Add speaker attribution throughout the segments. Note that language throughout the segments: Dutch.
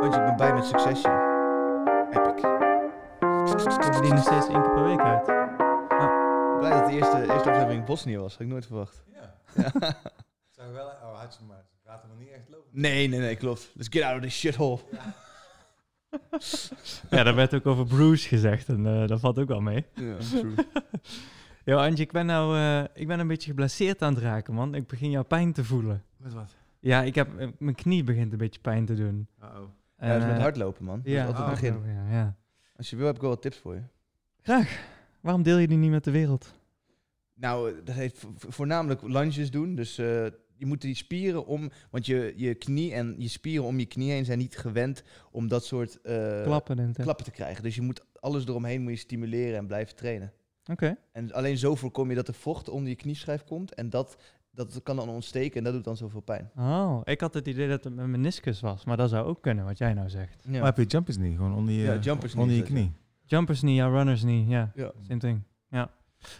Speaker 1: Want je bent bij met Succession. Epic.
Speaker 2: komt die nog steeds één keer per week uit.
Speaker 1: Blij dat de eerste, eerste aflevering Bosnië was. Had ik nooit verwacht.
Speaker 3: Ja. Zou ik wel... Oh, had je maar. Laat hem maar niet echt lopen.
Speaker 1: Nee, nee, nee, klopt. Let's get out of this shithole.
Speaker 2: Ja, daar werd ook over Bruce gezegd en eh, dat valt ook wel mee.
Speaker 1: Ja, true.
Speaker 2: Yo, Antje, ik ben nou eh, ik ben een beetje geblesseerd aan het raken, man. Ik begin jouw pijn te voelen.
Speaker 3: Met wat?
Speaker 2: Ja, ik heb, eh, mijn knie begint een beetje pijn te doen.
Speaker 3: Uh-oh.
Speaker 1: Ja, dat is met
Speaker 2: Eh,
Speaker 1: hardlopen, man. Dat
Speaker 2: ja,
Speaker 1: is altijd het
Speaker 3: oh,
Speaker 1: begin.
Speaker 2: hardlopen, Ja, ja.
Speaker 1: Als je wil, heb ik wel wat tips voor je.
Speaker 2: Waarom deel je die niet met de wereld?
Speaker 1: Nou, eh, dat heeft vo- vo- voornamelijk lunges doen. Dus eh, je moet die spieren om... Want je, je knie en je spieren om je knie heen zijn niet gewend om dat soort eh,
Speaker 2: Klappen en zo.
Speaker 1: klappen te krijgen. Dus je moet alles eromheen moet je stimuleren en blijven trainen.
Speaker 2: Oké.
Speaker 1: En alleen zo voorkom je dat er vocht onder je knieschijf komt. En dat, dat kan dan ontsteken en dat doet dan zoveel pijn.
Speaker 2: Oh, ik had het idee dat het mijn meniscus was, maar dat zou ook kunnen, wat jij nou zegt.
Speaker 1: Ja,
Speaker 3: Maar heb je jumpers niet? Gewoon onder je,
Speaker 1: Ja, jumpers
Speaker 3: onder
Speaker 1: niet,
Speaker 3: je knie.
Speaker 2: Jumpers niet, ja, runners niet, ja.
Speaker 1: ja.
Speaker 2: Same thing. Ja.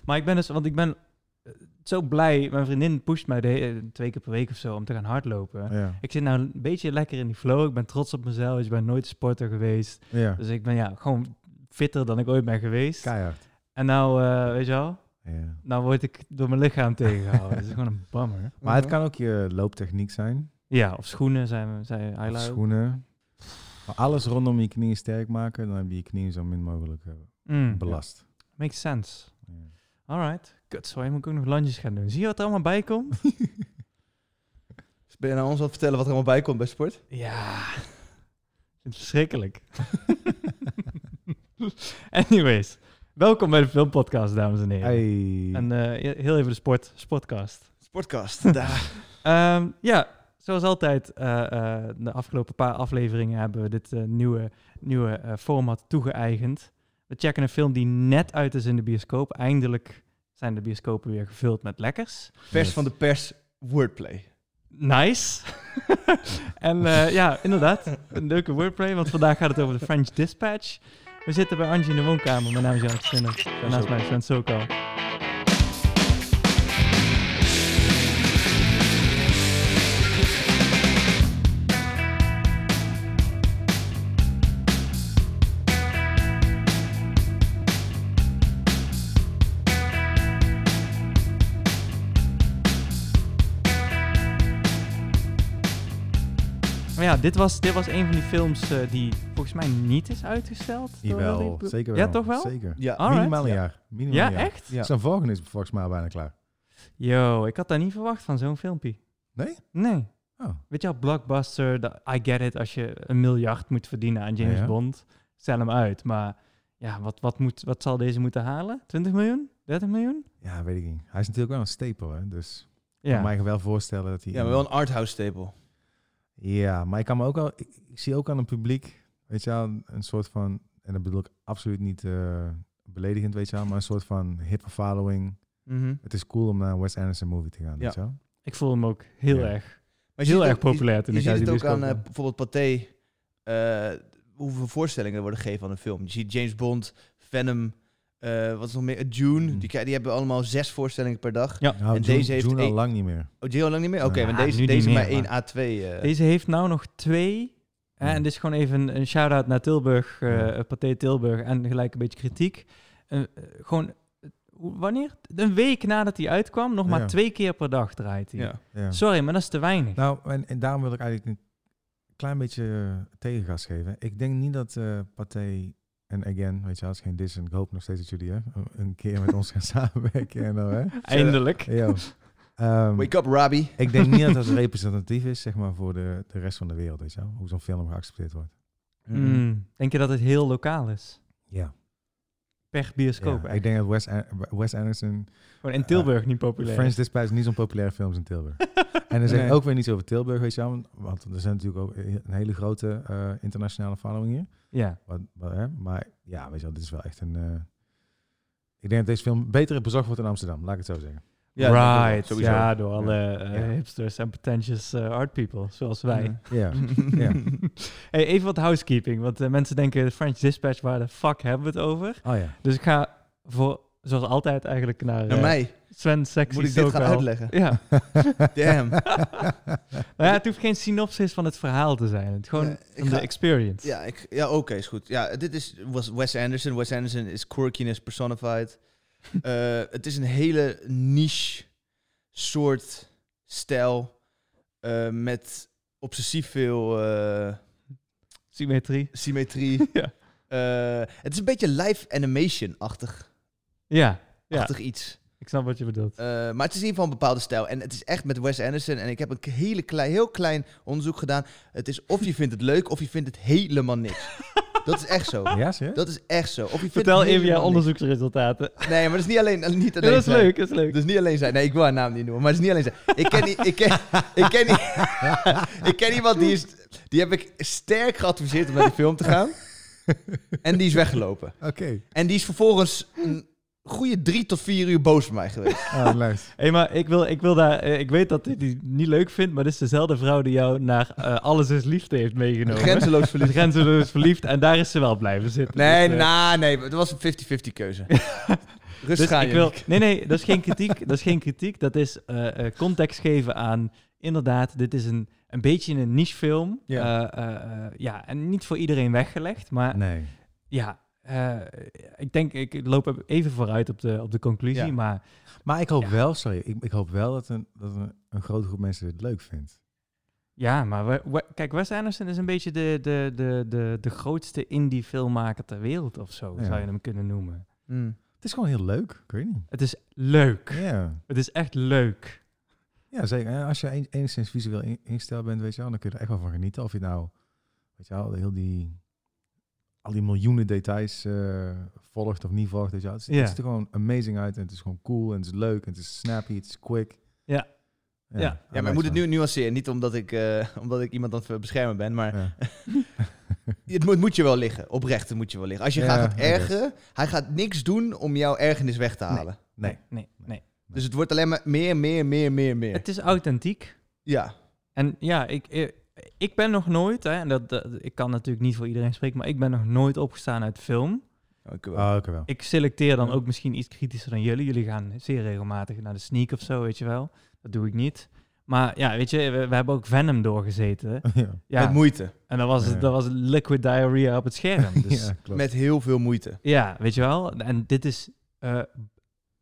Speaker 2: Maar ik ben dus, want ik ben eh, zo blij. Mijn vriendin pusht mij de, eh, twee keer per week of zo om te gaan hardlopen.
Speaker 3: Ja.
Speaker 2: Ik zit nou een beetje lekker in die flow. Ik ben trots op mezelf. Ik ben nooit sporter geweest.
Speaker 3: ja.
Speaker 2: Dus ik ben ja, gewoon fitter dan ik ooit ben geweest.
Speaker 3: Keihard.
Speaker 2: En nou, eh, weet je wel,
Speaker 3: Ja.
Speaker 2: nou word ik door mijn lichaam tegengehouden. dat is gewoon een bummer.
Speaker 1: Mhm.
Speaker 3: Maar het kan ook je looptechniek zijn.
Speaker 2: Ja, of schoenen zijn, zijn
Speaker 3: Of
Speaker 2: highlight.
Speaker 3: schoenen. Maar alles rondom je knieën sterk maken, dan heb je je knieën zo min mogelijk eh,
Speaker 2: Mm,
Speaker 3: belast.
Speaker 2: Makes sense.
Speaker 3: Ja.
Speaker 2: Alright. Kut, zo, je moet ik ook nog landjes gaan doen. Zie je wat er allemaal bij komt?
Speaker 1: Dus ben je nou ons wat vertellen wat er allemaal bij komt bij sport?
Speaker 2: Ja, ik vind het verschrikkelijk. Anyways, welkom bij de filmpodcast, dames en heren.
Speaker 3: Hey.
Speaker 2: En eh, heel even de sport, sportcast.
Speaker 1: Sportcast. Daar.
Speaker 2: Ehm, ja, zoals altijd, eh, eh, de afgelopen paar afleveringen hebben we dit eh, nieuwe, nieuwe eh, format toegeëigend. We checken een film die net uit is in de bioscoop. Eindelijk zijn de bioscopen weer gevuld met lekkers.
Speaker 1: Pers van de pers, wordplay.
Speaker 2: Nice. en eh, ja, inderdaad. Een leuke wordplay, want vandaag gaat het over de French Dispatch. We zitten bij Angie in de woonkamer. Mijn naam is Jan Sinner. En naast mij is Sven Sokal. Maar ja, dit was, dit was een van die films eh, die volgens mij niet is uitgesteld. door
Speaker 3: Jawel,
Speaker 2: die-
Speaker 3: zeker wel.
Speaker 2: Ja, toch wel?
Speaker 3: Zeker.
Speaker 1: Ja.
Speaker 2: Alright.
Speaker 3: Minimaal een
Speaker 1: Ja.
Speaker 3: jaar. Minimaal
Speaker 2: Ja,
Speaker 3: een jaar.
Speaker 2: echt?
Speaker 1: Ja.
Speaker 3: Zijn volgende is volgens mij bijna klaar.
Speaker 2: Yo, ik had daar niet verwacht van zo'n filmpje.
Speaker 3: Nee?
Speaker 2: Nee.
Speaker 3: Oh.
Speaker 2: Weet je wel, Blockbuster, de- I get it, als je een miljard moet verdienen aan James
Speaker 3: Ja.
Speaker 2: Bond, stel hem uit. Maar ja, wat, wat, moet, wat zal deze moeten halen? 20 miljoen? 30 miljoen?
Speaker 3: Ja, weet ik niet. Hij is natuurlijk wel een stapel, hè. Dus ik
Speaker 2: Ja.
Speaker 3: kan me wel voorstellen dat hij...
Speaker 1: Ja, maar wel een arthouse table.
Speaker 3: Ja, maar ik kan me ook al... Ik, ik zie ook aan het publiek, weet je wel, een- een soort van... En dat bedoel ik absoluut niet eh, beledigend, weet je wel, maar een soort van hippe following.
Speaker 2: Mhm.
Speaker 3: Het is cool om naar een Wes Anderson movie te gaan,
Speaker 1: Ja.
Speaker 3: weet je wel.
Speaker 2: Ik voel hem ook heel
Speaker 3: Ja.
Speaker 2: erg,
Speaker 1: Maar je
Speaker 2: heel
Speaker 1: ziet
Speaker 2: erg
Speaker 1: ook- je-
Speaker 2: populair toen
Speaker 1: Je
Speaker 2: ik
Speaker 1: ziet
Speaker 2: uit
Speaker 1: het
Speaker 2: die
Speaker 1: ook aan
Speaker 2: bioscoop
Speaker 1: eh,
Speaker 2: kwam.
Speaker 1: bijvoorbeeld Pathé, eh, hoeveel voorstellingen er worden gegeven aan een film. Je ziet James Bond, Venom, eh, wat is nog meer, Eh, Dune.
Speaker 3: Mm.
Speaker 1: Die, kri- die hebben allemaal zes voorstellingen per dag.
Speaker 2: Hmm. Ja.
Speaker 3: Nou,
Speaker 1: En
Speaker 3: June-
Speaker 1: deze heeft
Speaker 3: June al
Speaker 1: een-
Speaker 3: lang niet meer.
Speaker 1: Oh, die al lang niet meer? Oké,
Speaker 3: Ja,
Speaker 1: want
Speaker 2: nu
Speaker 1: deze,
Speaker 2: niet
Speaker 1: deze
Speaker 2: meer,
Speaker 1: maar één
Speaker 2: maar-
Speaker 1: A2. eh.
Speaker 2: Deze heeft nou nog twee. hè,
Speaker 3: Ja.
Speaker 2: En dit is gewoon even een, een shout-out naar Tilburg, eh
Speaker 3: Ja.
Speaker 2: Pathé Tilburg. En gelijk een beetje kritiek. Eh, eh, gewoon, eh, hoe- wanneer? Een week nadat hij uitkwam, nog maar
Speaker 3: Ja.
Speaker 2: twee keer per dag draait hij.
Speaker 1: ja.
Speaker 3: Ja.
Speaker 2: Sorry, maar dat is te weinig.
Speaker 3: Nou, en, en daarom wil ik eigenlijk een klein beetje eh, tegengas geven. Ik denk niet dat eh Pathé en Again, weet je, als geen dis, en ik hoop nog steeds dat jullie hè, een keer met ons gaan samenwerken. En dan, hè.
Speaker 2: Eindelijk.
Speaker 3: Yo. Ehm,
Speaker 1: Wake up, Robbie.
Speaker 3: ik denk niet dat dat representatief is, zeg maar, voor de, de rest van de wereld, weet je wel. Hoe zo'n film geaccepteerd wordt.
Speaker 2: Mm. Denk je dat het heel lokaal is?
Speaker 3: Ja.
Speaker 2: Per bioscoop.
Speaker 3: ik denk dat Wes, An- Wes Anderson,
Speaker 2: Gewoon in Tilburg niet populair.
Speaker 3: French Dispatch, niet zo'n populaire films in Tilburg. en dan zeg ik
Speaker 1: Nee.
Speaker 3: ook weer niets over Tilburg, weet je wel. want- Want er zijn natuurlijk ook een hele grote eh, internationale following hier.
Speaker 2: Ja.
Speaker 3: Wat, wat, hè? Maar ja, weet je wel, dit is wel echt een... eh, ik denk dat deze film beter bezorgd wordt in Amsterdam, laat ik het zo zeggen.
Speaker 1: Ja,
Speaker 2: right.
Speaker 1: sowieso.
Speaker 2: Ja, door alle eh,
Speaker 3: Ja.
Speaker 2: hipsters en pretentious eh, art people, zoals wij.
Speaker 1: Ja.
Speaker 3: Ja.
Speaker 2: Hey, even wat housekeeping, want eh, mensen denken de French Dispatch, waar de fuck hebben we het over?
Speaker 3: Oh ja.
Speaker 2: Dus ik ga voor zoals altijd eigenlijk naar,
Speaker 1: Naar
Speaker 2: eh,
Speaker 1: mij.
Speaker 2: Sven Sexy
Speaker 1: Moet ik dit gaan
Speaker 2: Sokal.
Speaker 1: uitleggen?
Speaker 2: Ja.
Speaker 1: Damn.
Speaker 2: Maar ja, het hoeft geen synopsis van het verhaal te zijn. Het gewoon
Speaker 1: Nee, ik
Speaker 2: van
Speaker 1: ga-
Speaker 2: de experience.
Speaker 1: Ja, ik- ja oké, is goed. Ja, dit is, was Wes Anderson. Wes Anderson is quirkiness personified. Eh, het is een hele niche soort stijl eh, met obsessief veel eh,
Speaker 2: Symmetrie.
Speaker 1: symmetrie.
Speaker 2: Ja.
Speaker 1: Eh, het is een beetje live animation-achtig
Speaker 2: Ja, ja.
Speaker 1: achtig iets.
Speaker 2: ik snap wat je bedoelt.
Speaker 1: Eh, maar het is in ieder geval een bepaalde stijl. En het is echt met Wes Anderson. En ik heb een k- hele klein, heel klein onderzoek gedaan. Het is of je vindt het leuk of je vindt het helemaal niks. Dat is echt zo.
Speaker 3: Ja, zie je?
Speaker 1: Dat is echt zo. Of je vindt
Speaker 2: Vertel
Speaker 1: het
Speaker 2: even jouw
Speaker 1: helemaal niks.
Speaker 2: onderzoeksresultaten.
Speaker 1: Nee, maar dat is niet alleen, niet alleen
Speaker 2: dat is
Speaker 1: zij.
Speaker 2: leuk, dat is leuk.
Speaker 1: Dat is niet alleen zij. Nee, ik wil haar naam niet noemen, maar het is niet alleen zij. Ik ken, i- ik ken, ik ken, i- ik ken iemand die is... Die heb ik sterk geadviseerd om naar die film te gaan. En die is weggelopen.
Speaker 3: Oké.
Speaker 1: En die is vervolgens een goede drie tot vier uur boos op mij geweest.
Speaker 3: Ah, luister.
Speaker 2: Hé, maar ik wil, ik wil daar... eh, Ik weet dat dit die niet leuk vindt, maar dit is dezelfde vrouw die jou naar eh, Alles is Liefde heeft meegenomen.
Speaker 1: Grenzeloos
Speaker 2: Dus
Speaker 1: verliefd.
Speaker 2: grenzeloos verliefd. En daar is ze wel blijven zitten.
Speaker 1: Nee,
Speaker 2: Dus, eh,
Speaker 1: nou, nee. Het was een 50-50 keuze. Rustig
Speaker 2: Dus
Speaker 1: aan,
Speaker 2: ik wil,
Speaker 1: Yannick.
Speaker 2: nee, nee, dat is geen kritiek. dat is geen kritiek. Dat is eh, eh, context geven aan. Inderdaad, dit is een, een beetje een niche film.
Speaker 3: Ja.
Speaker 2: Eh, eh, eh, ja, en niet voor iedereen weggelegd. Maar
Speaker 3: Nee.
Speaker 2: ja, eh, ik denk, ik loop even vooruit op de, op de conclusie.
Speaker 1: Ja.
Speaker 2: Maar
Speaker 3: Maar ik hoop
Speaker 2: Ja.
Speaker 3: wel, sorry, ik, ik hoop wel dat, een, dat een, een grote groep mensen dit leuk vindt.
Speaker 2: ja, maar we- we- kijk, Wes Anderson is een beetje de, de, de, de, de grootste indie filmmaker ter wereld of zo,
Speaker 3: Ja.
Speaker 2: zou je hem kunnen noemen.
Speaker 1: Hmm.
Speaker 3: Het is gewoon heel leuk, ik weet niet.
Speaker 2: Het is leuk.
Speaker 3: Ja,
Speaker 2: Het is echt leuk.
Speaker 3: ja zeker. En als je een- enigszins visueel in- ingesteld bent, weet je wel, dan kun je er echt wel van genieten. Of je nou, weet je wel, heel die, al die miljoenen details eh, volgt of niet volgt, weet je wel. Het, is-
Speaker 2: Ja.
Speaker 3: het ziet er gewoon amazing uit en het is gewoon cool en het is leuk en het is snappy, het is quick.
Speaker 2: Ja. Ja. Ja,
Speaker 1: Ja, maar ik moet het nu nuanceren. Niet omdat ik, eh, omdat ik iemand aan het beschermen ben, maar...
Speaker 3: Ja.
Speaker 1: Het moet, moet je wel liggen. Oprecht het moet je wel liggen. Als je
Speaker 3: Ja,
Speaker 1: gaat gaat
Speaker 3: I guess.
Speaker 1: ergeren, hij gaat niks doen om jouw ergernis weg te halen.
Speaker 3: Nee.
Speaker 2: Nee, nee.
Speaker 1: Dus het wordt alleen maar meer, meer, meer, meer, meer.
Speaker 2: Het is authentiek.
Speaker 1: ja.
Speaker 2: En ja, ik, eh, ik ben nog nooit, hè, en dat, dat- ik kan natuurlijk niet voor iedereen spreken, maar ik ben nog nooit opgestaan uit film.
Speaker 1: Oh, ik wel.
Speaker 3: Ah, oké wel.
Speaker 2: Ik selecteer dan
Speaker 1: Ja.
Speaker 2: ook misschien iets kritischer dan jullie. Jullie gaan zeer regelmatig naar de sneak of zo, weet je wel. Dat doe ik niet. Maar ja, weet je, we, we hebben ook Venom doorgezeten.
Speaker 3: ja.
Speaker 2: Ja,
Speaker 1: Met moeite.
Speaker 2: en dat was,
Speaker 3: Ja.
Speaker 2: dat was liquid diarrhea op het scherm. Dus
Speaker 3: ja, klopt.
Speaker 1: Met heel veel moeite.
Speaker 2: ja, weet je wel. En dit is eh,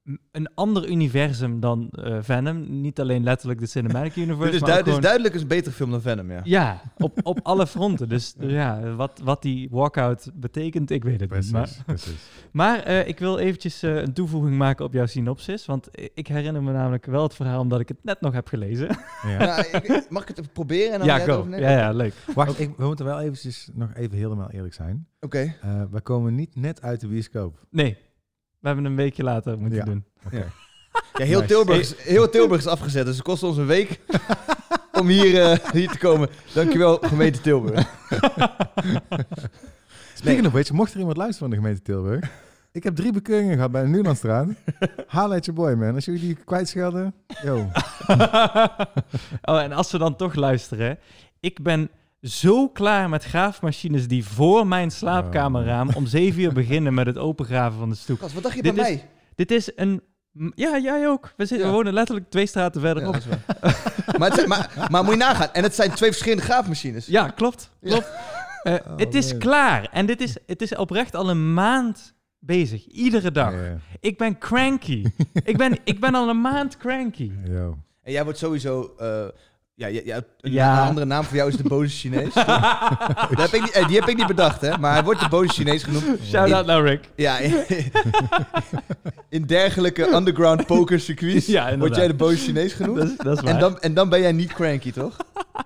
Speaker 2: m- een ander universum dan eh, Venom. Niet alleen letterlijk de cinematic universe,
Speaker 1: Dit is,
Speaker 2: maar ook
Speaker 1: duid- dit
Speaker 2: gewoon...
Speaker 1: is duidelijk een betere film dan Venom, ja.
Speaker 2: Ja, op, op alle fronten. Dus dus ja, wat, wat die walkout betekent, ik weet het
Speaker 3: Precies,
Speaker 2: niet. Maar,
Speaker 3: precies.
Speaker 2: maar eh, ik wil eventjes eh, een toevoeging maken op jouw synopsis. Want i- ik herinner me namelijk wel het verhaal omdat ik het net nog heb gelezen.
Speaker 3: Ja.
Speaker 1: Nou, ik- mag ik het even proberen? En dan
Speaker 2: Ja,
Speaker 1: jij
Speaker 2: go.
Speaker 1: erover neemt?
Speaker 2: Ja, ja, leuk.
Speaker 3: Wacht, ik, we moeten wel eventjes nog even helemaal eerlijk zijn.
Speaker 1: Oké.
Speaker 3: Eh, we komen niet net uit de bioscoop.
Speaker 2: Nee, we hebben hem een weekje later moeten
Speaker 3: Ja.
Speaker 2: doen.
Speaker 1: Ja, heel,
Speaker 3: Nice.
Speaker 1: Tilburg is, heel Tilburg is afgezet, dus het kost ons een week om hier, eh, hier te komen. Dankjewel, gemeente Tilburg.
Speaker 3: Speaking of which, mocht er iemand luisteren van de gemeente Tilburg... Ik heb drie bekeuringen gehad bij de Nieuwlandstraat. Haal uit je boy, man. Als jullie die kwijtschelden... Yo.
Speaker 2: oh, en als we dan toch luisteren. Ik ben zo klaar met graafmachines die voor mijn
Speaker 1: Oh.
Speaker 2: slaapkamerraam om zeven uur beginnen met het opengraven van de stoep.
Speaker 1: Gast, wat dacht je
Speaker 2: Dit
Speaker 1: bij
Speaker 2: is-
Speaker 1: mij?
Speaker 2: Dit is een... m- Ja, jij ook. We, zitten,
Speaker 1: Ja.
Speaker 2: we wonen letterlijk twee straten
Speaker 1: Ja,
Speaker 2: verderop.
Speaker 1: dat is waar. maar, het zijn- maar, maar moet je nagaan. En het zijn twee verschillende graafmachines.
Speaker 2: Ja, klopt.
Speaker 1: Ja.
Speaker 2: klopt. Eh,
Speaker 3: Oh,
Speaker 2: het is
Speaker 3: man.
Speaker 2: klaar. En dit is, het is oprecht al een maand bezig. Iedere dag.
Speaker 3: Ja,
Speaker 2: Ik ben cranky. ik, ben, ik ben al een maand cranky.
Speaker 3: yo.
Speaker 1: En jij wordt sowieso... eh, ja, ja, ja, een
Speaker 2: Ja.
Speaker 1: andere naam voor jou is de boze Chinees. Dat heb ik niet, eh, die heb ik niet bedacht, hè. Maar hij wordt de boze Chinees genoemd.
Speaker 2: Shout out naar Rick.
Speaker 1: Ja, in, in dergelijke underground poker circuits
Speaker 2: Ja, inderdaad.
Speaker 1: word jij de boze Chinees
Speaker 2: Dat
Speaker 1: genoemd.
Speaker 2: is, dat is waar.
Speaker 1: En dan, en dan ben jij niet cranky, toch?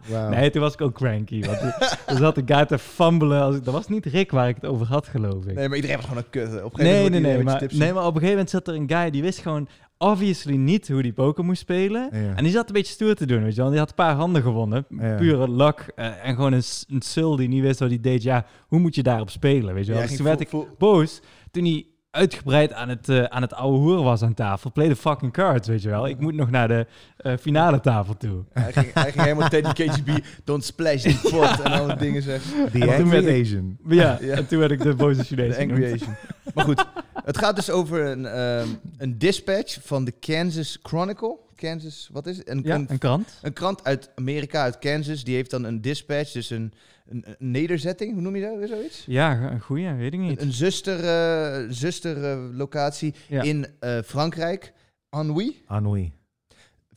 Speaker 3: Wauw.
Speaker 1: Oh.
Speaker 2: Nee, toen was ik ook cranky. Want er zat een guy te fumbelen. Als ik, dat was niet Rick waar ik het over had, geloof ik.
Speaker 1: Nee, maar iedereen was gewoon een kut. hè. Op een gegeven
Speaker 2: Nee,
Speaker 1: moment
Speaker 2: nee,
Speaker 1: wordt
Speaker 2: nee.
Speaker 1: iedereen
Speaker 2: Maar,
Speaker 1: een beetje
Speaker 2: nee, maar op een gegeven moment zat er een guy die wist gewoon obviously niet hoe die poker moest spelen.
Speaker 3: Ja.
Speaker 2: En die zat een beetje stoer te doen, weet je wel. Die had een paar handen gewonnen.
Speaker 3: Ja.
Speaker 2: Pure luck. eh, en gewoon een, s- een sul die niet wist wat hij deed. Ja, hoe moet je daarop spelen, weet
Speaker 1: tipsy.
Speaker 2: je wel.
Speaker 1: Ja, ging
Speaker 2: dus toen werd
Speaker 1: vo-
Speaker 2: ik
Speaker 1: vo-
Speaker 2: boos toen hij uitgebreid aan het, eh, aan het ouwe hoeren was aan tafel. Play the fucking cards, weet je wel. Ik moet nog naar de eh, finale tafel toe.
Speaker 1: Hij ging, hij ging helemaal Teddy KGB, don't splash the pot en alle dingen zeggen.
Speaker 3: The
Speaker 2: toen werd
Speaker 3: Angry
Speaker 2: ik-
Speaker 3: Asian.
Speaker 2: Maar ja,
Speaker 1: Ja.
Speaker 2: en toen werd ik de boze Chinees
Speaker 1: De Angry
Speaker 2: genoemd.
Speaker 1: Asian. Maar goed, Het gaat dus over een, ehm, een dispatch van de Kansas Chronicle. Kansas, wat is het? Een,
Speaker 2: Ja,
Speaker 1: een,
Speaker 2: een krant.
Speaker 1: een krant uit Amerika, uit Kansas. Die heeft dan een dispatch, dus een, een, een nederzetting. Hoe noem je dat? Zoiets?
Speaker 2: Ja, een goeie, weet ik niet.
Speaker 1: Een, een zusterlocatie zuster, eh, locatie
Speaker 2: Ja.
Speaker 1: in eh, Frankrijk. Anhui,
Speaker 3: Anhui.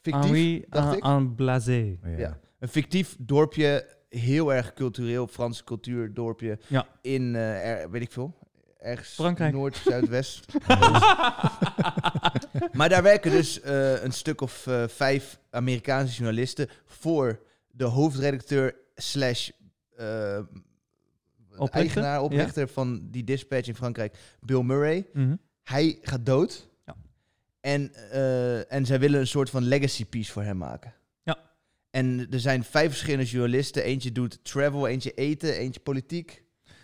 Speaker 1: fictief.
Speaker 2: Henri
Speaker 1: dacht
Speaker 2: en-
Speaker 1: ik.
Speaker 2: en Blasé.
Speaker 3: Ja.
Speaker 1: Ja. Een fictief dorpje, heel erg cultureel, Franse cultuur dorpje.
Speaker 2: Ja.
Speaker 1: In, eh, er- weet ik veel, ergens
Speaker 2: Frankrijk.
Speaker 1: noord, zuidwest. maar daar werken dus eh, een stuk of eh, vijf Amerikaanse journalisten voor de hoofdredacteur slash eh,
Speaker 2: Oprichter?
Speaker 1: eigenaar,
Speaker 2: Ja.
Speaker 1: oprichter van die dispatch in Frankrijk, Bill Murray.
Speaker 2: Mhm.
Speaker 1: Hij gaat dood.
Speaker 2: Ja.
Speaker 1: En, eh, en zij willen een soort van legacy piece voor hem maken.
Speaker 2: Ja.
Speaker 1: En er zijn vijf verschillende journalisten. Eentje doet travel, eentje eten, eentje politiek.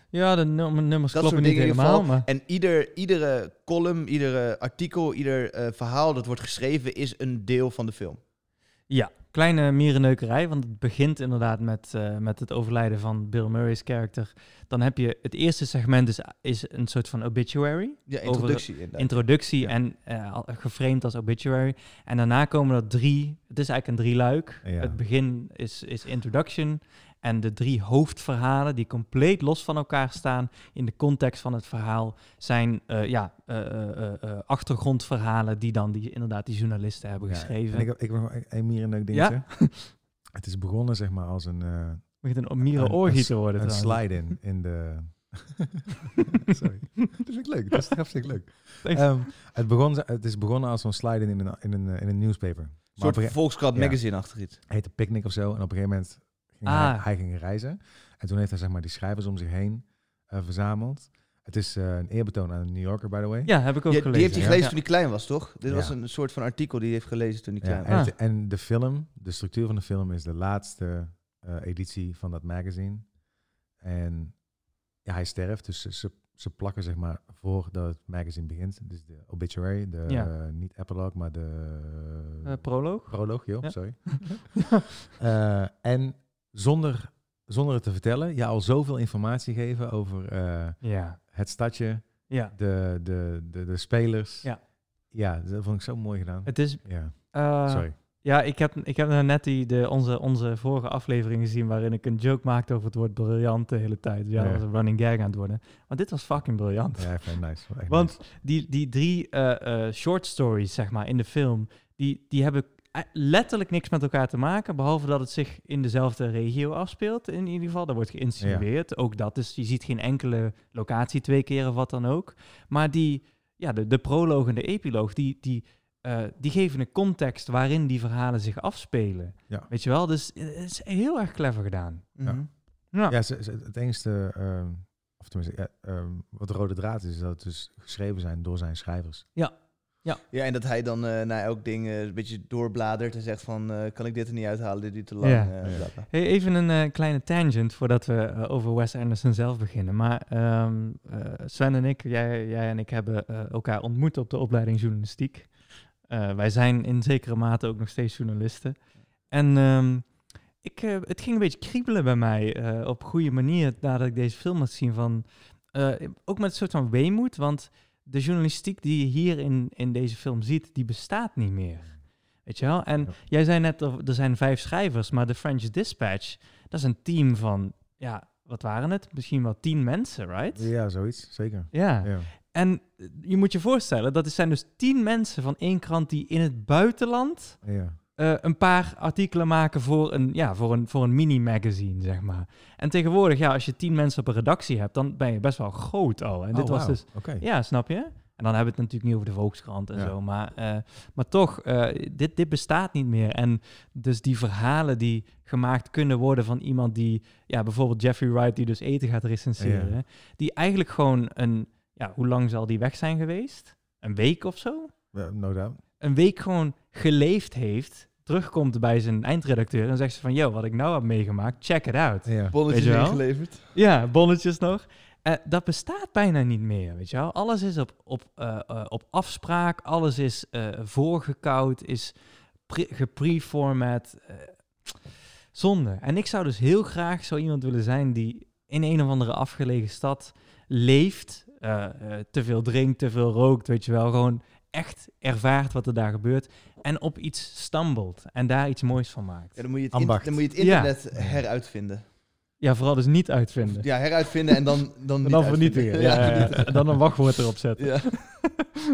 Speaker 2: Ja, de num- nummers
Speaker 1: Dat
Speaker 2: kloppen
Speaker 1: soort
Speaker 2: niet
Speaker 1: dingen in ieder
Speaker 2: helemaal, maar...
Speaker 1: En ieder, iedere column, iedere artikel, ieder eh, verhaal dat wordt geschreven is een deel van de film.
Speaker 2: Ja, kleine mierenneukerij, want het begint inderdaad met, eh, met het overlijden van Bill Murray's karakter. Dan heb je het eerste segment is, is een soort van obituary,
Speaker 1: Ja,
Speaker 2: Over-
Speaker 1: introductie inderdaad.
Speaker 2: introductie
Speaker 1: Ja.
Speaker 2: en eh, al- geframed als obituary. En daarna komen er drie, het is eigenlijk een drieluik.
Speaker 3: Ja.
Speaker 2: Het begin is, is introduction en de drie hoofdverhalen die compleet los van elkaar staan in de context van het verhaal zijn eh, ja, eh, eh, eh, eh, achtergrondverhalen die dan die, inderdaad die journalisten hebben
Speaker 3: Ja,
Speaker 2: geschreven.
Speaker 3: En ik heb ik heb nog e- een mierenneuke
Speaker 2: Ja?
Speaker 3: dingetje. Het is begonnen zeg maar als een, eh,
Speaker 2: begint een
Speaker 3: een-
Speaker 2: mierenorgie
Speaker 3: een-
Speaker 2: te worden.
Speaker 3: een
Speaker 2: trouwens.
Speaker 3: slide-in in de... Sorry. Dat vind ik leuk. Dat is hartstikke leuk.
Speaker 2: Thanks.
Speaker 3: Ehm, het, begon, het is begonnen als zo'n slide-in in een, in, een, eh, in een newspaper. Maar
Speaker 1: Een soort
Speaker 3: op een gege-
Speaker 1: Volkskrant
Speaker 3: ja.
Speaker 1: magazine achter iets.
Speaker 3: heette Picnic of zo. En op een gegeven moment ging hij,
Speaker 2: Ah.
Speaker 3: hij ging reizen. En toen heeft hij zeg maar die schrijvers om zich heen eh, verzameld. Het is eh, een eerbetoon aan een New Yorker, by the way.
Speaker 2: Ja, heb ik ook
Speaker 1: Ja,
Speaker 2: gelezen.
Speaker 1: die heeft hij
Speaker 2: ja.
Speaker 1: gelezen
Speaker 2: Ja.
Speaker 1: toen hij klein was, toch? Dit
Speaker 3: Ja.
Speaker 1: was een soort van artikel die hij heeft gelezen toen hij
Speaker 3: Ja,
Speaker 1: klein
Speaker 3: en,
Speaker 1: was.
Speaker 2: Ah.
Speaker 3: het- en de film, de structuur van de film is de laatste eh, editie van dat magazine. En ja, hij sterft, dus ze, ze, ze plakken zeg maar voordat het magazine begint. Dus de obituary, de
Speaker 2: Ja.
Speaker 3: eh, niet epilogue, maar de
Speaker 2: Eh, proloog?
Speaker 3: proloog, joh,
Speaker 2: Ja.
Speaker 3: sorry. Eh, en zonder, zonder het te vertellen, ja, al zoveel informatie geven over eh,
Speaker 2: Ja.
Speaker 3: het stadje,
Speaker 2: ja.
Speaker 3: de, de, de, de spelers.
Speaker 2: Ja.
Speaker 3: ja, dat vond ik zo mooi gedaan.
Speaker 2: Het is...
Speaker 3: ja,
Speaker 2: eh,
Speaker 3: sorry.
Speaker 2: Ja, ik heb, ik heb nou net die, de, onze, onze vorige aflevering gezien waarin ik een joke maakte over het woord briljant de hele tijd. Ja,
Speaker 3: Ja.
Speaker 2: dat was een running gag aan het worden. Want dit was fucking briljant.
Speaker 3: Ja, echt nice. Echt
Speaker 2: Want die, die drie eh, eh, short stories, zeg maar, in de film, die, die hebben eh, letterlijk niks met elkaar te maken, behalve dat het zich in dezelfde regio afspeelt. In ieder geval, daar wordt geïnsinueerd. Ook dat, dus je ziet geen enkele locatie twee keer of wat dan ook. Maar die, ja, de, de proloog en de epiloog, die, die, eh, die geven een context waarin die verhalen zich afspelen.
Speaker 3: Ja.
Speaker 2: Weet je wel? Dus eh, het is heel erg clever gedaan.
Speaker 1: Mhm.
Speaker 2: Ja.
Speaker 3: Ja, ze- ze- het enige, ehm, of tenminste, ja, ehm, wat de rode draad is, is dat het dus geschreven zijn door zijn schrijvers.
Speaker 1: Ja, en dat hij dan eh, na elk ding eh, een beetje doorbladert en zegt van... eh, kan ik dit er niet uithalen, dit duurt te lang.
Speaker 2: Ja.
Speaker 1: eh, bla, bla.
Speaker 2: Hey, even een eh, kleine tangent voordat we eh, over Wes Anderson zelf beginnen. Maar ehm, eh, Sven en ik, jij, jij en ik hebben eh, elkaar ontmoet op de opleiding journalistiek. Eh, wij zijn in zekere mate ook nog steeds journalisten. En ehm, ik, eh, het ging een beetje kriebelen bij mij eh, op goede manier nadat ik deze film had zien. Van, eh, ook met een soort van weemoed, want de journalistiek die je hier in, in deze film ziet, die bestaat niet meer. Weet je wel? En
Speaker 3: Ja.
Speaker 2: jij zei net, er er zijn vijf schrijvers, maar de French Dispatch, dat is een team van, ja, wat waren het? Misschien wel tien mensen, right?
Speaker 3: Ja, zoiets, zeker.
Speaker 2: Ja.
Speaker 3: Ja.
Speaker 2: En eh, je moet je voorstellen, dat zijn dus tien mensen van één krant die in het buitenland
Speaker 3: Ja.
Speaker 2: eh, een paar artikelen maken voor een, ja, voor een, voor een mini-magazine, zeg maar. En tegenwoordig, ja, als je tien mensen op een redactie hebt, dan ben je best wel groot al. En
Speaker 3: Oh,
Speaker 2: dit was
Speaker 3: wauw,
Speaker 2: dus
Speaker 3: Oké.
Speaker 2: ja, snap je? En dan hebben we het natuurlijk niet over de Volkskrant en
Speaker 3: Ja.
Speaker 2: zo. Maar, eh, maar toch, eh, dit, dit bestaat niet meer. En dus die verhalen die gemaakt kunnen worden van iemand die... Ja, bijvoorbeeld Jeffrey Wright die dus eten gaat recenseren. Die eigenlijk gewoon een... Ja, hoe lang zal die weg zijn geweest? Een week of zo?
Speaker 3: Eh, no doubt.
Speaker 2: Een week gewoon geleefd heeft. Terugkomt bij zijn eindredacteur en zegt ze van... Yo, wat ik nou heb meegemaakt, check it out.
Speaker 3: Ja.
Speaker 1: Bonnetjes
Speaker 2: Weet je wel?
Speaker 1: ingeleverd.
Speaker 2: Ja, bonnetjes nog. Eh, dat bestaat bijna niet meer, weet je wel. Alles is op, op, eh, eh, op afspraak, alles is eh voorgekoud, is pre- gepreformat. eh, zonde. En ik zou dus heel graag zo iemand willen zijn die in een of andere afgelegen stad leeft, eh, eh, te veel drinkt, te veel rookt, weet je wel. Gewoon echt ervaart wat er daar gebeurt en op iets stambelt en daar iets moois van maakt.
Speaker 1: Ja, dan, moet je het in-
Speaker 3: Ambacht.
Speaker 1: dan moet je het
Speaker 2: Ja.
Speaker 1: internet heruitvinden.
Speaker 2: Ja, vooral dus niet uitvinden.
Speaker 1: Ja, heruitvinden en dan dan
Speaker 2: En
Speaker 1: niet
Speaker 2: dan
Speaker 1: uitvinden.
Speaker 2: vernietigen. Ja, ja, ja. En Dan een wachtwoord erop zetten.
Speaker 1: Ja.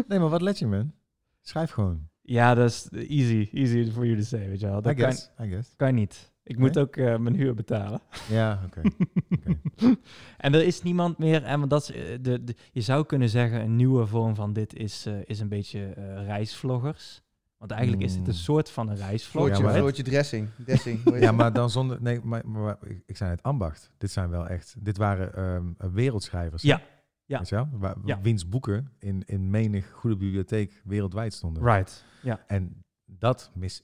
Speaker 3: Nee, maar wat let je, man? Schrijf gewoon.
Speaker 2: Ja, dat is easy. Easy voor jullie te zeggen, weet je wel.
Speaker 3: I
Speaker 2: Dat kan,
Speaker 3: guess. I guess.
Speaker 2: kan niet. Ik moet
Speaker 3: Nee?
Speaker 2: ook eh, mijn huur betalen.
Speaker 3: Ja, oké. Oké.
Speaker 2: en er is niemand meer. En want dat is, eh, de, de, je zou kunnen zeggen, een nieuwe vorm van dit is, eh, is een beetje eh, reisvloggers. Want eigenlijk is het een
Speaker 3: Mm.
Speaker 2: soort van een reisvlog.
Speaker 1: Floortje,
Speaker 3: Ja, maar-
Speaker 1: Floortje dressing. dressing hoe heet
Speaker 3: Ja,
Speaker 1: het?
Speaker 3: maar dan zonder... Nee, maar, maar- maar ik, ik zei het ambacht. Dit zijn wel echt... Dit waren ehm, eh, wereldschrijvers.
Speaker 2: Ja. Ja.
Speaker 3: Weet je wel? Waar,
Speaker 2: Ja.
Speaker 3: Wiens boeken in, in menig goede bibliotheek wereldwijd stonden.
Speaker 2: Right.
Speaker 3: En dat mis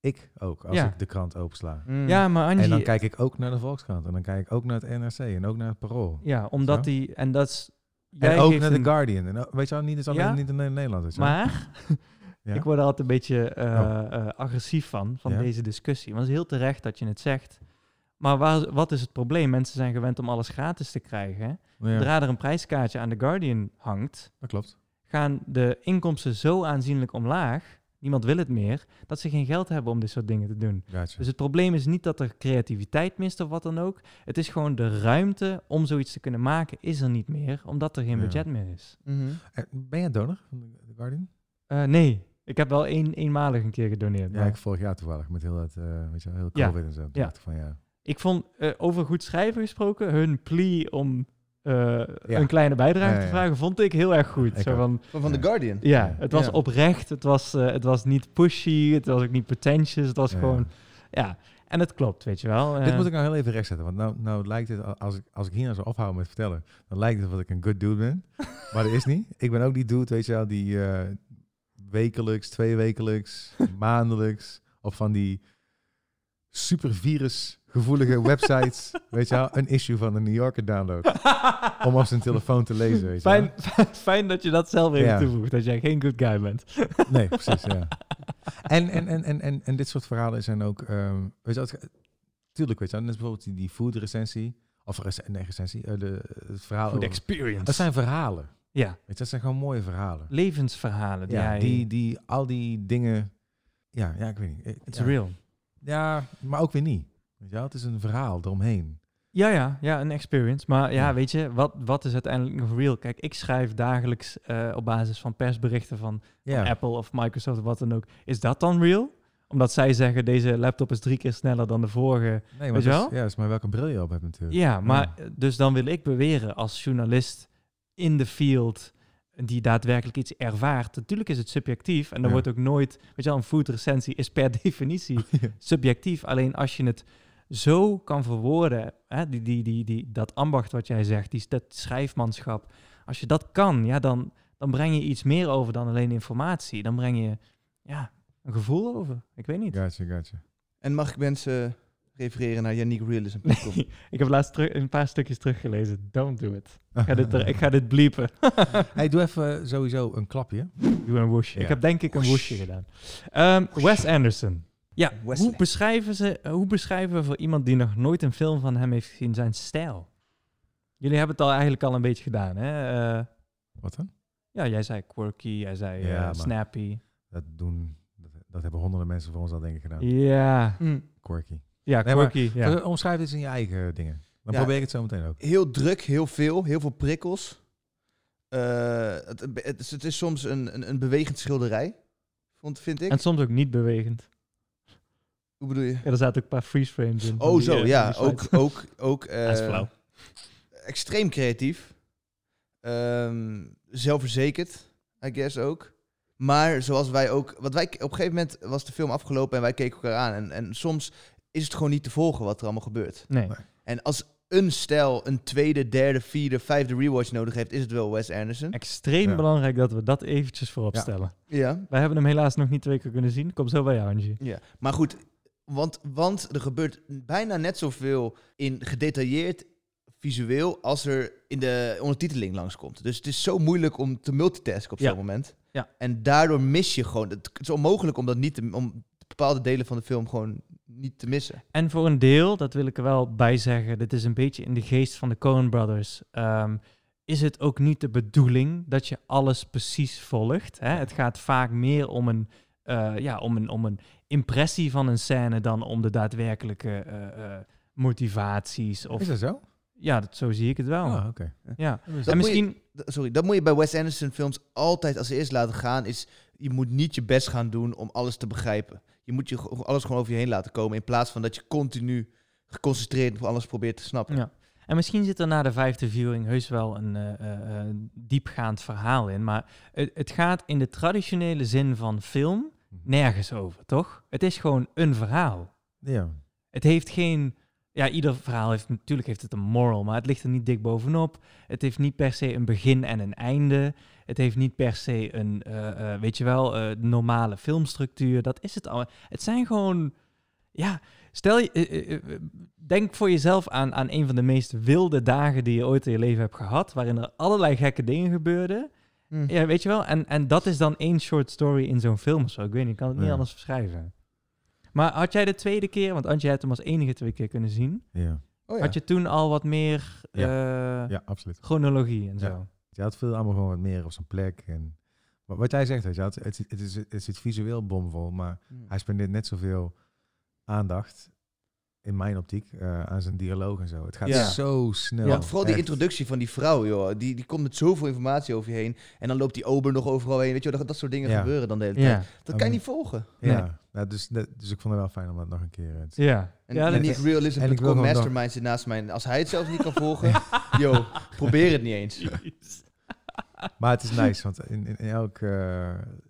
Speaker 3: ik ook als
Speaker 2: Ja.
Speaker 3: ik de krant opensla.
Speaker 1: Mm.
Speaker 2: Ja, maar Angie...
Speaker 3: En dan kijk ik ook naar de Volkskrant. En dan kijk ik ook naar het NRC. En ook naar het Parool.
Speaker 2: ja, omdat
Speaker 3: Zo.
Speaker 2: die... En dat is...
Speaker 3: en ook
Speaker 2: geeft
Speaker 3: naar de
Speaker 2: een-
Speaker 3: Guardian. En, ook- weet je wel, niet, is alleen,
Speaker 2: Ja?
Speaker 3: niet alleen in Nederland. weet je wel.
Speaker 2: Maar
Speaker 3: Ja?
Speaker 2: ik word er altijd een beetje eh,
Speaker 3: Oh.
Speaker 2: eh, agressief van, van
Speaker 3: Ja.
Speaker 2: deze discussie. Want het is heel terecht dat je het zegt. Maar waar, wat is het probleem? Mensen zijn gewend om alles gratis te krijgen.
Speaker 3: ja,
Speaker 2: Zodra er een prijskaartje aan The Guardian hangt,
Speaker 3: dat klopt.
Speaker 2: gaan de inkomsten zo aanzienlijk omlaag, niemand wil het meer, dat ze geen geld hebben om dit soort dingen te doen.
Speaker 3: Gotcha.
Speaker 2: Dus het probleem is niet dat er creativiteit mist of wat dan ook. Het is gewoon de ruimte om zoiets te kunnen maken is er niet meer, omdat er geen
Speaker 3: Ja.
Speaker 2: budget meer is.
Speaker 1: Mhm.
Speaker 3: En Eh, ben jij donor van de de Guardian?
Speaker 2: Eh, nee, ik heb wel één, eenmalig een keer gedoneerd.
Speaker 3: Ja,
Speaker 2: maar
Speaker 3: ik vorig jaar toevallig met heel dat, eh weet je wel, heel
Speaker 2: Ja.
Speaker 3: COVID en zo. Toen
Speaker 2: Ja.
Speaker 3: dacht ik van ja.
Speaker 2: Ik vond, eh, over goed schrijven gesproken, hun plea om eh, een kleine bijdrage
Speaker 3: Ja, ja,
Speaker 2: te
Speaker 3: ja.
Speaker 2: vragen, vond ik heel erg goed.
Speaker 3: Ik
Speaker 2: Zo
Speaker 3: ook.
Speaker 2: van,
Speaker 1: Van, van The
Speaker 3: Ja.
Speaker 1: Guardian.
Speaker 2: ja, het was
Speaker 1: Ja.
Speaker 2: oprecht, het was, eh, het was niet pushy, het was ook niet pretentious, het was
Speaker 3: ja.
Speaker 2: gewoon, ja. En het klopt, weet je wel.
Speaker 3: Dit
Speaker 2: Eh,
Speaker 3: moet ik nou heel even rechtzetten, want nou, nou lijkt het, al- als ik, als ik hier nou zo afhoud met vertellen, dan lijkt het dat ik een good dude ben. maar dat is niet. Ik ben ook die dude, weet je wel, die eh, wekelijks, tweewekelijks, maandelijks, of van die super virusgevoelige websites, weet je wel, een issue van de New Yorker download, om op zijn telefoon te lezen, weet je wel.
Speaker 2: fijn, fijn, dat je dat zelf even
Speaker 3: Ja.
Speaker 2: toevoegt, dat jij geen good guy bent.
Speaker 3: Nee, precies, ja. En, en, en, en, en, en dit soort verhalen zijn ook... ehm, weet je, wel, het- tuurlijk, weet je wel, net bijvoorbeeld die, die food recensie. Of rec nee, recensie. eh, de, het verhaal
Speaker 2: Good
Speaker 3: over-
Speaker 2: experience.
Speaker 3: Dat zijn verhalen. Weet
Speaker 2: ja,
Speaker 3: je, dat zijn gewoon mooie verhalen.
Speaker 2: levensverhalen. Die
Speaker 3: Ja,
Speaker 2: hij-
Speaker 3: die, die, al die dingen... Ja, ja, ik weet niet. Ik-
Speaker 2: It's
Speaker 3: ja.
Speaker 2: real.
Speaker 3: Ja, maar ook weer niet. Weet je, wel, het is een verhaal eromheen.
Speaker 2: Ja, ja, ja, een experience. Maar ja,
Speaker 3: Ja.
Speaker 2: weet je, wat, wat is uiteindelijk nog real? Kijk, ik schrijf dagelijks eh, op basis van persberichten van
Speaker 3: Ja,
Speaker 2: Apple of Microsoft of wat dan ook. Is dat dan real? Omdat zij zeggen, deze laptop is drie keer sneller dan de vorige.
Speaker 3: nee, maar
Speaker 2: weet je
Speaker 3: dat is,
Speaker 2: wel?
Speaker 3: ja, dat is maar welke bril je op hebt natuurlijk.
Speaker 2: Ja, maar eh, dus dan wil ik beweren als journalist in de field die daadwerkelijk iets ervaart. Natuurlijk is het subjectief en dan
Speaker 3: Ja.
Speaker 2: wordt ook nooit... Weet je wel, een food recensie is per definitie
Speaker 3: Ja.
Speaker 2: subjectief. Alleen als je het zo kan verwoorden, hè, die, die, die, die, dat ambacht wat jij zegt, die, dat schrijfmanschap, als je dat kan, ja, dan, dan breng je iets meer over dan alleen informatie. Dan breng je ja, een gevoel over. Ik weet niet.
Speaker 3: Gotcha, gotcha.
Speaker 1: En mag ik mensen eh, refereren naar yannickrealism.com?
Speaker 2: Ik heb laatst terug, een paar stukjes teruggelezen. Don't do it. Ik ga dit, er- ik ga dit bliepen.
Speaker 3: Hey, doe even eh, sowieso een klapje.
Speaker 2: Doe een woesje.
Speaker 3: Ja.
Speaker 2: Ik heb denk ik een woesje gedaan. Ehm, Wes Anderson. Ja,
Speaker 1: Wesley.
Speaker 2: hoe beschrijven, ze, hoe beschrijven we voor iemand die nog nooit een film van hem heeft gezien zijn stijl? Jullie hebben het al eigenlijk al een beetje gedaan, hè? Eh,
Speaker 3: Wat dan?
Speaker 2: ja, jij zei quirky, jij zei eh,
Speaker 3: Ja, maar-
Speaker 2: snappy.
Speaker 3: Dat doen... Dat, dat hebben honderden mensen voor ons al denk ik gedaan.
Speaker 2: Ja,
Speaker 1: Hm.
Speaker 3: Mm. Quirky.
Speaker 2: ja
Speaker 3: Nee, maar-
Speaker 2: quirky. ja.
Speaker 3: Eh, Omschrijf dit in je eigen dingen. Dan
Speaker 1: Ja.
Speaker 3: probeer ik het zo meteen ook.
Speaker 1: Heel druk, heel veel, heel veel prikkels. Eh, het, het, is, het is soms een, een, een bewegend schilderij, vond, vind ik.
Speaker 2: En soms ook niet bewegend.
Speaker 1: Hoe bedoel je?
Speaker 2: Ja, er zaten ook een paar freeze frames in. van
Speaker 1: Oh
Speaker 2: die,
Speaker 1: zo,
Speaker 2: eh,
Speaker 1: ja.
Speaker 2: van die
Speaker 1: Ook,
Speaker 2: slides.
Speaker 1: ook, ook
Speaker 2: Dat is
Speaker 1: eh,
Speaker 2: flauw.
Speaker 1: extreem creatief. Ehm, zelfverzekerd, I guess ook. Maar zoals wij ook... Wat wij, op een gegeven moment was de film afgelopen en wij keken elkaar aan. En, en soms is het gewoon niet te volgen wat er allemaal gebeurt.
Speaker 2: Nee.
Speaker 1: En als een stijl een tweede, derde, vierde, vijfde rewatch nodig heeft, is het wel Wes Anderson.
Speaker 2: Extreem
Speaker 3: Ja.
Speaker 2: belangrijk dat we dat eventjes voorop
Speaker 3: Ja.
Speaker 2: stellen.
Speaker 1: Ja.
Speaker 2: Wij hebben hem helaas nog niet twee keer kunnen zien. Kom zo bij jou, Angie.
Speaker 1: ja. Maar goed, want, want er gebeurt bijna net zoveel in gedetailleerd visueel als er in de ondertiteling langskomt. Dus het is zo moeilijk om te multitasken op
Speaker 2: Ja.
Speaker 1: zo'n moment.
Speaker 2: Ja.
Speaker 1: En daardoor mis je gewoon... Het is onmogelijk om, dat niet te, om bepaalde delen van de film gewoon niet te missen.
Speaker 2: En voor een deel, dat wil ik er wel bij zeggen, dit is een beetje in de geest van de Coen Brothers. Ehm, is het ook niet de bedoeling dat je alles precies volgt. Hè? Het gaat vaak meer om een, eh, ja, om, een, om een impressie van een scène dan om de daadwerkelijke eh, eh, motivaties. Of,
Speaker 3: Is dat zo?
Speaker 2: Ja, dat, zo zie ik het wel.
Speaker 3: Ah, oké.
Speaker 2: Ja.
Speaker 3: Dat is-
Speaker 1: Dat
Speaker 2: En
Speaker 1: moet je-
Speaker 2: misschien,
Speaker 1: D- Sorry, dat moet je bij Wes Anderson films altijd als eerst laten gaan. Is, je moet niet je best gaan doen om alles te begrijpen. Je moet je, g- alles gewoon over je heen laten komen. In plaats van dat je continu geconcentreerd op alles probeert te snappen.
Speaker 2: ja. en misschien zit er na de vijfde viewing heus wel een eh, eh, eh, diepgaand verhaal in. Maar het, het gaat in de traditionele zin van film nergens over, toch? Het is gewoon een verhaal.
Speaker 3: Ja.
Speaker 2: Het heeft geen. Ja, ieder verhaal heeft natuurlijk heeft het een moral, maar het ligt er niet dik bovenop. Het heeft niet per se een begin en een einde. Het heeft niet per se een, eh, eh, weet je wel, eh, normale filmstructuur. Dat is het al. Het zijn gewoon, ja, stel je, eh, eh, eh, denk voor jezelf aan, aan een van de meest wilde dagen die je ooit in je leven hebt gehad, waarin er allerlei gekke dingen gebeurden.
Speaker 1: Hm.
Speaker 2: Ja, weet je wel, en, en dat is dan één short story in zo'n film of zo. Ik weet niet, ik kan het niet
Speaker 3: Ja.
Speaker 2: anders beschrijven. Maar had jij de tweede keer, want Antje hebt hem als enige twee keer kunnen zien,
Speaker 3: Ja.
Speaker 1: Oh ja.
Speaker 2: had je toen al wat meer eh,
Speaker 3: ja, absoluut.
Speaker 2: chronologie en
Speaker 3: Ja.
Speaker 2: zo?
Speaker 3: Je had veel allemaal gewoon wat meer op zijn plek. En, wat, wat jij zegt, weet je, het, het, het, is, het zit visueel bomvol, maar
Speaker 1: Hm.
Speaker 3: hij spendeert net zoveel aandacht, in mijn optiek, eh, aan zijn dialoog en zo. Het gaat
Speaker 1: Ja.
Speaker 3: zo snel.
Speaker 1: Want vooral die
Speaker 3: echt.
Speaker 1: introductie van die vrouw, joh. Die, die komt met zoveel informatie over je heen. En dan loopt die ober nog overal heen. Weet je, wel, dat, dat soort dingen
Speaker 3: Ja. Um,
Speaker 1: gebeuren dan de hele tijd.
Speaker 2: Ja,
Speaker 1: Dat kan je niet volgen.
Speaker 3: Ja,
Speaker 2: Nee.
Speaker 3: nou, dus, dus ik vond het wel fijn om dat nog een keer eh, te zien.
Speaker 2: ja.
Speaker 1: En,
Speaker 2: ja,
Speaker 1: en
Speaker 2: dat
Speaker 1: die
Speaker 2: is-
Speaker 3: en ik wil
Speaker 1: realism.com
Speaker 3: gewoon
Speaker 1: mastermind zit naast mij. En Als hij het zelf niet kan volgen, yo, probeer het niet eens.
Speaker 3: Maar het is nice, want in, in, in elk... eh,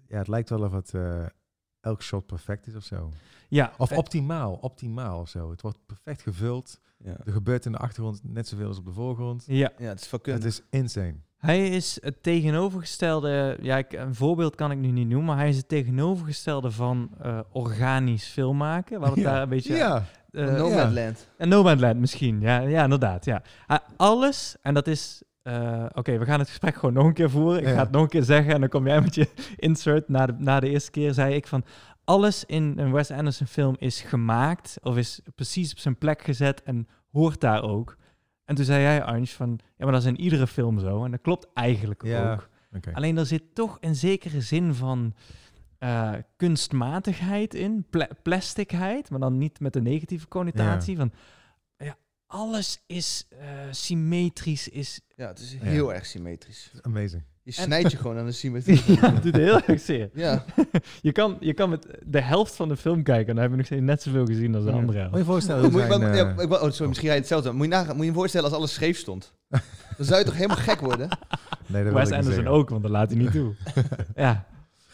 Speaker 3: ja, het lijkt wel of het, eh, elk shot perfect is of zo.
Speaker 2: ja.
Speaker 3: Of
Speaker 2: Eh,
Speaker 3: optimaal, optimaal of zo. Het wordt perfect gevuld.
Speaker 1: Ja,
Speaker 3: Er gebeurt in de achtergrond net zoveel als op de voorgrond.
Speaker 2: ja.
Speaker 1: het is fucking...
Speaker 3: Het is insane.
Speaker 2: Hij is het tegenovergestelde, ja, ik, een voorbeeld kan ik nu niet noemen, maar hij is het tegenovergestelde van eh, organisch filmmaken. Waar we het
Speaker 3: Ja.
Speaker 2: daar een beetje... eh,
Speaker 1: Nomadland.
Speaker 2: En Nomadland misschien, ja, ja inderdaad. Ja. Ah, alles, en dat is... eh, Oké, we gaan het gesprek gewoon nog een keer voeren. Ik
Speaker 3: Ja.
Speaker 2: ga het nog een keer zeggen en dan kom jij met je insert. Na de, na de eerste keer zei ik van... Alles in een Wes Anderson film is gemaakt of is precies op zijn plek gezet en hoort daar ook. En toen zei jij, Ange, van... Ja, maar dat is in iedere film zo. En dat klopt eigenlijk
Speaker 3: Ja.
Speaker 2: ook.
Speaker 3: Oké.
Speaker 2: Alleen er zit toch een zekere zin van eh, kunstmatigheid in, pla- plasticheid, maar dan niet met de negatieve connotatie. Van, ja, alles is eh, symmetrisch, is.
Speaker 1: Ja, het is heel erg symmetrisch.
Speaker 3: Amazing.
Speaker 1: Je
Speaker 2: En-
Speaker 1: snijdt je gewoon aan de symmetrie.
Speaker 2: ja, het doet heel erg zeer.
Speaker 1: Ja.
Speaker 2: Je kan, je kan met de helft van de film kijken en dan heb je nog steeds net zoveel gezien als de
Speaker 1: Ja.
Speaker 2: andere
Speaker 3: Moet
Speaker 2: helft.
Speaker 3: je voorstellen
Speaker 1: Moet
Speaker 3: hoe
Speaker 1: je,
Speaker 3: zijn...
Speaker 1: maar- ja,
Speaker 3: eh,
Speaker 1: ik wou- oh, sorry, misschien ga je hetzelfde. Moet je, nagaan, moet je je voorstellen als alles scheef stond. Dan zou je toch helemaal gek worden?
Speaker 3: nee, dat wil
Speaker 2: Wes
Speaker 3: ik niet
Speaker 2: Anderson
Speaker 3: zeggen.
Speaker 2: ook, want dat laat hij niet toe. ja.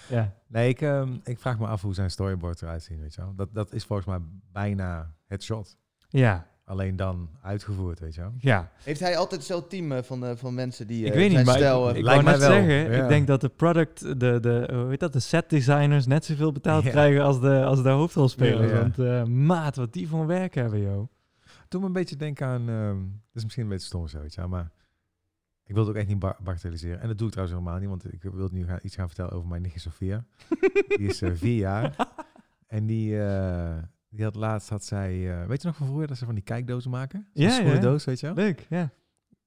Speaker 2: ja.
Speaker 3: Nee, ik, ehm, ik vraag me af hoe zijn storyboard eruit zien, weet je wel. Dat, dat is volgens mij bijna het shot.
Speaker 2: Ja,
Speaker 3: Alleen dan uitgevoerd, weet je wel.
Speaker 2: ja.
Speaker 1: Heeft hij altijd hetzelfde team eh, van, eh, van mensen die... eh,
Speaker 2: ik weet niet,
Speaker 1: zijn
Speaker 2: maar
Speaker 1: stijl,
Speaker 2: ik,
Speaker 1: eh,
Speaker 2: ik
Speaker 3: Lijkt
Speaker 2: wou net
Speaker 3: mij wel,
Speaker 2: zeggen,
Speaker 3: ja.
Speaker 2: ik denk dat de product, de, de, hoe heet dat, de set designers net zoveel betaald
Speaker 3: Ja.
Speaker 2: krijgen als de, als de hoofdrolspelers.
Speaker 3: Ja, ja.
Speaker 2: Want eh, maat, wat die voor werk hebben, joh.
Speaker 3: Toen me een beetje denken aan... ehm dat is misschien een beetje stom of zo, weet je wel, Maar ik wil het ook echt niet ba- bagatelliseren. En dat doe ik trouwens helemaal niet, want ik wil nu gaan, iets gaan vertellen over mijn nichtje Sophia. die is eh, vier jaar. En die, eh, die had laatst, had zij... eh, weet je nog van vroeger dat ze van die kijkdozen maken? Zo'n
Speaker 2: Ja, ja.
Speaker 3: schoenendoos, weet je wel?
Speaker 2: Leuk, ja.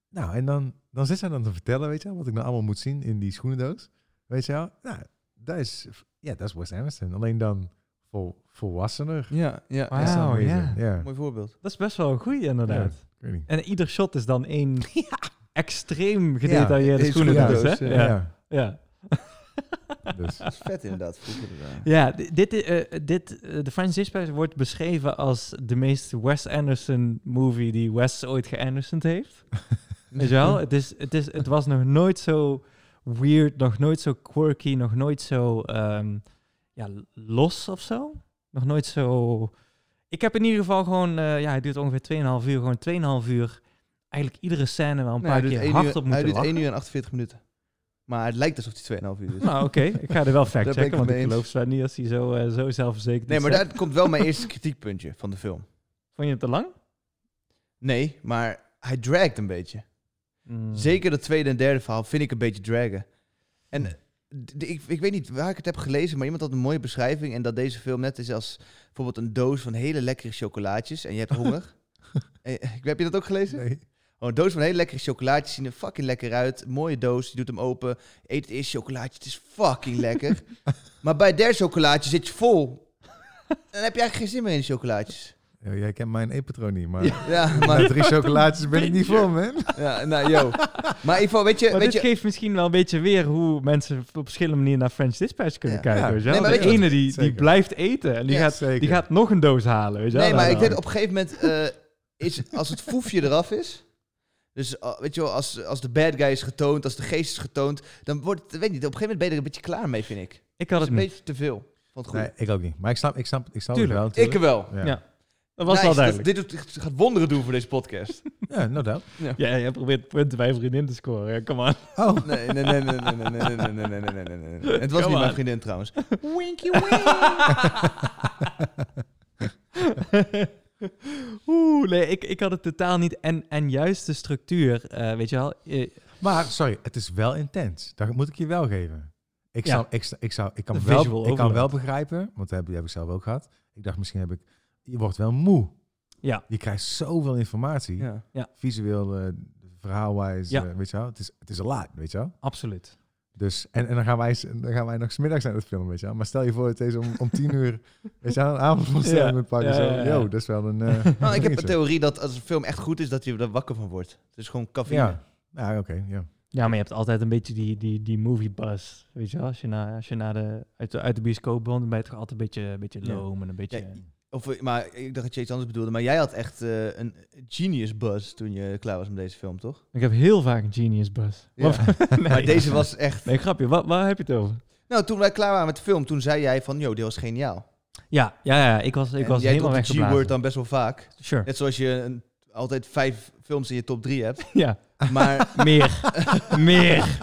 Speaker 3: Nou, en dan, dan zit zij dan te vertellen, weet je wel, wat ik nou allemaal moet zien in die schoenendoos. Weet je wel? Nou, dat is, ja, dat is Wes Anderson. Alleen dan vol, volwassener.
Speaker 1: Ja, ja.
Speaker 2: Wauw.
Speaker 1: ja.
Speaker 3: Is dat amazing?
Speaker 2: Oh, ja.
Speaker 3: ja.
Speaker 1: Mooi voorbeeld.
Speaker 2: Dat is best wel een goeie, inderdaad.
Speaker 3: Ik weet niet.
Speaker 2: En ieder shot is dan één extreem gedetailleerde
Speaker 1: één
Speaker 2: schoenen.
Speaker 3: schoenendoos,
Speaker 2: dus, hè?
Speaker 1: ja.
Speaker 2: Ja. Ja.
Speaker 3: Ja,
Speaker 2: Ja.
Speaker 3: dus.
Speaker 1: Dat is vet inderdaad. Vroeger, eh.
Speaker 2: di- dit, eh, eh, dit, eh, de French Dispatch wordt beschreven als de meest Wes Anderson movie die Wes ooit geandersoned heeft. Weet je wel? Het, is, het, is, het was nog nooit zo weird, nog nooit zo quirky, nog nooit zo ehm, ja, los of zo. Nog nooit zo... Ik heb in ieder geval gewoon... eh, ja, het duurt ongeveer 2,5 uur. Gewoon 2,5 uur eigenlijk iedere scène wel een
Speaker 1: Nee,
Speaker 2: paar
Speaker 1: hij doet
Speaker 2: keer
Speaker 1: één
Speaker 2: hard
Speaker 1: uur-
Speaker 2: op
Speaker 1: Hij
Speaker 2: moeten
Speaker 1: doet 1
Speaker 2: lachen.
Speaker 1: uur en 48 minuten. Maar het lijkt alsof hij 2,5 uur is.
Speaker 2: Nou, oké. Ik ga er wel
Speaker 1: ben
Speaker 2: fact
Speaker 1: ik
Speaker 2: checken,
Speaker 1: het
Speaker 2: want ik
Speaker 1: mee eens.
Speaker 2: geloof Sven niet als hij zo, eh, zo zelfverzekerd
Speaker 1: nee,
Speaker 2: is.
Speaker 1: maar
Speaker 2: hè?
Speaker 1: daar komt wel mijn eerste kritiekpuntje van de film.
Speaker 2: Vond je het te lang?
Speaker 1: Nee, maar hij dragt een beetje.
Speaker 2: Mm. Hmm.
Speaker 1: Zeker dat tweede en derde verhaal vind ik een beetje dragen. En eh, d- ik, ik weet niet waar ik het heb gelezen, maar iemand had een mooie beschrijving. En dat deze film net is als bijvoorbeeld een doos van hele lekkere chocolaatjes. En je hebt honger. Eh, heb je dat ook gelezen?
Speaker 3: Nee.
Speaker 1: Oh, Gewoon een doos van hele lekkere chocolaatjes. Zien er fucking lekker uit. Mooie doos. Je doet hem open. Eet het eerste chocolaatje. Het is fucking lekker. maar bij der chocolaatje zit je vol. Dan heb je eigenlijk geen zin meer in de chocolaatjes.
Speaker 3: Eh, jij kent mijn eetpatroon niet, maar
Speaker 1: Ja,
Speaker 3: na
Speaker 1: maar...
Speaker 3: drie chocolaatjes ben ik niet vol, man.
Speaker 1: Ja, nou, yo. Maar in ieder geval, weet je...
Speaker 2: Maar
Speaker 1: weet
Speaker 2: dit
Speaker 1: je
Speaker 2: geeft misschien wel een beetje weer hoe mensen op verschillende manieren naar French Dispatch kunnen
Speaker 1: Ja.
Speaker 2: kijken.
Speaker 3: Ja.
Speaker 2: Weet je wel?
Speaker 1: Nee, maar
Speaker 2: de
Speaker 1: weet je
Speaker 2: ene die, die
Speaker 3: Zeker.
Speaker 2: blijft eten en die,
Speaker 1: Ja,
Speaker 2: gaat,
Speaker 3: zeker.
Speaker 2: die gaat nog een doos halen. Weet je wel,
Speaker 1: nee, maar
Speaker 2: daarna.
Speaker 1: ik weet op een gegeven moment, eh, is, als het foefje eraf is, dus ah, weet je wel, als, als de bad guy is getoond, als de geest is getoond, dan wordt het, weet niet, op een gegeven moment ben je er een beetje klaar mee, vind ik. Dat
Speaker 2: Ik had
Speaker 1: is
Speaker 2: het
Speaker 1: een
Speaker 2: niet.
Speaker 1: beetje te veel van het
Speaker 3: Nee,
Speaker 1: goede.
Speaker 3: ik ook niet. Maar ik snap, ik snap, ik snap
Speaker 2: Tuurlijk.
Speaker 3: het wel.
Speaker 1: ik er wel.
Speaker 3: natuurlijk.
Speaker 2: Ja. Dat was wel
Speaker 1: Nice,
Speaker 2: duidelijk.
Speaker 1: dit, dit doet- gaat wonderen doen voor deze podcast.
Speaker 3: Ja. no doubt.
Speaker 2: Ja, jij probeert punten bij je vriendin te scoren. Ja, come on.
Speaker 3: Oh,
Speaker 1: Nee, nee, nee, nee, nee, nee, nee, nee, nee, nee, nee, nee, nee, nee, nee. Het was
Speaker 2: Come
Speaker 1: niet mijn
Speaker 2: on.
Speaker 1: vriendin trouwens.
Speaker 2: Winky wink. Oeh, nee, ik, ik had het totaal niet. En, en juist de structuur, eh, weet je wel. eh,
Speaker 3: maar sorry, het is wel intens. Dat moet ik je wel geven. Ik,
Speaker 2: Ja.
Speaker 3: zou, ik, zou- ik, zou, ik,
Speaker 2: De
Speaker 3: kan,
Speaker 2: visual
Speaker 3: wel, ik kan
Speaker 2: overload.
Speaker 3: wel begrijpen, want dat heb, die heb ik zelf ook gehad. Ik dacht misschien heb ik... Je wordt wel moe.
Speaker 2: Ja.
Speaker 3: Je krijgt zoveel informatie.
Speaker 1: Ja.
Speaker 3: Visueel, eh, verhaalwijs,
Speaker 2: Ja.
Speaker 3: eh, weet je wel. Het is, het is a lot, weet je wel.
Speaker 2: absoluut.
Speaker 3: Dus, en, en dan, gaan wij, s- dan gaan wij nog smiddags naar het filmen, weet je wel. Maar stel je voor dat deze om, om tien uur, weet je wel, een avondvoorstelling
Speaker 2: Ja.
Speaker 3: moet pakken.
Speaker 2: Ja,
Speaker 3: zo.
Speaker 2: ja, ja. Oh,
Speaker 3: Yo, dat is wel een... eh,
Speaker 1: Nou, ik heb
Speaker 3: dingetje.
Speaker 1: een theorie dat als een film echt goed is, dat je er wakker van wordt. Het is gewoon cafeïne.
Speaker 3: Ja, ja oké, ja.
Speaker 2: Ja, maar je hebt altijd een beetje die, die, die movie buzz. Weet je wel, als je, na, als je naar de, uit, de, uit de bioscoop bent, dan ben je toch altijd een beetje, een beetje
Speaker 1: Ja.
Speaker 2: loom en een beetje...
Speaker 1: Ja, Of, eh, maar ik dacht dat je iets anders bedoelde. Maar jij had echt eh, een genius buzz toen je klaar was met deze film, toch?
Speaker 2: Ik heb heel vaak een genius buzz.
Speaker 1: Ja.
Speaker 2: nee,
Speaker 1: Maar deze was echt...
Speaker 2: Nee, grapje. Waar, waar heb je het over?
Speaker 1: Nou, toen wij klaar waren met de film, toen zei jij van... Yo, dit was geniaal.
Speaker 2: Ja, ja, ja. Ik was, ik
Speaker 1: En
Speaker 2: was
Speaker 1: jij
Speaker 2: helemaal
Speaker 1: dropt de G-word
Speaker 2: weggeblazen.
Speaker 1: dan best wel vaak.
Speaker 2: Sure.
Speaker 1: Net zoals je een- altijd vijf films in je top drie hebt.
Speaker 2: Ja,
Speaker 1: Maar,
Speaker 2: meer. meer.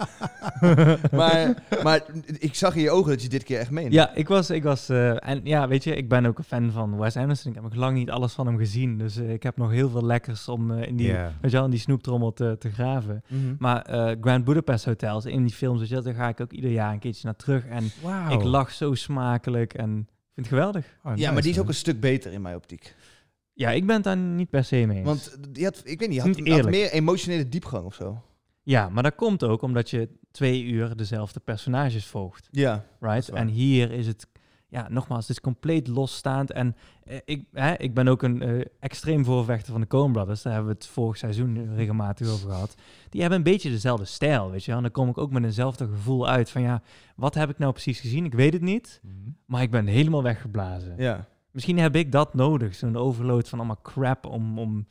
Speaker 1: maar, maar ik zag in je ogen dat je dit keer echt meende.
Speaker 2: Ja, ik was... Ik was eh, en ja, weet je, ik ben ook een fan van Wes Anderson. Ik heb nog lang niet alles van hem gezien. Dus eh, ik heb nog heel veel lekkers om eh, in, die,
Speaker 3: Ja.
Speaker 2: weet je wel, in die snoeptrommel te, te graven.
Speaker 1: Mhm.
Speaker 2: Maar eh, Grand Budapest Hotels, in die films, weet je wel, daar ga ik ook ieder jaar een keertje naar terug. En
Speaker 3: Wauw.
Speaker 2: ik lach zo smakelijk en ik vind het geweldig.
Speaker 3: Oh,
Speaker 1: ja,
Speaker 3: nice,
Speaker 1: maar die is ook
Speaker 3: man.
Speaker 1: een stuk beter in mijn optiek.
Speaker 2: Ja, ik ben het daar niet per se mee eens.
Speaker 1: Want die had, ik weet niet, je
Speaker 2: Niet
Speaker 1: had, had
Speaker 2: eerlijk.
Speaker 1: meer emotionele diepgang of zo.
Speaker 2: Ja, maar dat komt ook omdat je twee uur dezelfde personages volgt.
Speaker 1: Ja.
Speaker 2: Right?
Speaker 1: waar.
Speaker 2: En hier is het, ja, nogmaals, het is compleet losstaand. En eh, ik, hè, ik ben ook een eh, extreem voorvechter van de Coen Brothers. Daar hebben we het vorig seizoen regelmatig over gehad. Die hebben een beetje dezelfde stijl, weet je wel. En dan kom ik ook met eenzelfde gevoel uit van, ja, wat heb ik nou precies gezien? Ik weet het niet,
Speaker 3: Mhm.
Speaker 2: maar ik ben helemaal weggeblazen.
Speaker 1: Ja.
Speaker 2: Misschien heb ik dat nodig, zo'n overload van allemaal crap om, om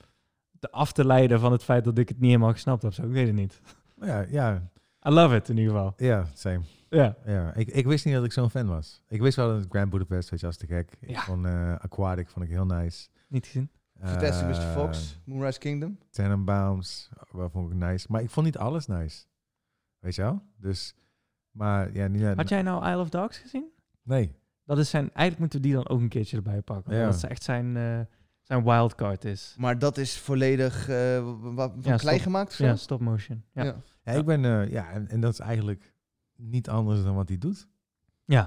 Speaker 2: te af te leiden van het feit dat ik het niet helemaal gesnapt heb. Zo, ik weet het niet.
Speaker 3: Ja, ja,
Speaker 2: I love it in ieder geval.
Speaker 3: ja, same.
Speaker 2: Ja.
Speaker 3: Ja, ik, ik wist niet dat ik zo'n fan was. Ik wist wel dat Grand Budapest, weet je, als te gek. Ik
Speaker 2: Ja.
Speaker 3: vond eh, Aquatic vond ik heel nice.
Speaker 2: Niet gezien?
Speaker 1: Fantastic Mr. Fox,
Speaker 3: Eh,
Speaker 1: Moonrise Kingdom.
Speaker 3: Tenenbaums, wel vond ik nice. Maar ik vond niet alles nice. Weet je wel? Dus, maar ja, niet...
Speaker 2: Had jij nou Isle of Dogs gezien?
Speaker 3: Nee.
Speaker 2: Dat is zijn, eigenlijk moeten we die dan ook een keertje erbij pakken.
Speaker 3: Ja.
Speaker 2: omdat Dat ze echt zijn, eh, zijn wildcard is.
Speaker 1: Maar dat is volledig eh, wa- wa- van
Speaker 2: Ja,
Speaker 1: klei
Speaker 2: stop.
Speaker 1: gemaakt of zo?
Speaker 2: Ja, stop motion. Ja.
Speaker 1: Ja.
Speaker 2: Ja.
Speaker 3: Ja,
Speaker 2: Ja.
Speaker 3: ik ben... eh, ja, en, en dat is eigenlijk niet anders dan wat hij doet.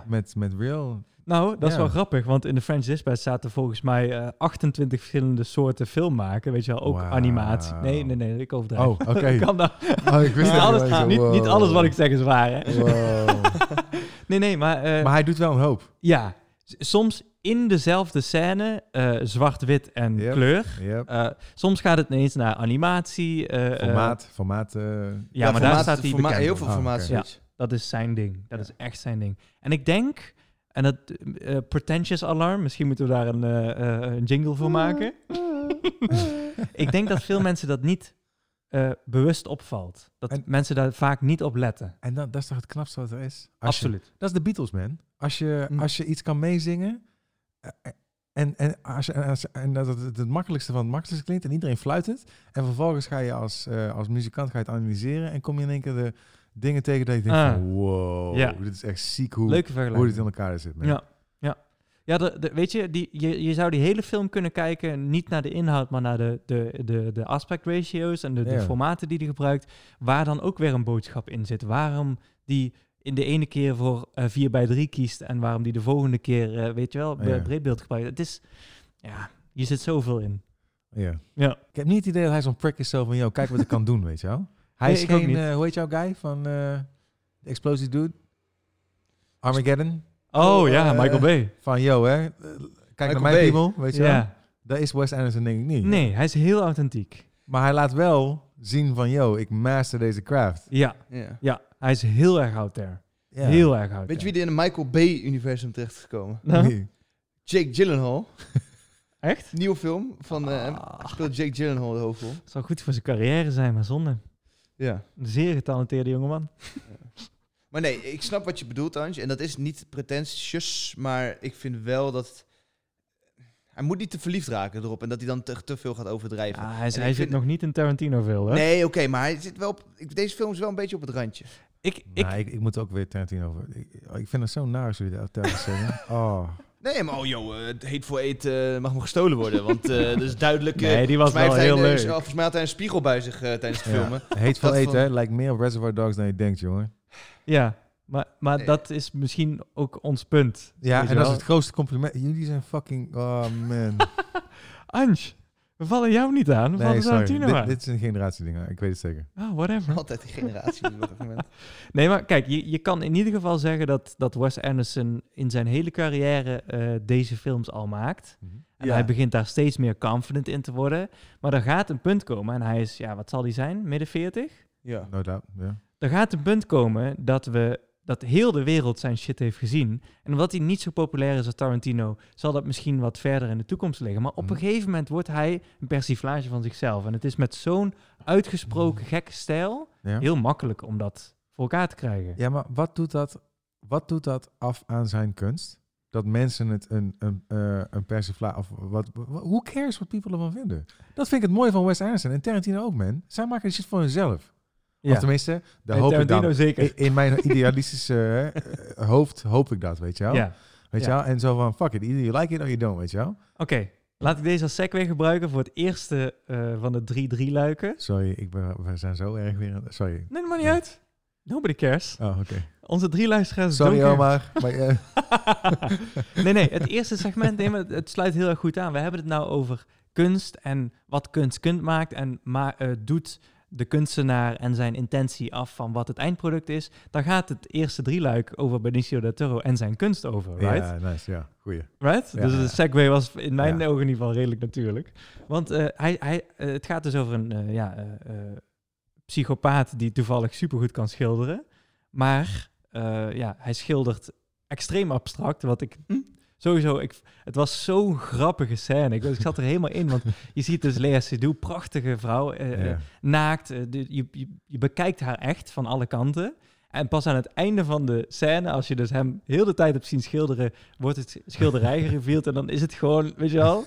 Speaker 3: Met, met real...
Speaker 2: Nou, dat is
Speaker 3: Ja.
Speaker 2: wel grappig, want in de French Dispatch zaten volgens mij eh, 28 verschillende soorten film maken. Weet je wel, ook
Speaker 3: Wauw.
Speaker 2: animatie. Nee, nee, nee, ik overdrijf.
Speaker 3: Oh, oké.
Speaker 2: Kan dat?
Speaker 3: Oh, ik wist
Speaker 2: Niet
Speaker 3: dat
Speaker 2: alles,
Speaker 3: wel.
Speaker 2: niet, niet
Speaker 3: Wow.
Speaker 2: alles wat ik zeg is waar, hè?
Speaker 3: Wow.
Speaker 2: Nee, nee, maar... eh,
Speaker 3: maar hij doet wel een hoop.
Speaker 2: Ja, s- soms in dezelfde scène, eh, zwart-wit en
Speaker 3: Yep.
Speaker 2: kleur.
Speaker 3: Yep.
Speaker 2: Eh, soms gaat het ineens naar animatie. eh, eh,
Speaker 3: Formaat, formaat... eh,
Speaker 2: ja, maar daar
Speaker 1: formaat-
Speaker 2: staat hij
Speaker 1: formaat-
Speaker 2: bekend
Speaker 1: Heel
Speaker 2: om.
Speaker 1: veel
Speaker 3: Ah, oké.
Speaker 1: formaat
Speaker 2: Ja.
Speaker 1: switch.
Speaker 2: Dat is zijn ding.
Speaker 1: Ja.
Speaker 2: Dat is echt zijn ding. En ik denk, en dat eh, pretentious alarm, misschien moeten we daar een, eh, eh, een jingle voor maken. Eh, ik denk dat veel mensen dat niet eh, bewust opvalt. Dat
Speaker 3: En-
Speaker 2: mensen daar vaak niet op letten.
Speaker 3: En dat, dat is toch het knapste wat er is? Als je-
Speaker 2: Absoluut.
Speaker 3: dat is de Beatles, man. Als je,
Speaker 2: Hm.
Speaker 3: als je iets kan meezingen... eh, eh, En, en, als je, en, als- en dat het het het makkelijkste van het makkelijkste klinkt en iedereen fluit het. En vervolgens ga je als, eh, als muzikant ga je het analyseren en kom je in één keer de dingen tegen dat je denkt
Speaker 2: Ah.
Speaker 3: van wow,
Speaker 2: Ja.
Speaker 3: dit is echt ziek hoe,
Speaker 2: Leuke
Speaker 3: hoe dit in
Speaker 2: vergelijking.
Speaker 3: elkaar zit. Man.
Speaker 2: Ja, ja. ja de, de- weet je, die, je, je zou die hele film kunnen kijken, niet naar de inhoud, maar naar de, de, de, de aspect ratios en de, de
Speaker 3: Ja.
Speaker 2: formaten die hij gebruikt, waar dan ook weer een boodschap in zit. Waarom die in de ene keer voor eh 4 bij 3 kiest en waarom die de volgende keer, eh, weet je wel,
Speaker 3: Ja.
Speaker 2: breedbeeld gebruikt. Het is, ja, hier zit zoveel in.
Speaker 3: Ja.
Speaker 2: Ja.
Speaker 3: Ik heb niet het idee dat hij zo'n prick is zo van, yo, kijk wat ik kan doen, weet je wel. Hij
Speaker 2: Nee,
Speaker 3: is
Speaker 2: ik ook
Speaker 3: geen,
Speaker 2: niet.
Speaker 3: eh, hoe heet jouw guy van eh de Explosie Dude? Armageddon?
Speaker 2: Oh,
Speaker 1: Oh,
Speaker 2: ja,
Speaker 1: eh,
Speaker 2: Michael Bay.
Speaker 3: Van, yo, hè, eh, kijk
Speaker 1: Michael
Speaker 3: naar mijn
Speaker 1: Bay.
Speaker 3: piemel, weet je wel.
Speaker 2: Ja.
Speaker 3: Dat is Wes Anderson denk ik niet.
Speaker 2: Nee, hij is heel authentiek.
Speaker 3: Maar hij laat wel zien van, yo, ik master deze craft.
Speaker 2: Ja,
Speaker 1: Ja.
Speaker 2: ja. hij is heel erg out there.
Speaker 3: Ja.
Speaker 2: Heel erg out
Speaker 1: Weet je
Speaker 2: there.
Speaker 1: wie er in een Michael Bay-universum terecht is gekomen?
Speaker 2: Nou,
Speaker 3: Nee.
Speaker 1: Jake Gyllenhaal.
Speaker 2: Echt?
Speaker 1: Nieuwe film van... eh,
Speaker 2: Ah,
Speaker 1: speelt Jake Gyllenhaal de hoofdrol.
Speaker 2: het zou goed voor zijn carrière zijn, maar zonde.
Speaker 1: Ja.
Speaker 2: Een zeer getalenteerde jongeman.
Speaker 1: Maar nee, ik snap wat je bedoelt, Ange. En dat is niet pretentieus, maar ik vind wel dat... Hij moet niet te verliefd raken erop en dat hij dan te, te veel gaat overdrijven.
Speaker 2: Ja, Ah, hij is-
Speaker 1: En
Speaker 2: hij
Speaker 1: ik
Speaker 2: zit
Speaker 1: vind-
Speaker 2: nog niet in Tarantino-veel, hè?
Speaker 1: Nee, oké, maar hij zit wel op, ik- deze film is wel een beetje op het randje.
Speaker 2: Ik, ik,
Speaker 3: Nou, ik, ik moet ook weer Tarantino over. Ik, oh, ik vind het zo naar als jullie dat telkens zeggen. Oh.
Speaker 1: Nee, maar oh joh, eh, het heet voor eet eh, mag me gestolen worden. Want eh, dat is duidelijk... eh,
Speaker 2: nee, die was wel
Speaker 1: volgens mij
Speaker 2: heel
Speaker 1: heeft hij een-
Speaker 2: leuk.
Speaker 1: eh, volgens mij had hij een spiegel bij zich eh, tijdens het filmen.
Speaker 3: Heet veel
Speaker 1: Dat
Speaker 3: eten,
Speaker 1: van-
Speaker 3: hè? Lijkt meer op Reservoir Dogs dan je denkt, jongen.
Speaker 2: Ja, maar, maar
Speaker 1: Nee.
Speaker 2: dat is misschien ook ons punt.
Speaker 3: Ja,
Speaker 2: Weet je
Speaker 3: en dat is
Speaker 2: wel?
Speaker 3: het grootste compliment. Jullie zijn fucking... Oh, man.
Speaker 2: Ange, we vallen jou niet aan, we vallen Tarantino
Speaker 3: Dit,
Speaker 2: aan.
Speaker 3: dit is een generatie ding, hè. ik weet het zeker.
Speaker 2: Ah, whatever.
Speaker 1: Altijd die generatie op dat moment.
Speaker 2: Nee, maar kijk, je, je kan in ieder geval zeggen dat, dat Wes Anderson in zijn hele carrière eh, deze films al maakt.
Speaker 3: Mhm.
Speaker 2: En
Speaker 1: Ja.
Speaker 2: hij begint daar steeds meer confident in te worden. Maar er gaat een punt komen, en hij is, ja, wat zal hij zijn? Midden 40?
Speaker 1: Ja.
Speaker 3: No doubt, ja.
Speaker 2: Er gaat een punt komen dat we dat heel de wereld zijn shit heeft gezien. En omdat hij niet zo populair is als Tarantino, zal dat misschien wat verder in de toekomst liggen. Maar op
Speaker 3: Mhm.
Speaker 2: een gegeven moment wordt hij een persiflage van zichzelf. En het is met zo'n uitgesproken gekke stijl
Speaker 3: Mhm. Ja.
Speaker 2: heel makkelijk om dat voor elkaar te krijgen.
Speaker 3: Ja, maar wat doet, dat, wat doet dat af aan zijn kunst? Dat mensen het een, een, eh een persifla... Of wat, wa- who cares wat people ervan vinden? Dat vind ik het mooie van Wes Anderson en Tarantino ook, man. Zij maken die shit voor hunzelf. Of tenminste, daar
Speaker 2: Nee,
Speaker 3: hoop ik dan.
Speaker 2: Tarantino zeker.
Speaker 3: I- In mijn idealistische eh, hoofd hoop ik dat, weet je wel.
Speaker 2: Ja.
Speaker 3: Weet je
Speaker 2: Ja.
Speaker 3: wel? En zo van, fuck it, either you like it or you don't, weet je wel.
Speaker 2: Oké, laat ik deze als segue gebruiken voor het eerste eh, van de 3-3 luiken.
Speaker 3: Sorry, ik ben, we zijn zo erg weer... aan- Sorry.
Speaker 2: Nee, dat maakt niet
Speaker 3: Ja.
Speaker 2: uit. Nobody cares.
Speaker 3: Oh, oké.
Speaker 2: Onze drie luisteraars
Speaker 3: Sorry,
Speaker 2: don't care.
Speaker 3: oma. Maar, eh,
Speaker 2: nee, nee, het eerste segment, nee, maar het- het sluit heel erg goed aan. We hebben het nou over kunst en wat kunst kunt maakt. En maar eh, doet de kunstenaar en zijn intentie af van wat het eindproduct is. Dan gaat het eerste drieluik over Benicio del Toro en zijn kunst over, right?
Speaker 3: Ja, nice, ja. Goeie.
Speaker 2: Right?
Speaker 3: Ja,
Speaker 2: dus
Speaker 3: ja.
Speaker 2: de segue was in mijn
Speaker 3: Ja.
Speaker 2: ogen in ieder geval redelijk natuurlijk. Want eh, hij, hij, eh, het gaat dus over een eh, ja, eh, eh, psychopaat die toevallig supergoed kan schilderen. Maar eh, ja, hij schildert extreem abstract. Wat ik
Speaker 3: Hm?
Speaker 2: sowieso, ik, het was zo'n grappige scène. Ik, ik zat er helemaal in. Want je ziet dus Lea Seydoux, prachtige vrouw, eh, eh,
Speaker 3: Ja.
Speaker 2: naakt. eh, de- je, je, je bekijkt haar echt van alle kanten. En pas aan het einde van de scène, als je dus hem heel de tijd hebt zien schilderen, wordt het schilderij gereveeld. En dan is het gewoon, weet je wel,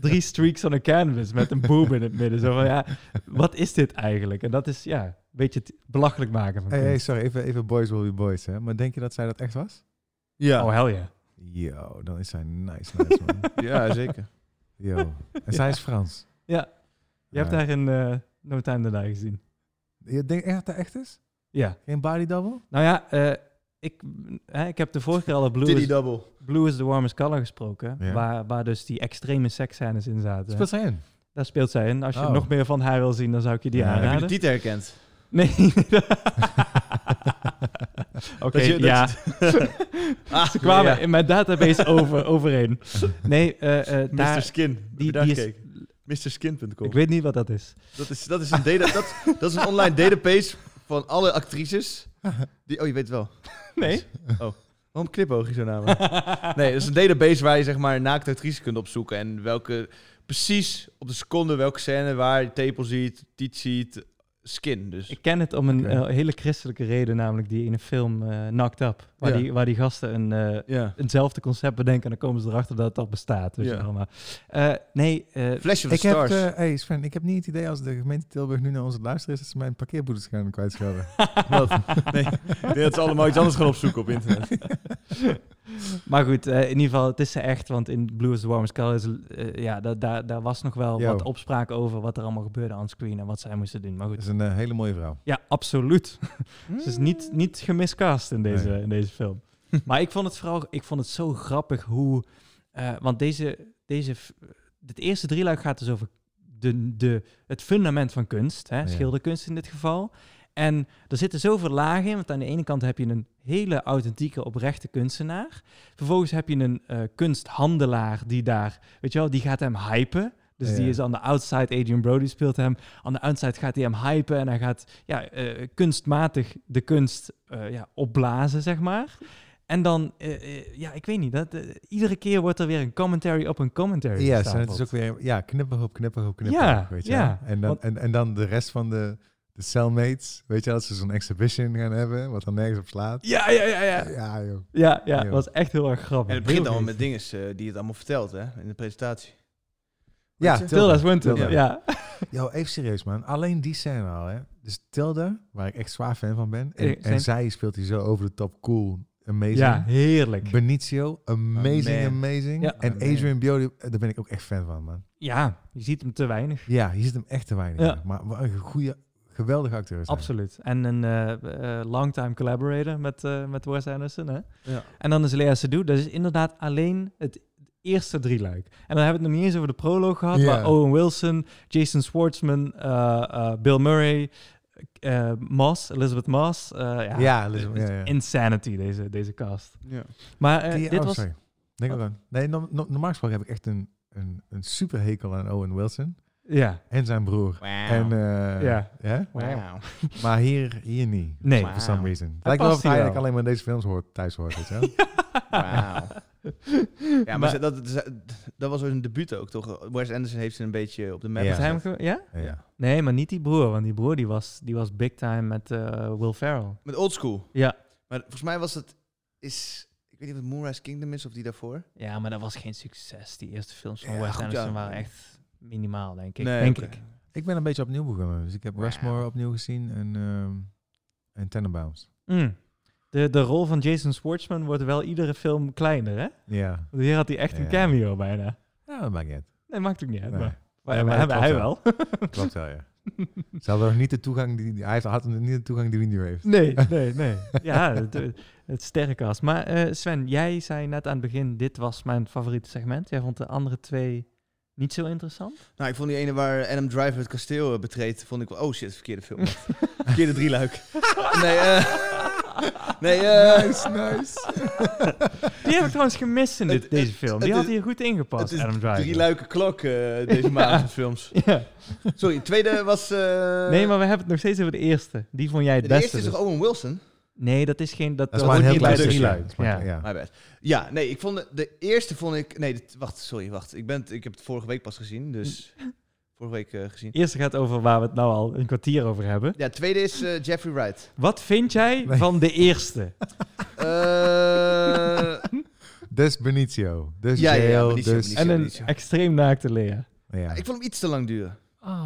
Speaker 2: drie streaks on a canvas met een boom in het midden. Zo van, ja, wat is dit eigenlijk? En dat is, ja, een beetje het belachelijk maken van
Speaker 3: Hey, hey,
Speaker 2: kunst.
Speaker 3: sorry, even, even boys will be boys, hè. Maar denk je dat zij dat echt was?
Speaker 1: Ja.
Speaker 2: Oh, hell yeah.
Speaker 3: Yo, dan is zij nice, nice, man.
Speaker 1: ja, zeker.
Speaker 3: Yo. En zij is Frans.
Speaker 2: Ja. Je hebt
Speaker 3: Ja.
Speaker 2: daar in eh, No Time To Die gezien.
Speaker 3: Je denkt echt dat hij echt is?
Speaker 2: Ja.
Speaker 3: Geen body double?
Speaker 2: Nou ja, eh, ik, hè, ik heb de vorige keer al op Blue
Speaker 1: Diddy
Speaker 2: is,
Speaker 1: Double.
Speaker 2: Blue is the Warmest Color gesproken.
Speaker 3: Ja.
Speaker 2: Waar, waar dus die extreme seksscènes in zaten.
Speaker 3: Speelt zij in?
Speaker 2: Daar speelt zij in. Als je
Speaker 3: Oh.
Speaker 2: nog meer van haar wil zien, dan zou ik je die
Speaker 3: Ja, heb je
Speaker 1: Heb je de
Speaker 2: aanraden.
Speaker 1: titel herkend?
Speaker 2: Nee. Oké,
Speaker 1: Dat je- dat
Speaker 2: ja.
Speaker 1: Ah,
Speaker 2: Ze kwamen in mijn database over, overheen. Nee, eh, eh,
Speaker 1: Mr.
Speaker 2: daar,
Speaker 1: Skin. Heb
Speaker 2: die,
Speaker 1: je daar
Speaker 2: die is,
Speaker 1: gekeken? MrSkin.com.
Speaker 2: ik weet niet wat dat is.
Speaker 1: Dat is, dat, is een data, dat, dat is een online database van alle actrices. Die, oh, je weet het wel.
Speaker 2: Nee.
Speaker 1: Waarom knipoog je zo naar me? Nee, dat is een database waar je zeg maar naakte actrices kunt opzoeken. En welke, precies op de seconde welke scène waar je tepel ziet, tiet ziet, skin dus.
Speaker 2: Ik ken het om een
Speaker 3: Oké.
Speaker 2: eh, hele christelijke reden, namelijk die in een film eh Knocked Up, waar,
Speaker 1: Ja.
Speaker 2: die, waar die gasten een, eh,
Speaker 1: ja.
Speaker 2: eenzelfde concept bedenken en dan komen ze erachter dat dat bestaat. Weet
Speaker 1: Ja.
Speaker 2: je wel. Maar, eh, nee, eh,
Speaker 1: Flash of the
Speaker 3: Ik heb,
Speaker 1: Stars.
Speaker 3: eh, hey Sven, ik heb niet het idee als de gemeente Tilburg nu naar ons aan het luisteren is, dat ze mijn parkeerboetes gaan kwijtschelden.
Speaker 1: Wat? Nee, ik denk dat ze allemaal iets anders gaan opzoeken op internet.
Speaker 3: Dus
Speaker 2: maar goed, eh, in ieder geval, het is ze echt, want in Blue is the Warmest Color is, eh, ja, da- daar- daar was nog wel
Speaker 3: Yo.
Speaker 2: wat opspraak over wat er allemaal gebeurde aan screen en wat zij moesten doen. Maar
Speaker 3: Dat
Speaker 2: goed,
Speaker 3: is een eh, hele mooie vrouw.
Speaker 2: ja, absoluut. Ze is niet, niet gemiscast in deze,
Speaker 3: Nee.
Speaker 2: in deze film. maar ik vond het vooral ik vond het zo grappig hoe. eh, want deze, deze. f- Het eerste drieluik gaat dus over de, de, het fundament van kunst, hè,
Speaker 3: Ja.
Speaker 2: schilderkunst in dit geval. En er zitten zoveel lagen in, want aan de ene kant heb je een hele authentieke, oprechte kunstenaar. Vervolgens heb je een eh, kunsthandelaar die daar, weet je wel, die gaat hem hypen. Dus die
Speaker 3: Ja.
Speaker 2: is aan de outside, Adrian Brody speelt hem. Aan de outside gaat hij hem hypen en hij gaat ja, eh, kunstmatig de kunst eh, ja, opblazen, zeg maar. En dan, eh, eh, ja, ik weet niet, dat, eh, iedere keer wordt er weer een commentary op een commentary
Speaker 3: Ja, en
Speaker 2: gestapeld.
Speaker 3: het is ook weer ja, knipperhoop, knipperhoop,
Speaker 2: Ja,
Speaker 3: knipperhoop. weet je wel.
Speaker 2: ja.
Speaker 3: En, dan,
Speaker 2: Want-
Speaker 3: en, en dan de rest van de, de cellmates, weet je, als ze zo'n exhibition gaan hebben, wat dan nergens op slaat.
Speaker 2: Ja, ja, ja, ja.
Speaker 3: Ja, joh.
Speaker 2: Ja, ja,
Speaker 3: Ja.
Speaker 2: was echt heel erg grappig.
Speaker 1: En het begint
Speaker 2: Heel
Speaker 1: allemaal met
Speaker 2: geestig.
Speaker 1: dingen die het allemaal vertelt, hè? In de presentatie.
Speaker 3: Ja,
Speaker 1: je?
Speaker 2: Tilda's Winter,
Speaker 3: Tilda.
Speaker 2: ja.
Speaker 3: Yo, even serieus, man. Alleen die scène al, hè. Dus Tilda, waar ik echt zwaar fan van ben.
Speaker 2: Eh,
Speaker 3: En,
Speaker 2: zijn-
Speaker 3: en zij speelt die zo over de top cool, amazing.
Speaker 2: Ja, heerlijk.
Speaker 3: Benicio, amazing,
Speaker 1: Man.
Speaker 3: amazing.
Speaker 2: Ja.
Speaker 3: En
Speaker 1: Oh, man.
Speaker 3: Adrian Brody, eh, daar ben ik ook echt fan van, man.
Speaker 2: Ja, je ziet hem te weinig.
Speaker 3: Ja, hier zit hem echt te weinig.
Speaker 2: Ja.
Speaker 3: in. Maar wat een goede, geweldige acteur is hij.
Speaker 2: Absoluut. En een eh, eh, longtime collaborator met, eh met Wes Anderson. Hè?
Speaker 1: Ja.
Speaker 2: En dan is Lea Seydoux. Dat is inderdaad alleen het eerste drieluik. En dan hebben we het nog niet eens over de proloog gehad.
Speaker 3: Ja.
Speaker 2: Waar Owen Wilson, Jason Schwartzman, eh, eh, Bill Murray, eh, Moss, Elizabeth Moss. eh, ja,
Speaker 3: Ja, Elizabeth-
Speaker 2: het is
Speaker 3: ja, ja.
Speaker 2: Insanity deze, deze cast.
Speaker 1: Ja.
Speaker 2: Maar eh,
Speaker 3: Die-
Speaker 2: dit
Speaker 3: oh,
Speaker 2: was...
Speaker 3: sorry. Denk ook aan. Nee, no- no- normaal gesproken heb ik echt een, een, een super hekel aan Owen Wilson.
Speaker 2: Ja,
Speaker 3: En zijn broer. En, eh,
Speaker 2: Ja.
Speaker 3: hè? Maar hier, hier niet.
Speaker 2: nee.
Speaker 3: For some reason. Ah, Het
Speaker 2: Hij
Speaker 3: lijkt wel
Speaker 2: past
Speaker 3: of hij
Speaker 2: hier
Speaker 3: eigenlijk
Speaker 2: wel.
Speaker 3: alleen maar in deze films hoort, thuis hoort. Weet je wel?
Speaker 1: Wauw. Ja, maar
Speaker 2: Maar-
Speaker 1: ze- dat, ze- dat was een debuut ook, toch? Wes Anderson heeft ze een beetje op de map
Speaker 3: Ja.
Speaker 2: Met
Speaker 1: gezet.
Speaker 2: hem ge- ja?
Speaker 3: ja. ja.
Speaker 2: Nee, maar niet die broer. Want die broer die was, die was big time met eh, Will Ferrell.
Speaker 1: Met Old School.
Speaker 2: Ja.
Speaker 1: Maar volgens mij was dat... Is, ik weet niet of het Moonrise Kingdom is of die daarvoor.
Speaker 2: Ja, maar dat was geen succes. Die eerste films van
Speaker 1: Ja,
Speaker 2: Wes
Speaker 1: goed,
Speaker 2: Anderson
Speaker 1: ja.
Speaker 2: waren echt minimaal, denk ik.
Speaker 1: Nee,
Speaker 2: denk
Speaker 1: oké.
Speaker 2: ik.
Speaker 3: Ik ben een beetje opnieuw begonnen. Dus ik heb
Speaker 1: Wauw.
Speaker 3: Rushmore opnieuw gezien en, ehm en Tenenbaums.
Speaker 2: Mm. De, de rol van Jason Schwartzman wordt wel iedere film kleiner, hè?
Speaker 3: Ja.
Speaker 2: Want hier had hij echt een
Speaker 3: Ja.
Speaker 2: cameo bijna.
Speaker 3: Ja, dat maakt niet uit.
Speaker 2: Nee, maakt ook niet uit,
Speaker 3: Nee.
Speaker 2: maar...
Speaker 3: Ja,
Speaker 2: Maar,
Speaker 3: maar
Speaker 2: hebben
Speaker 3: dat
Speaker 2: hij wel.
Speaker 3: klopt Klopt wel, ja. Ze hadden nog niet de toegang die, die- hij heeft- had nog niet de toegang die hij nu heeft.
Speaker 2: Nee, nee, nee. Ja, het, het sterrenkast. Maar eh, Sven, jij zei net aan het begin, dit was mijn favoriete segment. Jij vond de andere twee niet zo interessant.
Speaker 1: Nou, ik vond die ene waar Adam Driver het kasteel eh, betreedt, vond ik wel... Oh shit, verkeerde film. verkeerde drieluik. Nee, eh... nee, eh...
Speaker 3: Nice, nice.
Speaker 2: Die heb ik trouwens gemist in dit,
Speaker 1: Het-
Speaker 2: deze
Speaker 1: het-
Speaker 2: film.
Speaker 1: het
Speaker 2: Die had
Speaker 1: is-
Speaker 2: hier goed ingepast,
Speaker 1: het is
Speaker 2: Adam Driver.
Speaker 1: Drie luiken klok eh, deze
Speaker 2: Ja.
Speaker 1: maand van films.
Speaker 2: Ja.
Speaker 1: Sorry, tweede was... eh,
Speaker 2: Nee, maar we hebben het nog steeds over de eerste. Die vond jij het
Speaker 1: De
Speaker 2: beste.
Speaker 1: eerste is
Speaker 2: dus.
Speaker 1: toch Owen Wilson?
Speaker 2: Nee, dat is geen... Dat,
Speaker 3: Dat is
Speaker 2: dat
Speaker 3: maar een
Speaker 2: hoort
Speaker 3: heel klein
Speaker 2: niet bij de
Speaker 3: stukje.
Speaker 2: drieluik.
Speaker 3: Dat is maar-
Speaker 1: My
Speaker 2: Ja.
Speaker 3: ja.
Speaker 1: bad. Ja, nee, ik vond de, de eerste vond ik... Nee, dit- wacht, sorry, wacht. Ik, ben, het- ik heb het vorige week pas gezien, dus... vorige week eh, gezien.
Speaker 2: De eerste gaat over waar we het nou al een kwartier over hebben.
Speaker 1: Ja, tweede is eh, Jeffrey Wright.
Speaker 2: Wat vind jij
Speaker 3: Nee.
Speaker 2: van de eerste?
Speaker 1: Eh,
Speaker 3: Dus Benicio. Dus
Speaker 1: Ja, ja, ja,
Speaker 3: Jail.
Speaker 1: Benicio,
Speaker 3: dus...
Speaker 1: Benicio.
Speaker 2: en een
Speaker 1: niet zo.
Speaker 2: extreem naakte Lea.
Speaker 3: Ja.
Speaker 1: ik vond hem iets te lang duren.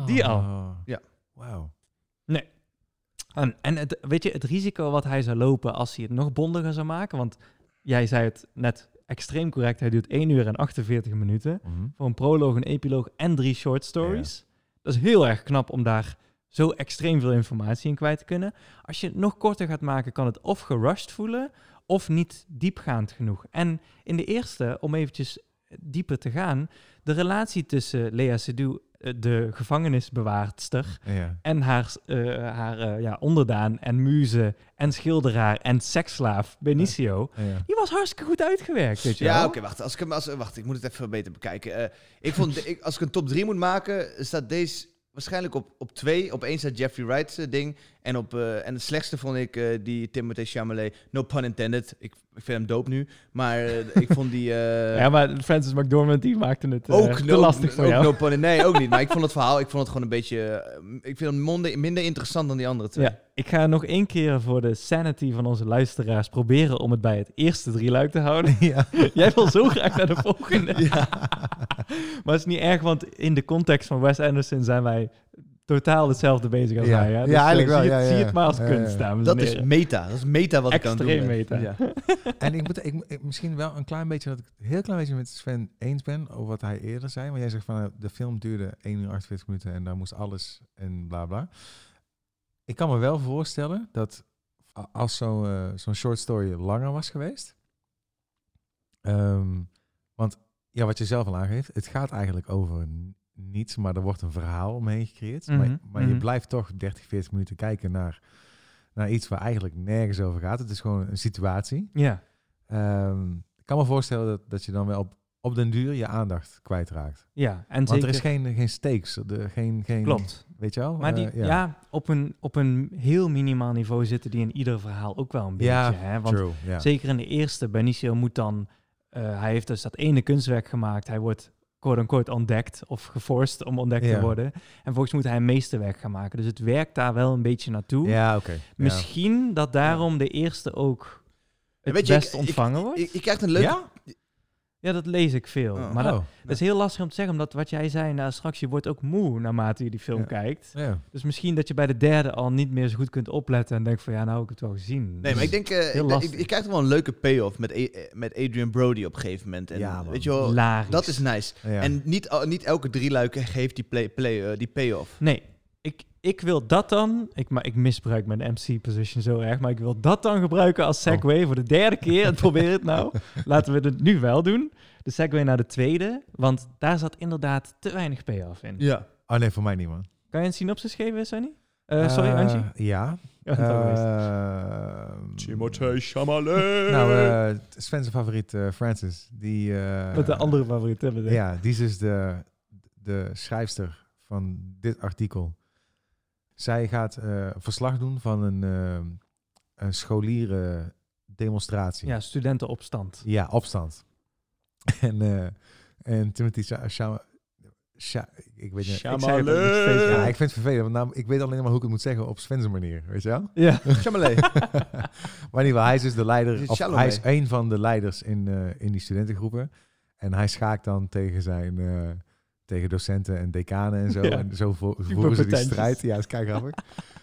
Speaker 2: Die al.
Speaker 3: Oh.
Speaker 1: Ja.
Speaker 3: Wauw.
Speaker 2: En, en het, weet je, het risico wat hij zou lopen als hij het nog bondiger zou maken... Want jij zei het net extreem correct. Hij duurt 1 uur en 48 minuten.
Speaker 3: Mhm.
Speaker 2: voor een proloog, een epiloog en drie short stories. Dat is heel erg knap om daar zo extreem veel informatie in kwijt te kunnen. Als je het nog korter gaat maken, kan het of gerushed voelen of niet diepgaand genoeg. En in de eerste, om eventjes dieper te gaan, de relatie tussen Lea Seydoux, eh, de gevangenisbewaardster,
Speaker 3: Ja.
Speaker 2: en haar, eh, haar eh, ja, onderdaan en muze en schilderaar en seksslaaf Benicio,
Speaker 3: Ja.
Speaker 2: die was hartstikke goed uitgewerkt, weet je
Speaker 1: Ja,
Speaker 2: wel?
Speaker 1: oké, wacht, als ik hem, als, wacht. Ik moet het even beter bekijken. Eh, ik vond, de- ik, als ik een top 3 moet maken, staat deze waarschijnlijk op, op 2. Op één staat Jeffrey Wright's eh, ding. En, op, eh, en het slechtste vond ik eh, die Timothée Chalamet. No pun intended. Ik, ik vind hem doop nu. Maar eh, ik vond die... eh,
Speaker 2: ja, maar Francis McDormand die maakte het eh,
Speaker 1: ook
Speaker 2: te
Speaker 1: no-
Speaker 2: lastig voor
Speaker 1: ook
Speaker 2: jou.
Speaker 1: no pun- nee, ook niet. Maar ik vond het verhaal, ik vond het gewoon een beetje... eh, ik vind hem monde- minder interessant dan die andere twee.
Speaker 2: ja, ik ga nog één keer voor de sanity van onze luisteraars proberen om het bij het eerste drieluik te houden.
Speaker 3: ja.
Speaker 2: Jij wil zo graag naar de volgende. maar het is niet erg, want in de context van Wes Anderson zijn wij totaal hetzelfde bezig als
Speaker 3: Ja.
Speaker 2: hij. Hè?
Speaker 3: Ja,
Speaker 2: Dus, eh,
Speaker 3: eigenlijk wel,
Speaker 2: Zie, het,
Speaker 3: ja,
Speaker 2: zie
Speaker 3: ja.
Speaker 2: het maar als
Speaker 3: Ja, ja.
Speaker 2: kunst, dames en
Speaker 1: Dat is
Speaker 2: heren.
Speaker 1: meta. Dat is meta wat ik aan het
Speaker 2: Extreem
Speaker 1: doen ben.
Speaker 2: meta.
Speaker 1: Ja.
Speaker 3: En ik moet ik, moet- ik- misschien wel een klein beetje, dat ik het heel klein beetje met Sven eens ben over wat hij eerder zei. Want jij zegt van eh, de film duurde 1 uur 48 minuten en daar moest alles en bla bla. Ik kan me wel voorstellen dat a- als zo'n eh, zo'n short story langer was geweest. ehm, want ja, wat je zelf al aangeeft, het gaat eigenlijk over n- niets, maar er wordt een verhaal omheen gecreëerd.
Speaker 2: Mhm,
Speaker 3: Maar, maar
Speaker 2: mhm.
Speaker 3: je blijft toch 30, 40 minuten kijken naar, naar iets waar eigenlijk nergens over gaat. Het is gewoon een situatie.
Speaker 2: Ja.
Speaker 3: Ehm, ik kan me voorstellen dat, dat je dan wel op, op den duur je aandacht kwijtraakt.
Speaker 2: Ja, en
Speaker 3: Want
Speaker 2: zeker,
Speaker 3: er is geen, geen stakes. De, geen, geen,
Speaker 2: klopt.
Speaker 3: Weet je wel?
Speaker 2: Maar die,
Speaker 3: Eh,
Speaker 2: ja, op, een, op een heel minimaal niveau zitten die in ieder verhaal ook wel een beetje.
Speaker 3: Ja,
Speaker 2: hè? Want
Speaker 3: True, ja.
Speaker 2: zeker in de eerste, Benicio moet dan, eh, hij heeft dus dat ene kunstwerk gemaakt. Hij wordt quote-unquote ontdekt of geforst om ontdekt
Speaker 3: Ja.
Speaker 2: te worden. En volgens moet hij een meesterwerk gaan maken. Dus het werkt daar wel een beetje naartoe.
Speaker 3: Ja, oké. Ja.
Speaker 2: Misschien dat daarom de eerste ook het
Speaker 1: Weet je, ik-
Speaker 2: best ontvangen wordt.
Speaker 1: Je, je krijgt een leuke...
Speaker 3: Ja?
Speaker 2: ja, dat lees ik veel.
Speaker 1: Oh.
Speaker 2: Maar dat,
Speaker 3: Oh,
Speaker 2: dat is heel lastig om te zeggen, omdat wat jij zei, nou, straks je wordt ook moe naarmate je die film
Speaker 3: Ja.
Speaker 2: kijkt.
Speaker 3: ja.
Speaker 2: Dus misschien dat je bij de derde al niet meer zo goed kunt opletten en denkt van ja, nou heb ik het wel gezien. Dus
Speaker 1: Nee, maar
Speaker 3: Dus
Speaker 1: ik denk, eh, ik, denk-
Speaker 2: lastig.
Speaker 1: ik, ik krijg wel een leuke payoff met, A- eh, met Adrian Brody op een gegeven moment. En,
Speaker 3: Ja, man.
Speaker 1: weet je wel,
Speaker 2: Hilarisch.
Speaker 1: dat is nice.
Speaker 3: Ja.
Speaker 1: En niet, al- niet elke drie luiken geeft die, play, play, eh, die payoff.
Speaker 2: Nee, ik, ik wil dat dan. Ik, maar ik misbruik mijn MC-position zo erg. Maar ik wil dat dan gebruiken
Speaker 3: Oh.
Speaker 2: als segue voor de derde keer. En probeer het nou. Laten we het nu wel doen. De segue naar de tweede. Want daar zat inderdaad te weinig payoff in.
Speaker 1: Ja.
Speaker 3: Oh nee, voor mij niet, man.
Speaker 2: Kan je een synopsis geven, Sunny? Eh, sorry,
Speaker 3: Eh,
Speaker 2: Angie.
Speaker 3: Ja.
Speaker 2: Ja, dat was het.
Speaker 3: Ehm,
Speaker 1: Chalamet.
Speaker 3: Nou, eh Sven's favoriet, eh, Francis. Die, eh,
Speaker 2: Wat de andere favoriet hebben. denk ik.
Speaker 3: Ja, die is dus de, de schrijfster van dit artikel. Zij gaat eh, verslag doen van een, eh, een scholieren demonstratie.
Speaker 2: ja, studentenopstand.
Speaker 3: Ja, opstand. en, eh, en Timothy Sha... Sha- Sha- ik weet niet.
Speaker 2: Ik zei het ook nog
Speaker 1: Shyamalan.
Speaker 2: steeds.
Speaker 3: Ja, ik vind het vervelend, want naam- ik weet alleen maar hoe ik het moet zeggen op Sven's manier, weet je wel?
Speaker 2: Ja.
Speaker 1: Chalamet.
Speaker 3: maar niet waar, hij is dus de
Speaker 1: Is
Speaker 3: leider.
Speaker 1: het
Speaker 3: Of
Speaker 1: Chalamet?
Speaker 3: hij is een van de leiders in, eh, in die studentengroepen. En hij schaakt dan tegen zijn eh, tegen docenten en decanen en zo.
Speaker 2: Ja.
Speaker 3: En zo vo-
Speaker 2: Super
Speaker 3: voeren ze die
Speaker 2: patentjes.
Speaker 3: strijd. Ja, dat is kei grappig.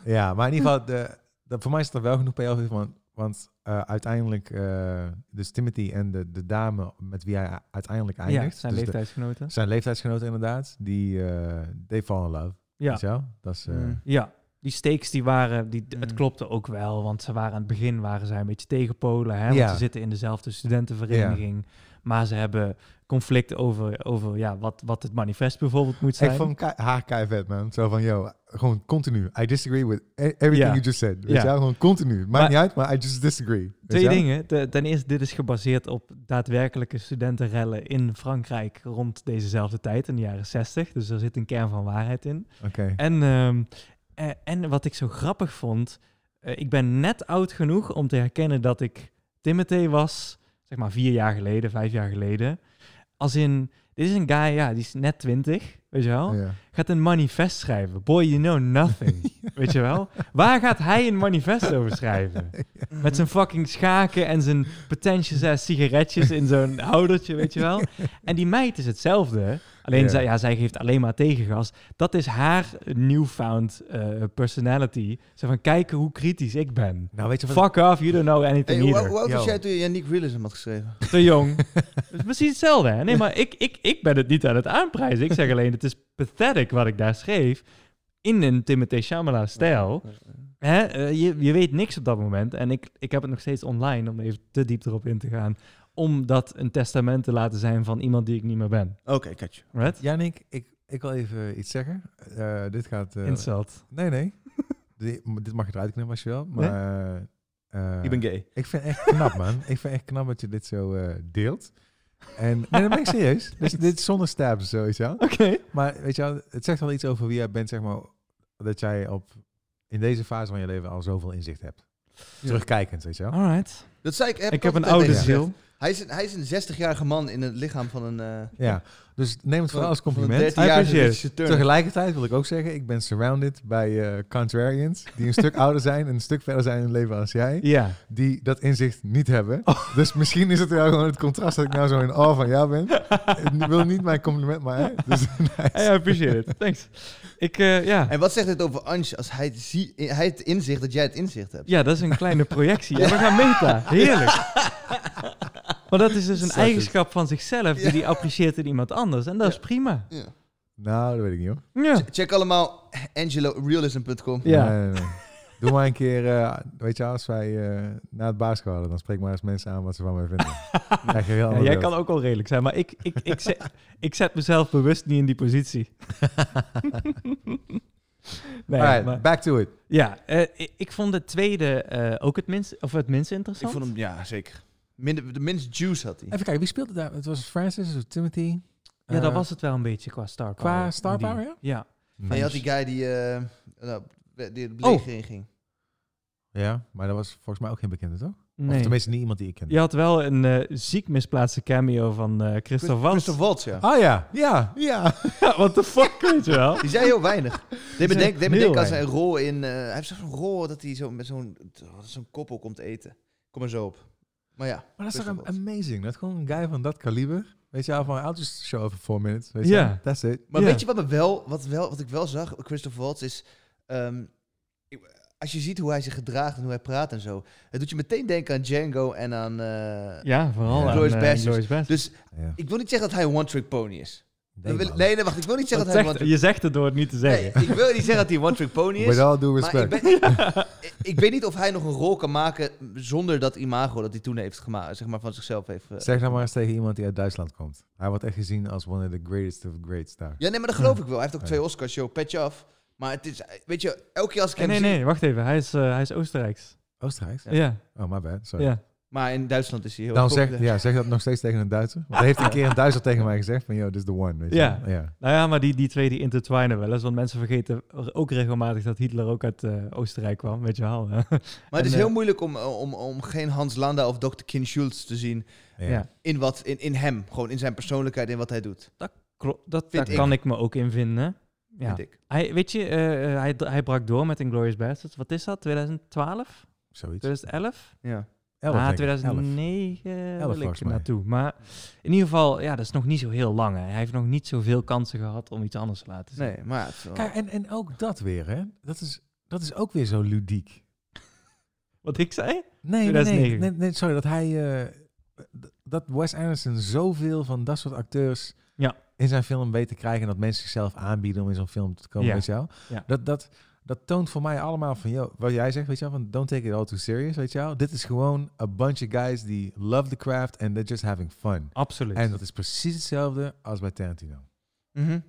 Speaker 3: ja, maar in ieder geval, de, dat, voor mij is er wel genoeg payoff. in, Want, want eh, uiteindelijk, eh, dus Timothy en de, de dame met wie hij uiteindelijk eindigt.
Speaker 2: ja, zijn
Speaker 3: dus de-
Speaker 2: leeftijdsgenoten.
Speaker 3: zijn leeftijdsgenoten inderdaad, die eh they fall in love.
Speaker 2: Ja.
Speaker 3: Weet je wel? Dat is, eh,
Speaker 1: Mm.
Speaker 2: Ja, die stakes die waren, die, het
Speaker 1: Mm.
Speaker 2: klopte ook wel, want ze waren aan het begin waren zij een beetje tegen Polen, hè,
Speaker 3: Ja.
Speaker 2: want ze zitten in dezelfde studentenvereniging, maar ze hebben conflict over, over ja, wat, wat het manifest bijvoorbeeld moet zijn.
Speaker 3: Ik vond kei- haar kei vet, man. Zo van, yo, gewoon continu. I disagree with e- everything
Speaker 2: Ja.
Speaker 3: you just said. Weet
Speaker 2: Ja.
Speaker 3: je wel? Gewoon continu. Maakt
Speaker 2: Maar-
Speaker 3: niet uit, maar I just disagree. Weet je
Speaker 2: Twee
Speaker 3: wel?
Speaker 2: dingen. Te- ten eerste, dit is gebaseerd op daadwerkelijke studentenrellen in Frankrijk rond dezezelfde tijd, in de jaren 60. Dus er zit een kern van waarheid in.
Speaker 3: Oké.
Speaker 2: En, ehm, eh, en wat ik zo grappig vond, eh, ik ben net oud genoeg om te herkennen dat ik Timothy was, zeg maar vier jaar geleden, vijf jaar geleden. Als in, dit is een guy, ja, die is net twintig, weet je wel.
Speaker 3: Ja.
Speaker 2: Gaat een manifest schrijven. Boy, you know nothing, weet je wel. Waar gaat hij een manifest over schrijven? Met zijn fucking schaken en zijn potentials en sigaretjes in zo'n houdertje, weet je wel. En die meid is hetzelfde. Alleen
Speaker 3: Ja.
Speaker 2: zij, ja, zij geeft alleen maar tegengas. Dat is haar newfound eh, personality. Zo van, kijk hoe kritisch ik ben.
Speaker 3: Nou, weet je wat?
Speaker 2: Fuck off, you don't know
Speaker 1: Hey,
Speaker 2: anything
Speaker 1: hoe,
Speaker 2: either.
Speaker 1: hoe oud was
Speaker 3: Yo.
Speaker 1: jij toen je Yannick Realism had geschreven?
Speaker 2: Te jong. Dat is precies hetzelfde, hè? Nee, maar ik, ik, ik ben het niet aan het aanprijzen. Ik zeg alleen, het is pathetic wat ik daar schreef. In een Timothée Shamala-stijl. Hè, eh, je, je weet niks op dat moment. En ik, ik heb het nog steeds online, om even te diep erop in te gaan. Om dat een testament te laten zijn van iemand die ik niet meer ben.
Speaker 1: Oké, katje.
Speaker 2: Right?
Speaker 3: Jannik, ik, ik wil even iets zeggen. Eh, dit gaat... eh,
Speaker 2: Insult.
Speaker 3: nee, nee. Dit- dit mag je eruit knippen als je wil. Maar... eh,
Speaker 1: Ik ben gay.
Speaker 3: Ik vind echt knap, man. ik vind echt knap dat je dit zo eh, deelt. En nee, dan ben ik serieus. Dus dit is zonder stabs, sowieso.
Speaker 2: Oké.
Speaker 3: Maar weet je, wel, het zegt wel iets over wie jij bent, zeg maar, dat jij op in deze fase van je leven al zoveel inzicht hebt. Terugkijkend, weet je
Speaker 1: Oh,
Speaker 3: wel.
Speaker 2: Alright.
Speaker 1: Dat zei ik.
Speaker 2: ik heb een
Speaker 1: altijd
Speaker 2: oude
Speaker 1: tegen
Speaker 2: ziel.
Speaker 1: gezegd. Hij is, een- hij is een 60-jarige man in het lichaam van een... eh,
Speaker 3: Ja, dus neem het vooral als
Speaker 1: van een
Speaker 3: compliment.
Speaker 1: 13-jarige
Speaker 2: Apprecieer.
Speaker 1: Richard Turner.
Speaker 3: Tegelijkertijd wil ik ook zeggen, ik ben surrounded bij eh, contrarians die een stuk ouder zijn en een stuk verder zijn in hun leven als jij,
Speaker 2: Ja.
Speaker 3: die dat inzicht niet hebben.
Speaker 1: Oh.
Speaker 3: Dus misschien is het wel gewoon het contrast dat ik nou zo in awe van jou ben. Ik wil niet mijn compliment, maar... Dus,
Speaker 2: I appreciate it. Thanks. Ik, eh, ja.
Speaker 1: En wat zegt het over Ansje als hij het, zie, hij het inzicht dat jij het inzicht hebt?
Speaker 2: ja, dat is een kleine projectie. En we gaan meta. Heerlijk. Maar dat is dus een
Speaker 3: Suck it.
Speaker 2: eigenschap van zichzelf die die apprecieert in iemand anders. En dat is prima.
Speaker 1: Ja.
Speaker 3: nou, dat weet ik niet hoor.
Speaker 2: Ja.
Speaker 1: Check allemaal angelorealism.com.
Speaker 2: Ja.
Speaker 3: Nee, nee, nee. Doe maar een keer, eh, weet je, als wij eh, na het basketbal hadden, dan spreek maar eens mensen aan wat ze van mij vinden. Krijg je een heel
Speaker 2: Ja,
Speaker 3: ander
Speaker 2: jij
Speaker 3: beeld.
Speaker 2: kan ook al redelijk zijn, maar ik, ik, ik, zet, ik zet mezelf bewust niet in die positie. nee,
Speaker 3: Alright,
Speaker 2: maar-
Speaker 3: back to it.
Speaker 2: ja, eh, ik, ik vond de tweede eh, ook het minst, of het minst
Speaker 1: Ik
Speaker 2: interessant.
Speaker 1: vond hem, ja, zeker. Minder, de minst juice had hij.
Speaker 3: Even kijken, wie speelde daar? Het was Francis of Timothy?
Speaker 2: ja, dat
Speaker 3: Eh,
Speaker 2: was het wel een beetje qua star power.
Speaker 3: Qua star
Speaker 2: Die-
Speaker 3: power, ja?
Speaker 2: Ja,
Speaker 3: Mm.
Speaker 1: En je had die guy die, eh nou, die de
Speaker 3: Oh.
Speaker 1: leger in ging.
Speaker 3: Ja, maar dat was volgens mij ook geen bekende, toch? Of
Speaker 2: nee.
Speaker 3: tenminste niet iemand die ik kende.
Speaker 2: Je had wel een eh, ziek misplaatste cameo van eh Christophe Waltz.
Speaker 1: Christophe Waltz, ja.
Speaker 3: Ah ja, ja, ja.
Speaker 2: What the fuck, weet je wel?
Speaker 1: Die zei heel weinig. Deed me
Speaker 2: zei
Speaker 1: denken deed me
Speaker 2: heel
Speaker 1: denken aan zijn rol in... eh, hij heeft zo'n rol dat hij zo met zo'n zo'n koppel komt eten. Kom maar zo op. Maar ja.
Speaker 3: Maar dat is toch
Speaker 1: Christophe
Speaker 3: am-
Speaker 1: Waltz.
Speaker 3: amazing. Dat gewoon een guy van dat kaliber. Weet je, wel, van I'll just show over four minutes. Weet je,
Speaker 2: Ja.
Speaker 3: wel. that's it.
Speaker 1: Maar
Speaker 2: Ja.
Speaker 1: weet je wat, me wel, wat, wel, wat ik wel zag, Christopher Waltz, is... ehm, ik- als je ziet hoe hij zich gedraagt en hoe hij praat en zo... Het doet je meteen denken aan Django en aan... eh,
Speaker 2: Ja, vooral
Speaker 3: Ja.
Speaker 2: aan
Speaker 1: Glorious
Speaker 2: eh,
Speaker 1: Bastards.
Speaker 2: Glorious Bastards.
Speaker 1: Dus
Speaker 3: Ja,
Speaker 1: ik wil niet zeggen dat hij een one-trick pony is. Dat
Speaker 3: denk
Speaker 1: wil-
Speaker 3: wel.
Speaker 1: nee, nee, wacht. Ik wil niet zeggen
Speaker 2: Dat
Speaker 1: dat, hij een
Speaker 2: zegt-
Speaker 1: one-trick...
Speaker 2: je zegt het door het niet te zeggen.
Speaker 1: Nee, ik wil niet zeggen dat hij een one-trick pony is.
Speaker 3: With all due
Speaker 1: Maar ik,
Speaker 3: respect.
Speaker 1: ben, ik, ik weet niet of hij nog een rol kan maken zonder dat imago dat hij toen heeft gemaakt, zeg maar van zichzelf heeft. eh.
Speaker 3: Zeg nou maar eens tegen iemand die uit Duitsland komt. Hij wordt echt gezien als one of the greatest of greats daar.
Speaker 1: Ja, nee, maar dat geloof ik wel. Hij heeft ook
Speaker 3: Ja.
Speaker 1: twee Oscars, show, petje af. Maar het is, eh, weet je, elke keer als ik
Speaker 2: Eh,
Speaker 1: hem
Speaker 2: nee,
Speaker 1: zie-
Speaker 2: nee, wacht even. Hij is, eh, hij is Oostenrijks.
Speaker 3: Oostenrijk?
Speaker 2: Ja, ja.
Speaker 3: Oh, my bad. Sorry.
Speaker 1: Maar in Duitsland is hij heel eh.
Speaker 3: Dan
Speaker 1: erg
Speaker 3: zeg,
Speaker 1: populair.
Speaker 3: ja, zeg dat nog steeds tegen een Duitser. Want hij heeft een keer een Duitser tegen mij gezegd van, yo, this is the one. Weet je.
Speaker 2: Ja.
Speaker 3: wel. ja.
Speaker 2: Nou ja, maar die, die twee die intertwinen wel eens. Want mensen vergeten ook regelmatig dat Hitler ook uit eh, Oostenrijk kwam, weet je wel. hè?
Speaker 1: Maar het is
Speaker 2: en, eh,
Speaker 1: heel moeilijk om, eh, om, om geen Hans Landa of Dr. Kin Schultz te zien
Speaker 3: Ja.
Speaker 2: Ja.
Speaker 1: in, wat, in, in hem. Gewoon in zijn persoonlijkheid, in wat hij doet.
Speaker 2: Klo- dat
Speaker 1: Vind
Speaker 2: daar
Speaker 1: ik.
Speaker 2: kan ik me ook in vinden. Ja.
Speaker 1: Vind ik.
Speaker 2: Hij, weet je, eh, eh, hij, hij brak door met Inglourious Bastards. Wat is dat? 2012?
Speaker 3: Zoiets.
Speaker 2: Dus 2011?
Speaker 1: Ja.
Speaker 3: Elf,
Speaker 2: ah,
Speaker 3: denk ik. Elf.
Speaker 2: 2009 wil
Speaker 3: volgens
Speaker 2: ik
Speaker 3: mij.
Speaker 2: naartoe. Maar in ieder geval, ja, dat is nog niet zo heel lang. Hè. Hij heeft nog niet zoveel kansen gehad om iets anders te laten zien.
Speaker 1: Nee, maar ja, het is wel-
Speaker 3: Kijk, en, en ook dat weer, hè. Dat is, dat is ook weer zo ludiek.
Speaker 2: Wat ik zei?
Speaker 3: Nee, nee, nee,
Speaker 2: 2009.
Speaker 3: nee, nee, sorry, dat hij, eh, d- dat Wes Anderson zoveel van dat soort acteurs
Speaker 2: Ja.
Speaker 3: in zijn film weet te krijgen en dat mensen zichzelf aanbieden om in zo'n film te komen,
Speaker 2: Ja.
Speaker 3: weet je wel.
Speaker 2: Ja.
Speaker 3: Dat, dat, dat toont voor mij allemaal van, yo, wat jij zegt, weet je wel, van don't take it all too serious, weet je wel. Dit is gewoon a bunch of guys die love the craft and they're just having fun.
Speaker 2: Absoluut.
Speaker 3: En dat is precies hetzelfde als bij Tarantino.
Speaker 1: Mhm.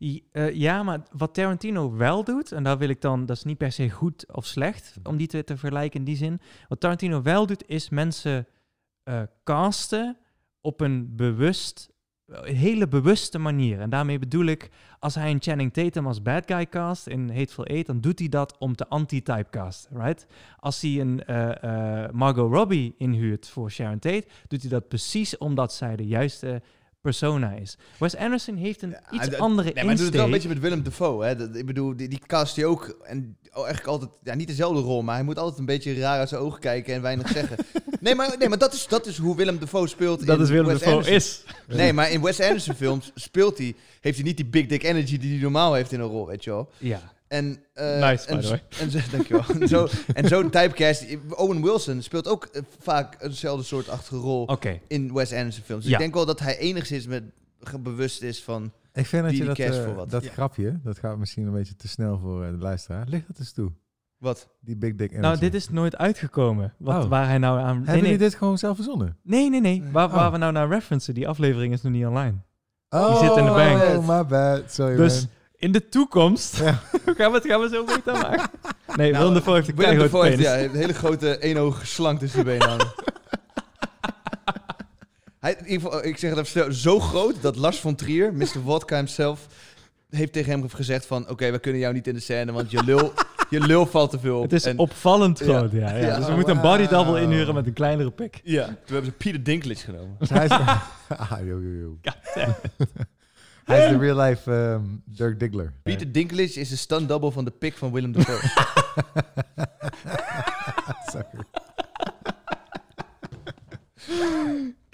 Speaker 2: I- eh, ja, maar wat Tarantino wel doet, en daar wil ik dan, dat is niet per se goed of slecht om die te, te vergelijken in die zin. Wat Tarantino wel doet, is mensen eh, casten op een bewust, een hele bewuste manier. En daarmee bedoel ik, als hij een Channing Tatum als bad guy cast in Hateful Eight, dan doet hij dat om te anti-typecasten, right? Als hij een eh, eh, Margot Robbie inhuurt voor Sharon Tate, doet hij dat precies omdat zij de juiste persona is. Wes Anderson heeft een
Speaker 1: Ja,
Speaker 2: iets
Speaker 1: dat-
Speaker 2: andere
Speaker 1: Nee, maar hij doet het wel een beetje
Speaker 2: insteek.
Speaker 1: met Willem Dafoe. Hè? Dat, ik bedoel, die, die cast hij ook. En oh, eigenlijk altijd, ja, niet dezelfde rol, maar hij moet altijd een beetje raar uit zijn ogen kijken en weinig zeggen. Nee, maar, nee, maar dat, is, dat is hoe Willem Dafoe speelt.
Speaker 2: Dat
Speaker 1: in
Speaker 2: is Willem
Speaker 1: Wes
Speaker 2: Dafoe
Speaker 1: Anderson.
Speaker 2: is.
Speaker 1: Nee, maar in Wes Anderson films speelt hij, heeft hij niet die big dick energy die hij normaal heeft in een rol, weet je wel.
Speaker 2: Ja.
Speaker 1: En, eh,
Speaker 2: Nice, by
Speaker 1: en,
Speaker 2: the way.
Speaker 1: en zo- dankjewel. En zo, en zo'n typecast, Owen Wilson speelt ook eh, vaak eenzelfde soort achtige rol
Speaker 2: Oké.
Speaker 1: in Wes Anderson films. Dus ik
Speaker 2: Oh. Ja.
Speaker 1: denk wel dat hij enigszins met, ge- bewust is van...
Speaker 3: Ik vind dat
Speaker 1: Die
Speaker 3: je dat,
Speaker 1: die cash
Speaker 3: eh,
Speaker 1: voor wat.
Speaker 3: dat
Speaker 1: Ja.
Speaker 3: grapje, dat gaat misschien een beetje te snel voor eh, de luisteraar. Leg dat eens toe,
Speaker 1: Wat?
Speaker 3: die big dick energy.
Speaker 2: Nou, dit is nooit uitgekomen. Wat,
Speaker 3: Oh.
Speaker 2: Waar hij nou aan... Nee,
Speaker 3: Hebben
Speaker 2: nee,
Speaker 3: jullie dit gewoon zelf verzonnen?
Speaker 2: nee, nee, nee. Waar, waar
Speaker 3: Oh.
Speaker 2: we nou naar referencen, die aflevering is nog niet online.
Speaker 3: Oh,
Speaker 2: zit in de bank.
Speaker 3: Oh, my bad. Sorry,
Speaker 2: Dus
Speaker 3: man.
Speaker 2: in de toekomst
Speaker 3: Ja.
Speaker 2: gaan, we het, gaan we zo meteen maken. Nee,
Speaker 1: Nou,
Speaker 2: Willem de heeft een
Speaker 1: Willem Dafoe
Speaker 2: keigrote
Speaker 1: heeft,
Speaker 2: penis.
Speaker 1: ja, heeft een hele grote eenhoog slang tussen de benen hangen. Hij, in ieder geval, ik zeg het even snel, zo groot dat Lars von Trier, Mr. Wodka himself, heeft tegen hem gezegd van... Oké, we kunnen jou niet in de scène, want je lul, je lul valt te veel op.
Speaker 2: Het is
Speaker 1: En-
Speaker 2: opvallend
Speaker 1: Ja.
Speaker 2: groot, ja. ja,
Speaker 1: Ja.
Speaker 2: Dus we
Speaker 1: Oh,
Speaker 2: moeten een body double
Speaker 3: wauw.
Speaker 2: inhuren met een kleinere pik.
Speaker 1: Ja, toen hebben ze Peter Dinklage genomen.
Speaker 3: Dus Hij is, ah, yo, yo, yo. Hij is de real-life ehm, Dirk Diggler.
Speaker 1: Peter Dinklage is de stunt double van de pik van Willem Dafoe.
Speaker 3: Sorry.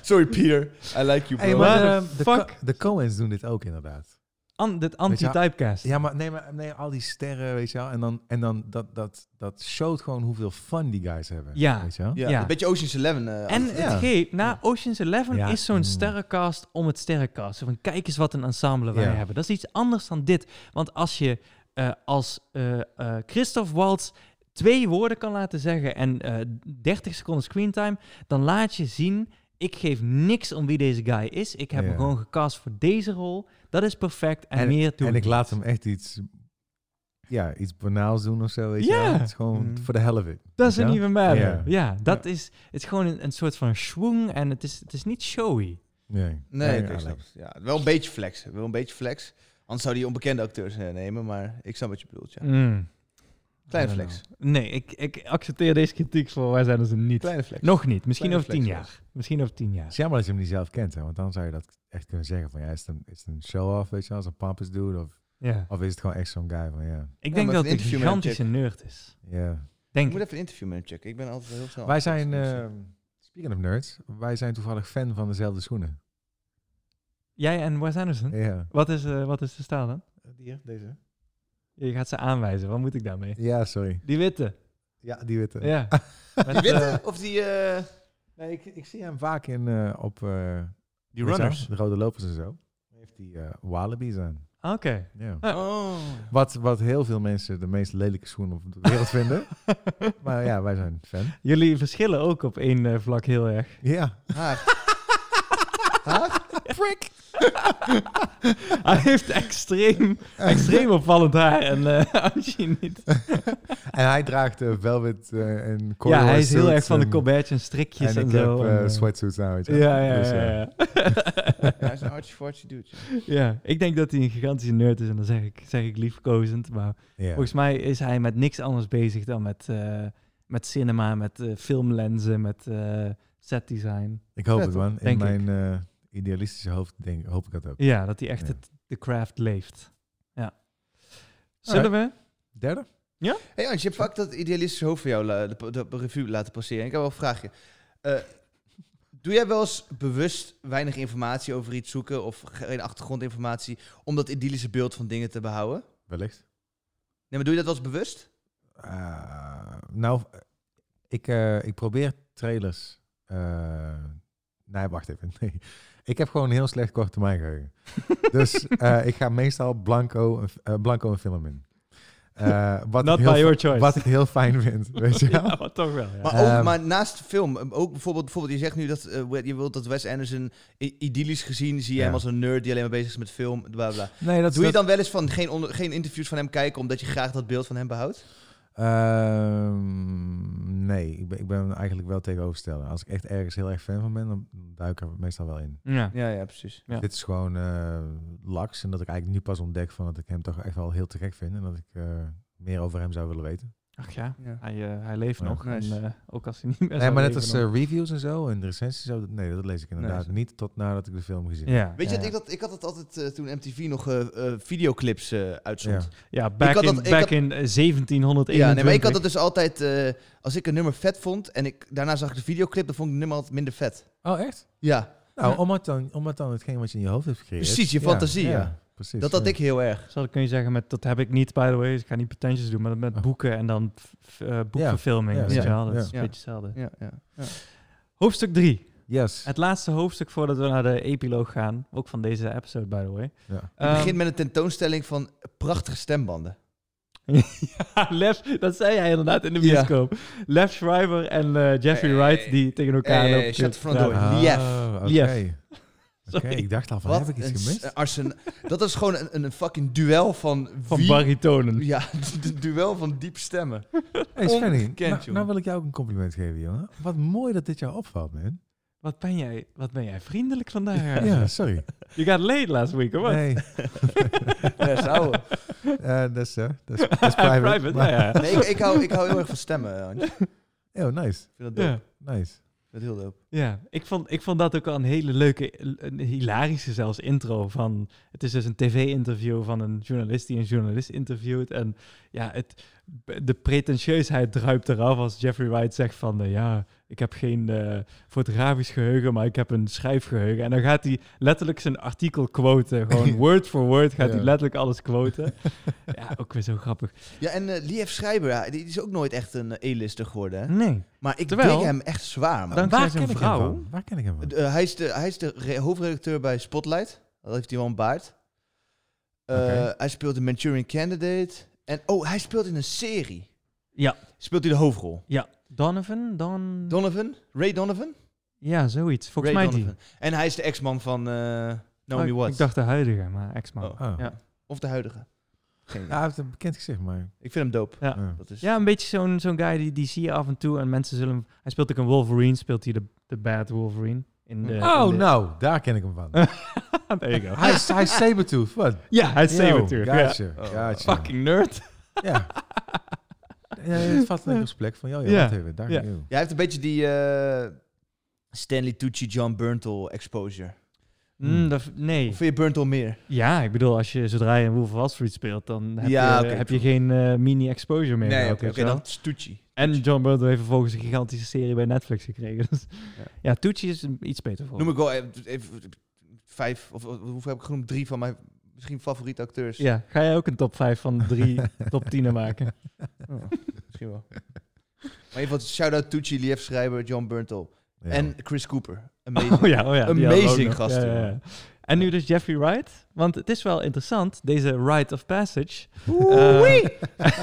Speaker 1: Sorry Peter, I like you bro.
Speaker 3: Hey,
Speaker 2: maar,
Speaker 3: maar
Speaker 2: eh,
Speaker 3: ehm, de,
Speaker 2: fuck.
Speaker 3: Co- de Coens doen dit ook inderdaad.
Speaker 2: An- dit
Speaker 3: je,
Speaker 2: anti-typecast.
Speaker 3: Ja, maar nee, maar nee, al die sterren, weet je wel. En dan, en dan dat, dat, dat showt gewoon hoeveel fun die guys hebben.
Speaker 2: Ja.
Speaker 3: Weet je wel?
Speaker 1: ja,
Speaker 2: ja.
Speaker 1: Een beetje Ocean's Eleven. eh,
Speaker 2: En
Speaker 1: achter.
Speaker 2: het
Speaker 3: Ja.
Speaker 2: geeft, na Ocean's Eleven
Speaker 3: Ja,
Speaker 2: is zo'n
Speaker 3: mm.
Speaker 2: sterrencast om het sterrencast. Zo Van kijk eens wat een ensemble wij
Speaker 3: Ja.
Speaker 2: hebben. Dat is iets anders dan dit. Want als je eh, als eh, eh, Christoph Waltz twee woorden kan laten zeggen en eh 30 seconden screentime, dan laat je zien, ik geef niks om wie deze guy is. Ik heb
Speaker 3: Ja.
Speaker 2: hem gewoon gecast voor deze rol. Dat is perfect en, meer toe.
Speaker 3: En ik laat hem echt iets, ja, iets banaals doen of zo. Weet
Speaker 2: Ja.
Speaker 3: Je? wel. Het is gewoon
Speaker 1: Mhm.
Speaker 3: voor de hell of it.
Speaker 2: Dat is
Speaker 3: Ja?
Speaker 2: een nieuwe matter.
Speaker 3: Ja.
Speaker 2: Ja, dat is... Het is gewoon een, een soort van schwung en het is, het is niet showy.
Speaker 3: Nee,
Speaker 1: Nee,
Speaker 3: ja,
Speaker 1: ik snap het. ja, wel een beetje flex. Wel een beetje flex. Anders zou die onbekende acteurs eh, nemen, maar ik snap wat je bedoelt. Ja.
Speaker 2: Mm. nou.
Speaker 1: Kleine
Speaker 2: I don't
Speaker 1: flex.
Speaker 2: know. Nee, ik, ik accepteer deze kritiek voor wij zijn ze niet.
Speaker 1: Kleine flex.
Speaker 2: Nog niet. Misschien
Speaker 1: Kleine
Speaker 2: over tien
Speaker 1: flex,
Speaker 2: jaar. Misschien over tien
Speaker 3: Het
Speaker 2: jaar.
Speaker 3: is jammer dat je hem niet zelf kent, hè? want dan zou je dat echt kunnen zeggen van ja, is het een, is het een show-off, weet je wel, als een pampus dude, of,
Speaker 2: Ja.
Speaker 3: of is het gewoon echt zo'n guy van ja,
Speaker 2: Ik denk
Speaker 1: maar het
Speaker 2: dat het een
Speaker 1: interview met hem
Speaker 2: gigantische nerd is.
Speaker 3: ja.
Speaker 1: Ik
Speaker 2: Denk
Speaker 1: moet
Speaker 2: ik.
Speaker 1: even een interview met hem checken. Ik ben altijd wel heel snel.
Speaker 3: Wij
Speaker 1: af-
Speaker 3: zijn, eh, speaking of nerds, wij zijn toevallig fan van dezelfde schoenen.
Speaker 2: Jij en Wes Anderson?
Speaker 3: Ja,
Speaker 2: Wat, is, eh, wat is de staal dan?
Speaker 1: dus, eh, Die hier, deze.
Speaker 2: Je gaat ze aanwijzen. Wat moet ik daarmee?
Speaker 3: ja sorry.
Speaker 2: Die witte.
Speaker 3: Ja, die witte.
Speaker 2: Ja.
Speaker 1: Die witte? Of die... eh,
Speaker 3: Nee, ik, ik zie hem vaak in, eh, op eh, weet
Speaker 1: die
Speaker 3: je wel,
Speaker 1: runners.
Speaker 3: de rode lopers en zo. Dan Heeft die eh, Wallabies aan.
Speaker 2: Oké.
Speaker 3: Ja.
Speaker 2: Ja.
Speaker 1: Oh.
Speaker 3: Wat, wat heel veel mensen de meest lelijke schoenen op de wereld vinden. Maar ja, wij zijn fan.
Speaker 2: Jullie verschillen ook op één eh, vlak heel erg.
Speaker 3: Ja.
Speaker 1: Haar. Haar?
Speaker 2: Prick! Hij heeft extreem, extreem opvallend haar en eh Angie niet.
Speaker 3: En hij draagt eh, velvet eh, en corduroy
Speaker 2: ja, hij is heel
Speaker 3: suits
Speaker 2: erg van de
Speaker 3: en-
Speaker 2: colbertje en strikjes
Speaker 3: En
Speaker 2: en,
Speaker 3: ik heb
Speaker 2: zo. en,
Speaker 3: eh,
Speaker 2: eh,
Speaker 3: sweatsuits aan, weet je.
Speaker 2: ja, ja,
Speaker 3: Dus,
Speaker 2: ja,
Speaker 3: eh,
Speaker 2: ja.
Speaker 1: Hij is een artsy-fartsy dude. ja.
Speaker 2: Ja, ik denk dat hij een gigantische nerd is en dan zeg ik, zeg ik liefkozend. Maar
Speaker 3: ja.
Speaker 2: volgens mij is hij met niks anders bezig dan met, eh, met cinema, met eh, filmlenzen, met eh, setdesign.
Speaker 3: Ik hoop
Speaker 1: Ja,
Speaker 3: het,
Speaker 1: toch?
Speaker 3: man. In
Speaker 2: Denk
Speaker 3: mijn eh, idealistische hoofd denk, hoop ik dat ook.
Speaker 2: Ja, dat hij echt
Speaker 3: Ja.
Speaker 2: het, de craft leeft. Ja. Zullen we?
Speaker 3: Derde?
Speaker 1: hey Antje, je hebt vaak dat idealistische hoofd voor jou la- de, de, de revue laten passeren. Ik heb wel een vraagje. Eh, doe jij wel eens bewust weinig informatie over iets zoeken of geen achtergrondinformatie om dat idyllische beeld van dingen te behouden?
Speaker 3: Wellicht.
Speaker 1: Nee, maar doe je dat wel eens bewust?
Speaker 3: Eh, nou, ik, eh, ik probeer trailers... eh, nee, wacht even. Nee. Ik heb gewoon een heel slecht kort termijn geheugen. dus eh, ik ga meestal blanco, een f- eh, blanco een film in. Eh, wat ik
Speaker 2: Not
Speaker 3: heel
Speaker 2: by
Speaker 3: fi-
Speaker 2: your choice.
Speaker 3: Wat ik heel fijn vind, weet je wel?
Speaker 2: ja, maar toch wel. Ja.
Speaker 1: Maar, ook,
Speaker 3: Ehm.
Speaker 1: maar naast film, eh, ook bijvoorbeeld, bijvoorbeeld je zegt nu dat eh, je wilt dat Wes Anderson i- idyllisch gezien zie je hem
Speaker 3: Ja.
Speaker 1: als een nerd die alleen maar bezig is met film, bla bla.
Speaker 3: Nee, dat,
Speaker 1: Doe je
Speaker 3: dat-
Speaker 1: dan wel eens van geen, onder- geen interviews van hem kijken omdat je graag dat beeld van hem behoudt?
Speaker 3: Ehm, nee, ik ben, ik ben eigenlijk wel tegenovergestelde. Als ik echt ergens heel erg fan van ben, dan duik ik er meestal wel in.
Speaker 2: ja.
Speaker 1: Ja, ja, precies.
Speaker 2: Ja.
Speaker 3: Dit is gewoon eh laks en dat ik eigenlijk nu pas ontdek van dat ik hem toch echt wel heel te gek vind en dat ik eh, meer over hem zou willen weten.
Speaker 2: Ach ja,
Speaker 1: Ja.
Speaker 2: hij, eh, hij leeft
Speaker 3: Ja.
Speaker 2: nog.
Speaker 1: Nice.
Speaker 2: En, eh, ook als hij niet meer
Speaker 3: Nee,
Speaker 2: zou
Speaker 3: maar net
Speaker 2: leven
Speaker 3: als
Speaker 2: dan-
Speaker 3: eh, reviews en zo en recensies, zo, dat- nee, dat lees ik inderdaad
Speaker 1: zo-
Speaker 3: niet tot nadat ik de film gezien heb.
Speaker 2: ja,
Speaker 1: Weet je,
Speaker 2: ja,
Speaker 1: dat ik, dat, ik had dat altijd eh, toen MTV nog eh, eh, videoclips eh, uitzond.
Speaker 3: Ja.
Speaker 2: Ja, back,
Speaker 1: had
Speaker 2: in,
Speaker 1: dat- ik
Speaker 2: back
Speaker 1: had-
Speaker 2: in eh, 1721.
Speaker 1: Ja, nee, maar ik had dat dus altijd, eh, als ik een nummer vet vond en ik, daarna zag ik de videoclip, dan vond ik het nummer altijd minder vet.
Speaker 3: Oh, echt?
Speaker 1: Ja,
Speaker 3: Nou,
Speaker 2: Ja.
Speaker 3: omdat dan, omdat dan hetgeen wat je in je hoofd hebt gecreëerd.
Speaker 1: Precies, je fantasie, ja.
Speaker 3: Precies.
Speaker 1: dat had
Speaker 3: ja.
Speaker 1: ik heel erg.
Speaker 2: Zal ik kun je zeggen, met, dat heb ik niet, by the way. Dus ik ga niet patentjes doen, maar met
Speaker 3: Oh.
Speaker 2: boeken en dan f- eh, boekverfilming.
Speaker 3: Ja,
Speaker 2: weet
Speaker 1: ja,
Speaker 2: je wel, dat
Speaker 3: ja.
Speaker 2: is een
Speaker 1: Ja.
Speaker 2: beetje hetzelfde.
Speaker 1: Ja, ja.
Speaker 2: Hoofdstuk 3.
Speaker 3: Yes.
Speaker 2: Het laatste hoofdstuk voordat we naar de epiloog gaan. Ook van deze episode, by the way.
Speaker 3: Ja.
Speaker 1: Het
Speaker 2: Ehm,
Speaker 1: begint met een tentoonstelling van prachtige stembanden.
Speaker 2: ja, Lev, dat zei hij inderdaad in de
Speaker 1: Ja.
Speaker 2: bioscoop. Lev Schreiber en eh, Jeffrey
Speaker 1: Hey,
Speaker 2: Wright
Speaker 1: hey,
Speaker 2: die tegen elkaar
Speaker 1: hey,
Speaker 2: lopen.
Speaker 1: eh, shut the
Speaker 2: te
Speaker 1: front door.
Speaker 2: praten.
Speaker 1: Ah, Lief.
Speaker 3: Oh, Oké.
Speaker 2: Lief.
Speaker 3: Oké,
Speaker 2: Sorry.
Speaker 3: ik dacht al van, heb ik iets
Speaker 1: een
Speaker 3: gemist?
Speaker 1: s- arsen- dat is gewoon een, een fucking duel van,
Speaker 2: Van
Speaker 1: wie-
Speaker 2: baritonen.
Speaker 1: Ja, het duel van diep stemmen.
Speaker 3: Hey Svenny,
Speaker 1: Ongekend,
Speaker 3: nou,
Speaker 1: jongen.
Speaker 3: nou wil ik jou ook een compliment geven, jongen. Wat mooi dat dit jou opvalt, man.
Speaker 2: Wat ben jij, wat ben jij vriendelijk vandaag.
Speaker 3: Ja,
Speaker 2: Je
Speaker 3: sorry.
Speaker 2: You got late last week, hoor.
Speaker 3: Nee,
Speaker 1: Ja, zou.
Speaker 3: eh, dat is eh, dat is- dat is private.
Speaker 2: Private, nou
Speaker 3: maar-
Speaker 2: ja, ja.
Speaker 1: Nee, ik, ik, hou, ik hou heel erg van stemmen, eh, Antje. Ik
Speaker 3: Oh, nice,
Speaker 1: vind dat dope.
Speaker 2: ja.
Speaker 3: nice.
Speaker 1: Dat is heel dope.
Speaker 2: Ja, ik vond, ik vond dat ook al een hele leuke, een hilarische zelfs intro van... Het is dus een tv-interview van een journalist die een journalist interviewt. En ja, het, de pretentieusheid druipt eraf als Jeffrey Wright zegt van... eh, ja, ik heb geen eh, fotografisch geheugen, maar ik heb een schrijfgeheugen. En dan gaat hij letterlijk zijn artikel quoten. Gewoon word voor word gaat hij
Speaker 3: Ja.
Speaker 2: letterlijk alles quoten. ja, ook weer zo grappig.
Speaker 1: Ja, en eh Lief Schrijber, ja, die is ook nooit echt een eh, E-lister geworden, hè?
Speaker 2: Nee,
Speaker 1: Maar ik
Speaker 2: Terwijl-
Speaker 1: denk hem echt zwaar, man.
Speaker 2: Dan
Speaker 3: Waar
Speaker 2: krijg je
Speaker 3: ken
Speaker 2: een
Speaker 3: ik hem
Speaker 2: vrouw.
Speaker 3: van? Waar ken ik hem van?
Speaker 1: Eh, hij is de, hij is de re- hoofdredacteur bij Spotlight. Dat heeft hij wel een baard. Eh,
Speaker 3: Oké.
Speaker 1: Hij speelt een Manchurian Candidate. En oh, hij speelt in een serie.
Speaker 2: Ja.
Speaker 1: Speelt hij de hoofdrol?
Speaker 2: Donovan? Don...
Speaker 1: Donovan? Ray Donovan?
Speaker 2: ja, zoiets. Volgens
Speaker 1: Ray
Speaker 2: mij die.
Speaker 1: Donovan. En hij is de ex-man van eh Naomi
Speaker 2: Oh, ik-
Speaker 1: Watts.
Speaker 2: Ik dacht de huidige, maar ex-man.
Speaker 1: Oh.
Speaker 3: Oh.
Speaker 2: Ja.
Speaker 1: Of de huidige. Geen idee.
Speaker 3: Ja, hij heeft een bekend gezicht, maar...
Speaker 1: Ik vind hem dope.
Speaker 2: Ja.
Speaker 3: ja.
Speaker 1: Dat is
Speaker 2: Ja, een beetje zo'n zo'n guy die, die zie je af en toe en mensen zullen... hem- Hij speelt ook een Wolverine, speelt hij de, de bad Wolverine. In de, in
Speaker 3: Oh,
Speaker 2: de-
Speaker 3: nou, daar ken ik hem van.
Speaker 2: There you go.
Speaker 3: hij, is, hij is Sabertooth, wat?
Speaker 2: Ja, hij is
Speaker 3: Yo,
Speaker 2: Sabertooth. ja.
Speaker 3: Gotcha,
Speaker 1: Oh.
Speaker 3: gotcha.
Speaker 2: Fucking nerd.
Speaker 3: Ja. ja het vat een gesprek van, joh, ja,
Speaker 2: Ja.
Speaker 3: wacht even, daar
Speaker 2: Ja.
Speaker 3: joh.
Speaker 1: Ja, hij heeft een beetje die eh, Stanley Tucci, John Burntle exposure. Hmm.
Speaker 2: Mm, dat, nee.
Speaker 1: Of vind je Burntle meer?
Speaker 2: Ja, ik bedoel, als je, zodra je een Wolf of Wall Street speelt, dan heb,
Speaker 1: Ja,
Speaker 2: je,
Speaker 1: oké,
Speaker 2: heb je geen eh, mini-exposure meer. gehad,
Speaker 1: oké,
Speaker 2: weet je wel.
Speaker 1: dan is Tucci.
Speaker 2: En John Burton heeft vervolgens een gigantische serie bij Netflix gekregen. Dus
Speaker 1: Ja.
Speaker 2: ja, Tucci is een- iets beter voor.
Speaker 1: Noem ik wel even, dus even vijf, of of hoeveel heb ik genoemd? Drie van mijn misschien favoriete acteurs.
Speaker 2: Ja, ga jij ook een top 5 van drie top 10 maken?
Speaker 1: Misschien wel. Maar even wat shout-out Tucci, Lief Schrijver, John Burntle.
Speaker 3: Ja.
Speaker 1: En Chris Cooper. Amazing.
Speaker 2: Oh ja, oh ja. die hadden we ook
Speaker 1: Amazing
Speaker 2: nog.
Speaker 1: gasten.
Speaker 2: Ja, ja, ja. En nu dus Jeffrey Wright. Want het is wel interessant, deze Rite of Passage.
Speaker 1: Oei!
Speaker 2: Eh,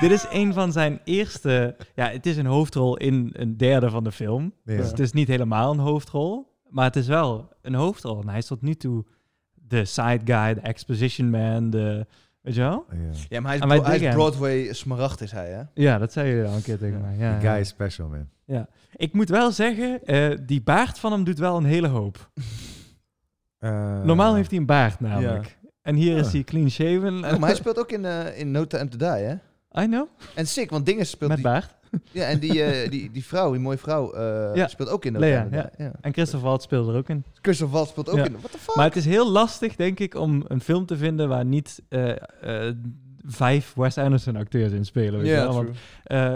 Speaker 2: dit is een van zijn eerste... Ja, het is een hoofdrol in een derde van de film.
Speaker 3: Ja.
Speaker 2: Dus het is niet helemaal een hoofdrol, maar het is wel een hoofdrol. En hij is tot nu toe de side guy, de exposition man, de... Weet je wel?
Speaker 3: Ja.
Speaker 1: Ja, maar hij is,
Speaker 2: En wij
Speaker 1: bro- hij is
Speaker 2: diggen hem.
Speaker 1: Broadway smaragd, is hij, hè?
Speaker 2: Ja, dat zei je al een keer tegen
Speaker 1: Ja.
Speaker 2: mij. Ja,
Speaker 3: Die
Speaker 2: ja.
Speaker 3: guy is special, man.
Speaker 2: Ik moet wel zeggen, eh, die baard van hem doet wel een hele hoop.
Speaker 3: Eh,
Speaker 2: Normaal heeft hij een baard namelijk. En hier is
Speaker 3: Ja.
Speaker 2: hij clean shaven.
Speaker 1: Oh, maar hij speelt ook in, eh, in No Time to Die, hè?
Speaker 2: I know,
Speaker 1: En sick, want Dingen speelt...
Speaker 2: met
Speaker 1: Die,
Speaker 2: baard.
Speaker 1: ja, en die, eh, die, die vrouw, die mooie vrouw, eh,
Speaker 2: Ja.
Speaker 1: speelt ook in No
Speaker 2: Lea,
Speaker 1: Time to Die. Ja.
Speaker 2: En Christopher Waltz speelde er ook in.
Speaker 1: Christopher Waltz speelt ook
Speaker 2: Ja.
Speaker 1: in... What the fuck?
Speaker 2: Maar het is heel lastig, denk ik, om een film te vinden waar niet eh, eh, vijf Wes Anderson acteurs in spelen. Weet je wel? Want, eh,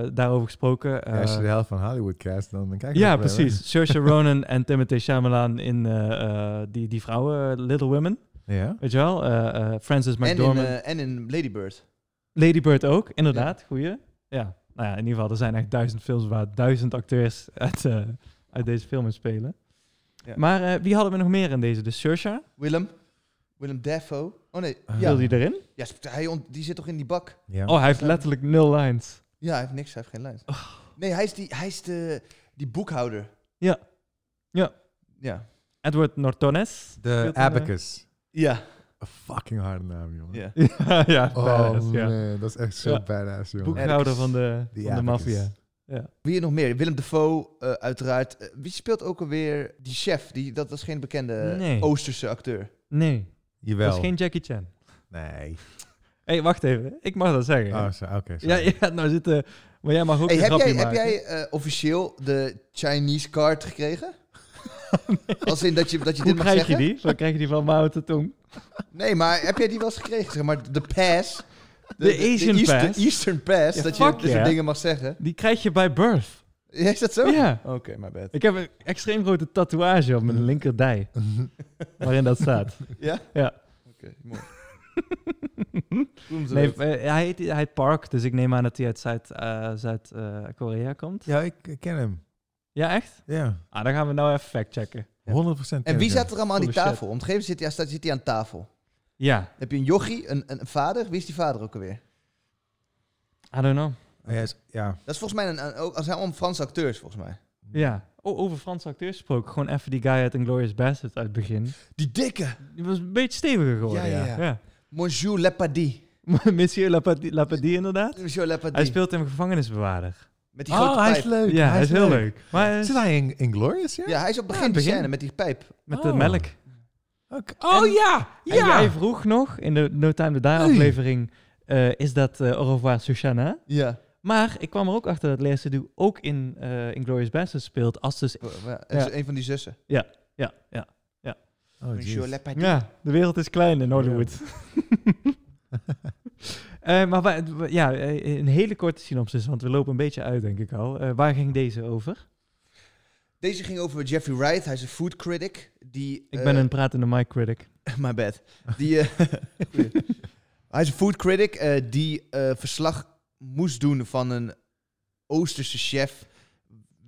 Speaker 2: eh, daarover gesproken.
Speaker 3: Ja, als je
Speaker 2: eh,
Speaker 3: de helft van Hollywood cast, dan dan kijk je
Speaker 2: Ja,
Speaker 3: ook wel, hè?
Speaker 2: precies. Saoirse Ronan en Timothée Shyamalan in eh, eh, die, die vrouwen, eh, Little Women,
Speaker 3: Ja.
Speaker 2: weet je wel? Eh, eh, Frances
Speaker 1: En in,
Speaker 2: McDormand.
Speaker 1: eh, en in Lady Bird.
Speaker 2: Lady Bird ook, inderdaad. Goeie. Ja, nou ja, in ieder geval, er zijn echt duizend films waar duizend acteurs uit, eh, uit deze film in spelen.
Speaker 1: Ja.
Speaker 2: Maar eh, wie hadden we nog meer in deze? Dus Saoirse,
Speaker 1: Willem. Willem Dafoe. Oh nee,
Speaker 3: Ah.
Speaker 1: ja.
Speaker 2: wil die erin?
Speaker 1: ja sp- hij ont- die zit toch in die bak?
Speaker 3: Ja.
Speaker 2: Oh, hij heeft letterlijk nul lines.
Speaker 1: Ja, hij heeft niks, hij heeft geen lijn. Nee, hij is, die, hij is de, die boekhouder.
Speaker 2: Oh. Ja. Ja.
Speaker 1: Ja.
Speaker 2: Edward Nortones.
Speaker 3: De
Speaker 2: Speelt een, eh,
Speaker 3: Abacus.
Speaker 1: Ja.
Speaker 3: Een fucking harde naam, jongen.
Speaker 1: ja.
Speaker 2: ja, ja,
Speaker 3: Oh,
Speaker 2: badass, ja.
Speaker 3: man, dat is echt zo
Speaker 2: Ja.
Speaker 3: badass, jongen.
Speaker 2: Boekhouder van de,
Speaker 3: Die
Speaker 2: van de
Speaker 3: Abacus.
Speaker 2: maffia.
Speaker 1: Wie nog meer? Willem Dafoe, eh, uiteraard. Eh, wie speelt ook alweer die chef? Die, dat was geen bekende
Speaker 2: Nee.
Speaker 1: Oosterse acteur.
Speaker 2: Nee, dat
Speaker 3: Jawel.
Speaker 2: is geen Jackie Chan.
Speaker 3: Nee.
Speaker 2: Hé, hey, wacht even. Ik mag dat zeggen.
Speaker 3: Oh, zo, oké.
Speaker 2: ja,
Speaker 3: sorry.
Speaker 2: je gaat nou zitten... Maar jij mag ook
Speaker 1: Hey,
Speaker 2: een
Speaker 1: heb
Speaker 2: grapje
Speaker 1: jij, heb
Speaker 2: maken.
Speaker 1: jij eh, officieel de Chinese card gekregen? Als in dat je, dat je
Speaker 2: Hoe
Speaker 1: dit mag
Speaker 2: krijg je
Speaker 1: zeggen?
Speaker 2: die? Zo krijg je die van Mao Tong.
Speaker 1: Nee, maar heb jij die wel eens gekregen? Zeg maar de pass. De,
Speaker 2: Asian
Speaker 1: Easter-
Speaker 2: pass?
Speaker 1: Eastern pass.
Speaker 2: Ja,
Speaker 1: dat je
Speaker 2: fuck
Speaker 1: dit soort
Speaker 2: yeah.
Speaker 1: dingen mag zeggen.
Speaker 2: Die krijg je bij birth.
Speaker 1: Ja, Is dat zo?
Speaker 2: Ja.
Speaker 1: Oké, my bad.
Speaker 2: Ik heb een extreem grote tatoeage op
Speaker 3: Mm.
Speaker 2: mijn linkerdij. waarin dat staat.
Speaker 1: Ja?
Speaker 2: Ja.
Speaker 1: Oké, mooi. Doen ze
Speaker 2: Nee,
Speaker 1: dat.
Speaker 2: eh, hij, heet, hij heet Park, dus ik neem aan dat hij uit eh, Zuid-Korea komt.
Speaker 3: Ja, ik, ik ken hem.
Speaker 2: Ja, echt?
Speaker 3: Ja,
Speaker 2: Ah, dan gaan we nou even factchecken.
Speaker 3: 100% ken
Speaker 1: en
Speaker 3: ik
Speaker 1: wie
Speaker 3: hem.
Speaker 1: zat er allemaal aan die
Speaker 2: Holy shit.
Speaker 1: tafel? Om het gegeven zit hij, staat- zit hij aan tafel.
Speaker 2: Ja,
Speaker 1: Heb je een jochie, een, een vader? Wie is die vader ook alweer?
Speaker 2: I don't know.
Speaker 3: Oh, ja, is- ja.
Speaker 1: Dat is volgens mij een, een, ook- dat zijn allemaal Franse acteurs, volgens mij.
Speaker 2: Ja. Oh, over Franse acteurs gesproken. Gewoon even die guy uit Inglourious Basterds uit het begin.
Speaker 1: Die dikke!
Speaker 2: Die was een beetje steviger geworden,
Speaker 1: Ja,
Speaker 2: ja.
Speaker 1: ja,
Speaker 2: ja.
Speaker 1: Monsieur Lepadie.
Speaker 2: Monsieur Lapadi- Lapadi inderdaad.
Speaker 1: Monsieur Lepadie.
Speaker 2: Hij speelt hem gevangenisbewaarder.
Speaker 1: Met die grote
Speaker 3: Oh, hij
Speaker 1: pijp.
Speaker 3: is leuk.
Speaker 2: ja, hij is heel leuk. Maar hij is
Speaker 3: Zit hij in, in Glorious, ja?
Speaker 1: Ja, hij is op het
Speaker 3: Ja,
Speaker 1: begin,
Speaker 3: het
Speaker 1: de
Speaker 3: begin.
Speaker 1: scène met die pijp.
Speaker 2: met
Speaker 3: Oh.
Speaker 2: de melk.
Speaker 3: Oké. Oh
Speaker 2: En-
Speaker 3: ja!
Speaker 2: En
Speaker 3: Ja!
Speaker 2: jij vroeg nog in de No Time to Die
Speaker 3: Oei.
Speaker 2: aflevering, eh, is dat eh Au revoir Susanna?
Speaker 1: Ja.
Speaker 2: Maar ik kwam er ook achter dat Lea Seydoux ook in eh Inglourious Basterds speelt als dus...
Speaker 1: Het
Speaker 2: Ja.
Speaker 1: is een van die zussen.
Speaker 2: Ja, ja.
Speaker 3: Oh, jeez.
Speaker 1: Monsieur Lepadie.
Speaker 2: ja, de wereld is klein in Hollywood. Eh, maar wa- wa- ja, eh, een hele korte synopsis, want we lopen een beetje uit denk ik al. Eh, waar ging deze over?
Speaker 1: Deze ging over Jeffrey Wright. Hij is een food critic. Die,
Speaker 2: Ik
Speaker 1: eh,
Speaker 2: ben een pratende mic critic.
Speaker 1: My bad. Die, eh, goeie. hij is een food critic eh, die eh, verslag moest doen van een Oosterse chef.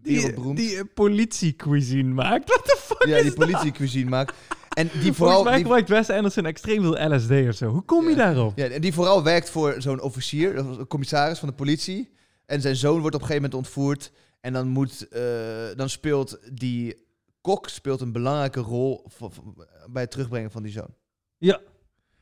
Speaker 1: Wereldberoemd. eh,
Speaker 2: die politie cuisine maakt. Wat de fuck
Speaker 1: ja, die politiecuisine maakt. En die
Speaker 2: Volgens
Speaker 1: vooral,
Speaker 2: mij
Speaker 1: die,
Speaker 2: gebruikt Wes Anderson extreem veel LSD of zo. Hoe kom je
Speaker 1: Ja.
Speaker 2: daarop?
Speaker 1: ja, en die vooral werkt voor zo'n officier, dat was een commissaris van de politie. En zijn zoon wordt op een gegeven moment ontvoerd. En dan, moet, eh, dan speelt die kok speelt een belangrijke rol voor- voor- bij het terugbrengen van die zoon.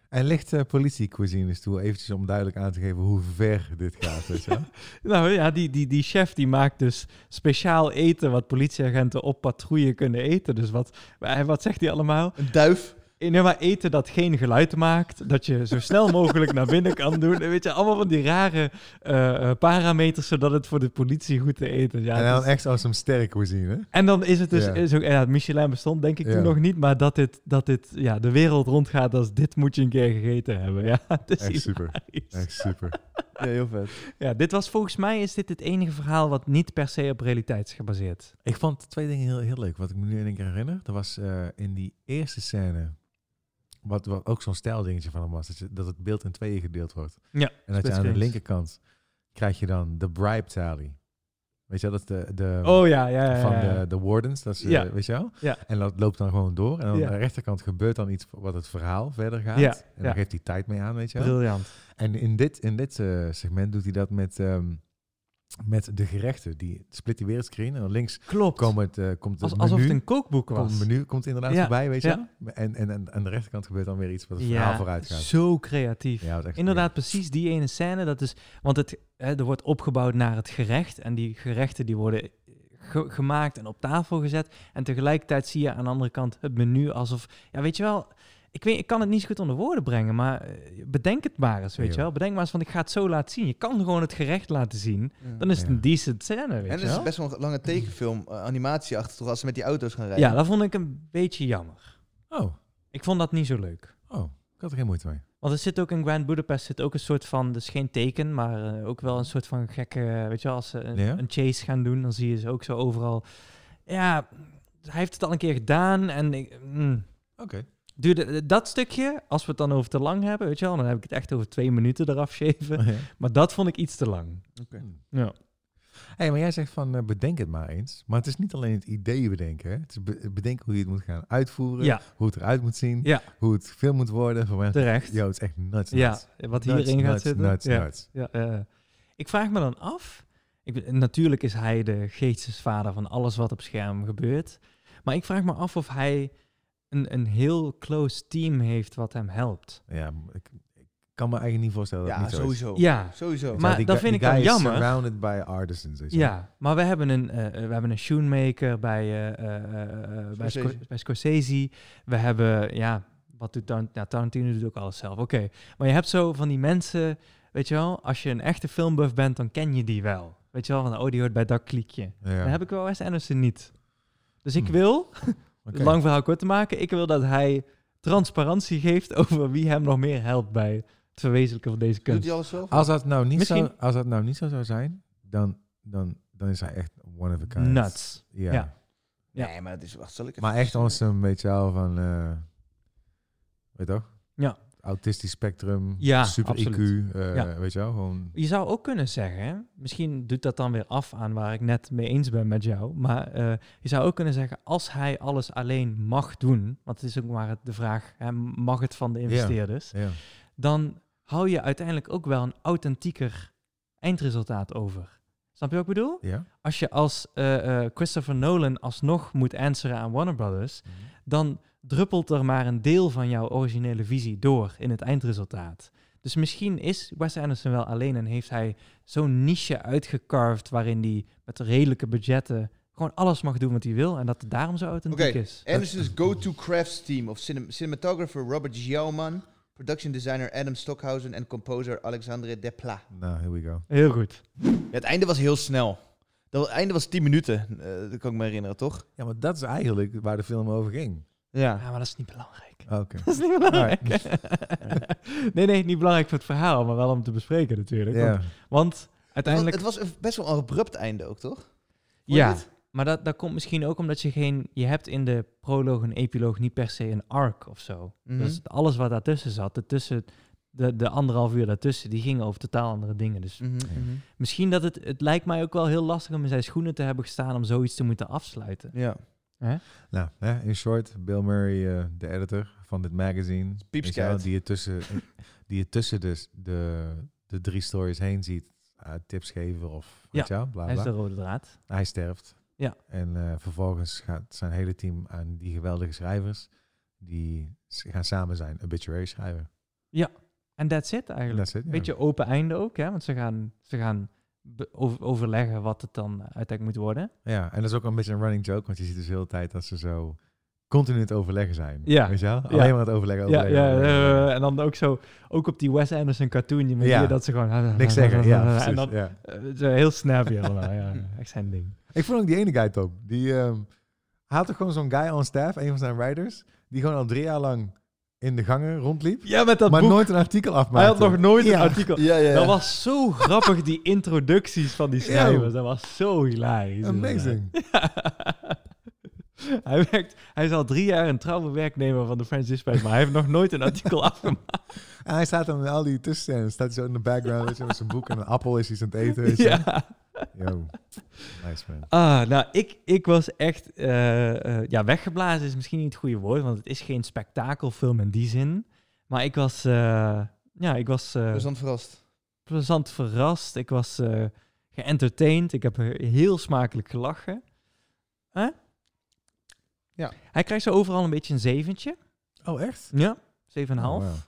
Speaker 3: En ligt eh, politiecuisine toe, eventjes om duidelijk aan te geven hoe ver dit gaat. Weet je wel?
Speaker 2: Nou ja, die, die, die chef die maakt dus speciaal eten wat politieagenten op patrouille kunnen eten. Dus wat, eh, wat zegt hij allemaal?
Speaker 1: Een duif.
Speaker 2: Eh, Nee, maar eten dat geen geluid maakt, dat je zo snel mogelijk naar binnen kan doen. En Weet je, allemaal van die rare eh, eh, parameters, zodat het voor de politie goed te eten. Ja, dus-
Speaker 3: en
Speaker 2: het
Speaker 3: dan
Speaker 2: is-
Speaker 3: echt als een sterke cuisine.
Speaker 2: En dan is het dus,
Speaker 3: Ja.
Speaker 2: is ook, ja, Michelin bestond denk ik
Speaker 3: Ja.
Speaker 2: toen nog niet, maar dat dit, dat dit ja, de wereld rondgaat als dit moet je een keer gegeten hebben. Ja, het is
Speaker 3: Echt super.
Speaker 2: hilarisch.
Speaker 3: Echt super.
Speaker 1: Ja, heel vet.
Speaker 2: Ja, dit was volgens mij is dit het enige verhaal wat niet per se op realiteit is gebaseerd.
Speaker 3: Ik vond twee dingen heel, heel leuk, wat ik me nu in één keer herinner. Dat was eh, in die eerste scène, wat, wat ook zo'n stijldingetje van hem was, dat, je, dat het beeld in tweeën gedeeld wordt.
Speaker 2: Ja,
Speaker 3: En dat je aan de
Speaker 2: splitscreens.
Speaker 3: linkerkant krijg je dan de bribe tally. Weet je wel, dat is de, de,
Speaker 2: Oh ja, ja, ja. ja.
Speaker 3: van de, de wardens, dat is, eh,
Speaker 2: Ja.
Speaker 3: weet je wel?
Speaker 2: Ja.
Speaker 3: En dat loopt dan gewoon door. En dan
Speaker 2: Ja.
Speaker 3: aan de rechterkant gebeurt dan iets wat het verhaal verder gaat.
Speaker 2: Ja,
Speaker 3: En dan
Speaker 2: ja.
Speaker 3: geeft hij tijd mee aan, weet je wel?
Speaker 2: Briljant.
Speaker 3: En in dit, in dit eh, segment doet hij dat met, ehm, met de gerechten. Die split die weer het screen en dan links
Speaker 2: Klopt.
Speaker 3: komt het, eh, komt het
Speaker 2: Als,
Speaker 3: menu.
Speaker 2: alsof het een kookboek
Speaker 3: komt
Speaker 2: was.
Speaker 3: het menu komt inderdaad
Speaker 2: Ja,
Speaker 3: voorbij, weet je
Speaker 2: ja.
Speaker 3: wel? En, en, en aan de rechterkant gebeurt dan weer iets wat het verhaal
Speaker 2: ja,
Speaker 3: vooruit gaat.
Speaker 2: zo creatief.
Speaker 3: Ja, dat is echt-
Speaker 2: Inderdaad, precies die ene scène. Dat is, want het, hè, er wordt opgebouwd naar het gerecht. En die gerechten die worden ge- gemaakt en op tafel gezet. En tegelijkertijd zie je aan de andere kant het menu alsof... Ja, weet je wel... Ik, weet, ik kan het niet zo goed onder woorden brengen, maar eh, bedenk het maar eens, weet
Speaker 3: Ja.
Speaker 2: je wel. Bedenk maar eens van, ik ga het zo laten zien. Je kan gewoon het gerecht laten zien. Dan is het
Speaker 3: Ja.
Speaker 2: een decent scène, weet
Speaker 1: En
Speaker 2: je
Speaker 1: het is
Speaker 2: wel.
Speaker 1: best wel een lange tekenfilm, eh, animatie achter, toch als ze met die auto's gaan rijden.
Speaker 2: Ja, dat vond ik een beetje jammer.
Speaker 3: Ja. Oh, ik
Speaker 2: Ik vond dat niet zo leuk.
Speaker 3: had er geen moeite mee.
Speaker 2: Want er zit ook in Grand Budapest zit ook een soort van, dus geen teken, maar eh, ook wel een soort van gekke, eh, weet je wel, als ze een,
Speaker 3: Ja.
Speaker 2: een chase gaan doen, dan zie je ze ook zo overal. Ja, hij heeft het al een keer gedaan en ik, mm.
Speaker 3: Oké.
Speaker 2: duurde eh, dat stukje, als we het dan over te lang hebben, weet je wel, dan heb ik het echt over twee minuten eraf shaven.
Speaker 3: Oh, Ja.
Speaker 2: Maar dat vond ik iets te lang.
Speaker 3: Hmm.
Speaker 2: Ja.
Speaker 3: Hey, maar jij zegt van eh, bedenk het maar eens. Maar het is niet alleen het idee bedenken. Hè? Het is be- bedenken hoe je het moet gaan uitvoeren.
Speaker 2: Ja.
Speaker 3: Hoe het eruit moet zien.
Speaker 2: Ja.
Speaker 3: Hoe het gefilmd moet worden. Voor mij
Speaker 2: Terecht.
Speaker 3: Yo, het is echt nuts.
Speaker 2: Ja,
Speaker 3: nuts.
Speaker 2: wat
Speaker 3: Nuts,
Speaker 2: hierin gaat
Speaker 3: nuts,
Speaker 2: zitten.
Speaker 3: Nuts,
Speaker 2: ja.
Speaker 3: nuts.
Speaker 2: Ja, eh, ik vraag me dan af. Ik, ben- natuurlijk is hij de geestesvader van alles wat op scherm gebeurt. Maar ik vraag me af of hij een, een heel close team heeft wat hem helpt.
Speaker 3: Ja, maar ik, ik kan me eigenlijk niet voorstellen dat
Speaker 1: Ja,
Speaker 3: het niet zo is.
Speaker 1: sowieso.
Speaker 2: Ja,
Speaker 1: Sowieso.
Speaker 3: Weet je wel,
Speaker 2: Maar
Speaker 3: die
Speaker 2: dat
Speaker 3: guy-
Speaker 2: vind
Speaker 3: die
Speaker 2: ik dan
Speaker 3: guy is
Speaker 2: jammer.
Speaker 3: surrounded by artisans. weet je wel.
Speaker 2: ja maar we hebben een, eh, eh, we hebben een shoemaker bij, eh, eh, eh, eh, bij,
Speaker 1: Scorsese.
Speaker 2: Scor- bij Scorsese. We hebben, ja, wat doet Tarant- nou, Tarantino doet ook alles zelf. Oké, maar je hebt zo van die mensen, weet je wel, als je een echte filmbuff bent, dan ken je die wel. Weet je wel, van oh, die hoort bij dat kliekje.
Speaker 3: Ja.
Speaker 2: Dan heb ik wel Wes Anderson niet. Dus ik
Speaker 3: Hmm.
Speaker 2: wil,
Speaker 3: Oké.
Speaker 2: lang verhaal kort te maken, ik wil dat hij transparantie geeft over wie hem nog meer helpt bij het verwezenlijken van deze
Speaker 1: Doet
Speaker 2: kunst.
Speaker 1: hij alles zelf?
Speaker 3: Als dat nou niet,
Speaker 2: Misschien-
Speaker 3: zou, als dat nou niet zo zou zijn, dan, dan, dan is hij echt one of a kind.
Speaker 2: Nuts.
Speaker 3: Ja.
Speaker 2: Ja. Ja.
Speaker 1: Nee, maar dat is... Wacht, zal ik even-
Speaker 3: Maar echt awesome, weet je wel, van... eh, weet je toch?
Speaker 2: Ja.
Speaker 3: Autistisch spectrum,
Speaker 2: Ja,
Speaker 3: super
Speaker 2: absoluut.
Speaker 3: IQ, eh,
Speaker 2: Ja.
Speaker 3: weet je wel, gewoon...
Speaker 2: Je zou ook kunnen zeggen, hè, misschien doet dat dan weer af aan waar ik net mee eens ben met jou, maar eh, je zou ook kunnen zeggen, als hij alles alleen mag doen, want het is ook maar het- de vraag, hè, mag het van de investeerders,
Speaker 3: Ja.
Speaker 2: dan hou je uiteindelijk ook wel een authentieker eindresultaat over. Snap je wat ik bedoel?
Speaker 3: ja?
Speaker 2: als je als eh, eh, Christopher Nolan alsnog moet answeren aan Warner Brothers, dan druppelt er maar een deel van jouw originele visie door in het eindresultaat. Dus misschien is Wes Anderson wel alleen en heeft hij zo'n niche uitgecarved waarin hij met redelijke budgetten gewoon alles mag doen wat hij wil en dat het daarom zo authentiek
Speaker 1: Oké,
Speaker 2: is.
Speaker 1: Anderson's go-to crafts team of cinem- cinematographer Robert Giauman, production designer Adam Stockhausen en composer Alexandre Desplat.
Speaker 3: Nou, here we go.
Speaker 2: Heel goed.
Speaker 1: Ja, het einde was heel snel. Dat, het einde was 10 minuten, eh, dat kan ik me herinneren, toch?
Speaker 3: Ja, maar dat is eigenlijk waar de film over ging.
Speaker 1: Ja.
Speaker 2: Ja, Ah, maar dat is niet belangrijk.
Speaker 3: Ah, Oké.
Speaker 2: Dat is niet belangrijk. Oh, nee, nee, niet belangrijk voor het verhaal, maar wel om te bespreken natuurlijk.
Speaker 3: Ja.
Speaker 2: Want, want uiteindelijk...
Speaker 1: Het was een- best wel een abrupt einde ook, toch? Vond je
Speaker 2: Ja,
Speaker 1: niet?
Speaker 2: maar dat, dat komt misschien ook omdat je geen... Je hebt in de proloog en epiloog niet per se een arc of zo.
Speaker 1: Mhm.
Speaker 2: Dus alles wat daartussen zat, daartussen, de, de anderhalf uur daartussen, die gingen over totaal andere dingen. Dus
Speaker 1: Mhm,
Speaker 3: Ja.
Speaker 1: mhm.
Speaker 2: misschien dat het... Het lijkt mij ook wel heel lastig om in zijn schoenen te hebben gestaan om zoiets te moeten afsluiten.
Speaker 1: Ja.
Speaker 2: Hè?
Speaker 3: Nou, hè, in short, Bill Murray, eh, de editor van dit magazine. weet je wel,
Speaker 1: piepskijt.
Speaker 3: Die je tussen, die je tussen de, de, de drie stories heen ziet. eh, tips geven of weet je wel, bla,
Speaker 2: Hij is
Speaker 3: bla.
Speaker 2: de rode draad.
Speaker 3: Hij sterft.
Speaker 2: Ja.
Speaker 3: En eh, vervolgens gaat zijn hele team aan die geweldige schrijvers. Die s- gaan samen zijn obituary schrijven.
Speaker 2: En that's it eigenlijk.
Speaker 3: That's it, ja.
Speaker 2: Beetje open einde ook, hè? Want ze gaan, ze gaan be- over- overleggen wat het dan uiteindelijk moet worden.
Speaker 3: Ja, en dat is ook een beetje een running joke. Want je ziet dus de hele tijd dat ze zo continu aan het overleggen zijn.
Speaker 2: Ja.
Speaker 3: Weet je wel? Alleen maar aan het overleggen.
Speaker 2: Ja,
Speaker 3: overleggen,
Speaker 2: ja
Speaker 3: overleggen, overleggen.
Speaker 2: eh, en dan ook zo, ook op die Wes Anderson cartoon, je
Speaker 3: Ja.
Speaker 2: manier dat ze gewoon...
Speaker 3: Niks zeggen. Ja,
Speaker 2: En
Speaker 3: precies,
Speaker 2: dan
Speaker 3: ja.
Speaker 2: eh, zo heel snappy allemaal, ja. Echt zijn ding.
Speaker 3: Ik vond ook die ene guy top. Die ehm, hij had toch gewoon zo'n guy on staff, een van zijn riders, die gewoon al drie jaar lang in de gangen rondliep,
Speaker 2: Ja, met dat
Speaker 3: maar
Speaker 2: boek.
Speaker 3: nooit een artikel afmaakte.
Speaker 2: Hij had nog nooit
Speaker 3: Ja.
Speaker 2: een artikel.
Speaker 1: Ja, ja.
Speaker 2: Dat was zo grappig, die introducties van die
Speaker 3: Ja.
Speaker 2: schrijvers. Dat was zo hilarisch.
Speaker 3: Amazing.
Speaker 2: hij, werkt, hij is al drie jaar een trouwe werknemer van de French Dispatch, maar hij heeft nog nooit een artikel afgemaakt.
Speaker 3: En hij staat dan in al die tussenscènes, staat hij zo in de background weet je, met zijn boek en een appel is hij aan het eten. Weet je.
Speaker 2: ja.
Speaker 3: Yo. Nice man.
Speaker 2: Ah, nou, ik, ik was echt... eh, eh, ja, weggeblazen is misschien niet het goede woord, want het is geen spektakelfilm in die zin. Maar ik was... eh, ja, ik was... eh,
Speaker 1: Plezant verrast.
Speaker 2: plezant verrast. Ik was eh geëntertained. Ik heb he- heel smakelijk gelachen. Hè?
Speaker 1: Ja.
Speaker 2: Hij krijgt zo overal een beetje een zeventje.
Speaker 3: Oh, echt?
Speaker 2: Ja. Zeven en een half.
Speaker 3: Oh, wow.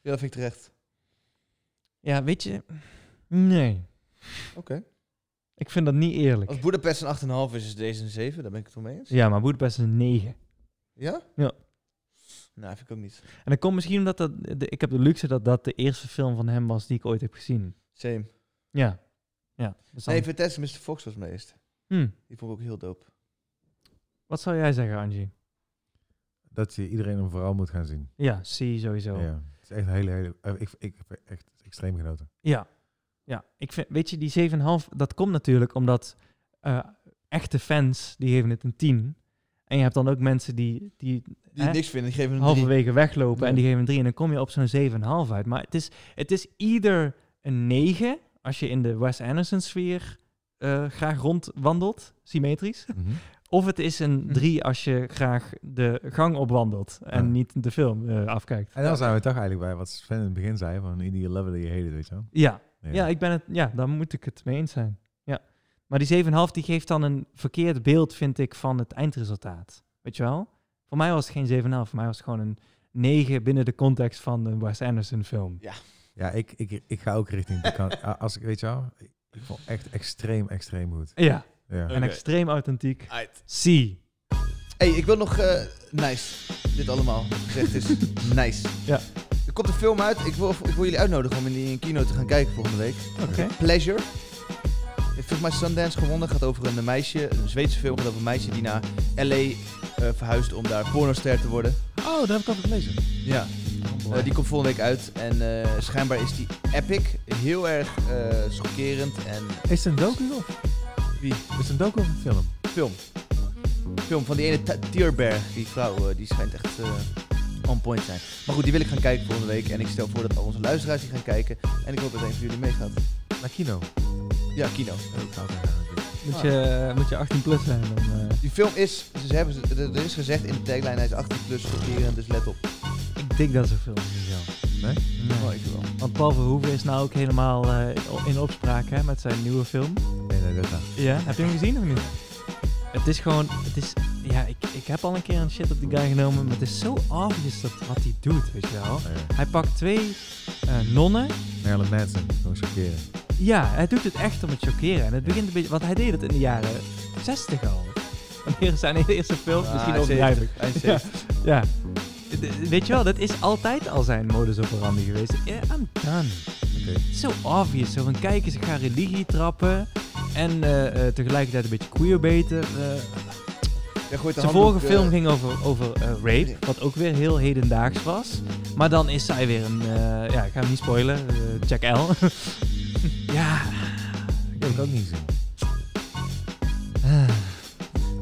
Speaker 1: Ja, dat vind ik terecht.
Speaker 2: Ja, weet je... Nee.
Speaker 1: Oké.
Speaker 2: Ik vind dat niet eerlijk.
Speaker 1: Als Budapest een 8,5 is, is deze een 7. Daar ben ik het wel mee eens.
Speaker 2: Ja, maar Boedapest is een negen.
Speaker 1: Ja?
Speaker 2: Ja.
Speaker 1: Nou, vind ik ook niet.
Speaker 2: En dat komt misschien omdat dat... De, ik heb de luxe dat dat de eerste film van hem was die ik ooit heb gezien.
Speaker 1: Same.
Speaker 2: Ja. Ja. Dus dan-
Speaker 1: Nee, Fantastic Mr. Fox was mijn eerste.
Speaker 2: Hm.
Speaker 1: Die vond ik ook heel dope.
Speaker 2: Wat zou jij zeggen, Angie?
Speaker 3: Dat je iedereen hem vooral moet gaan zien.
Speaker 2: Ja, zie sowieso.
Speaker 3: Ja. Het is echt een hele, hele... eh, ik, ik heb echt extreem genoten.
Speaker 2: Ja, ja. Ik vind, weet je, die 7,5, dat komt natuurlijk omdat eh, echte fans, die geven het een 10. En je hebt dan ook mensen die, die
Speaker 1: Die
Speaker 2: Hè?
Speaker 1: niks vinden, die geven een 3.
Speaker 2: halverwege weglopen en
Speaker 1: Ja.
Speaker 2: die geven een 3. En dan kom je op zo'n 7,5 uit. Maar het is, het is ieder een 9 als je in de Wes Anderson sfeer eh, graag rondwandelt, symmetrisch.
Speaker 3: Mhm.
Speaker 2: Of het is een
Speaker 1: Hm.
Speaker 2: 3 als je graag de gang opwandelt en
Speaker 3: Ja.
Speaker 2: niet de film eh, afkijkt.
Speaker 3: En dan zijn we toch eigenlijk bij wat Sven in het begin zei, van in die level die je hated, weet je wel.
Speaker 2: Ja, Ja, ik ben het, ja, daar moet ik het mee eens zijn. Ja. Maar die 7,5 die geeft dan een verkeerd beeld, vind ik, van het eindresultaat. Weet je wel? Voor mij was het geen 7,5, voor mij was het gewoon een 9 binnen de context van een Wes Anderson film.
Speaker 3: Ja, ik, ik, ik ga ook richting de kant. A- Als ik, weet je wel, ik, ik vond echt extreem, extreem goed.
Speaker 2: Ja,
Speaker 3: Ja.
Speaker 2: en
Speaker 1: Oké.
Speaker 2: extreem authentiek.
Speaker 1: Uit.
Speaker 2: C.
Speaker 1: Hey, ik wil nog eh, nice. Dit allemaal gezegd is nice.
Speaker 2: Ja.
Speaker 1: Er komt een film uit. Ik wil, ik wil jullie uitnodigen om in die in kino te gaan kijken volgende week.
Speaker 2: Oké.
Speaker 1: Pleasure. Heeft volgens mij Sundance gewonnen. Gaat over een meisje, een Zweedse film. Gaat over een meisje die naar L.A. eh, verhuist om daar pornoster te worden.
Speaker 3: Oh, daar heb ik al gelezen.
Speaker 1: Ja. Eh, die komt volgende week uit. En eh, schijnbaar is die epic. Heel erg eh, schokkerend. En
Speaker 3: Is het een docu of?
Speaker 1: Wie?
Speaker 3: Is het een docu of een film?
Speaker 1: film. Film van die ene Ta- Tierberg. Die vrouw, eh, die schijnt echt eh, on point te zijn. Maar goed, die wil ik gaan kijken volgende week. En ik stel voor dat al onze luisteraars die gaan kijken. En ik hoop dat een van jullie meegaat.
Speaker 3: Naar kino.
Speaker 1: Ja, kino.
Speaker 2: Moet, je, moet je 18 plus zijn dan. eh.
Speaker 1: Die film is, ze hebben, ze- er er is gezegd in de tagline, hij is 18 plus schokkerend, dus let op.
Speaker 2: ik denk dat ze film niet zo.
Speaker 3: Nee?
Speaker 1: Oh, ik wel.
Speaker 2: Want Paul Verhoeven is nou ook helemaal eh, in opspraak hè, met zijn nieuwe film.
Speaker 3: Nee, nee, dat gaat.
Speaker 2: Ja, heb je hem gezien of niet? Het is gewoon, het is, ja, ik, ik heb al een keer een shit op die guy genomen, maar het is zo obvious dat wat hij doet, weet je wel.
Speaker 3: Oh, ja.
Speaker 2: Hij pakt twee eh, nonnen.
Speaker 3: Marilyn Manson, gewoon chockeren.
Speaker 2: Ja, hij doet het echt om het chockeren. En het begint een beetje, want hij deed het in de jaren 60 al. Wanneer zijn eerste film, misschien
Speaker 1: Ah,
Speaker 2: overdrijf ik.
Speaker 1: 70. Hij is
Speaker 2: Ja.
Speaker 1: 70.
Speaker 2: Ja. D- Weet je wel, dat is altijd al zijn modus operandi geweest. Yeah, I'm done.
Speaker 3: Oké.
Speaker 2: Zo obvious. Zo van kijken, ze gaan religie trappen. En eh, eh, tegelijkertijd een beetje queerbaiten. eh
Speaker 1: Hij gooit de
Speaker 2: zijn
Speaker 1: handdoek,
Speaker 2: vorige
Speaker 1: eh,
Speaker 2: film ging over, over eh, rape, wat ook weer heel hedendaags was. Maar dan is zij weer een... eh, ja, ik ga hem niet spoilen. eh, Jack L. ja.
Speaker 3: Ik heb het ook niet gezien.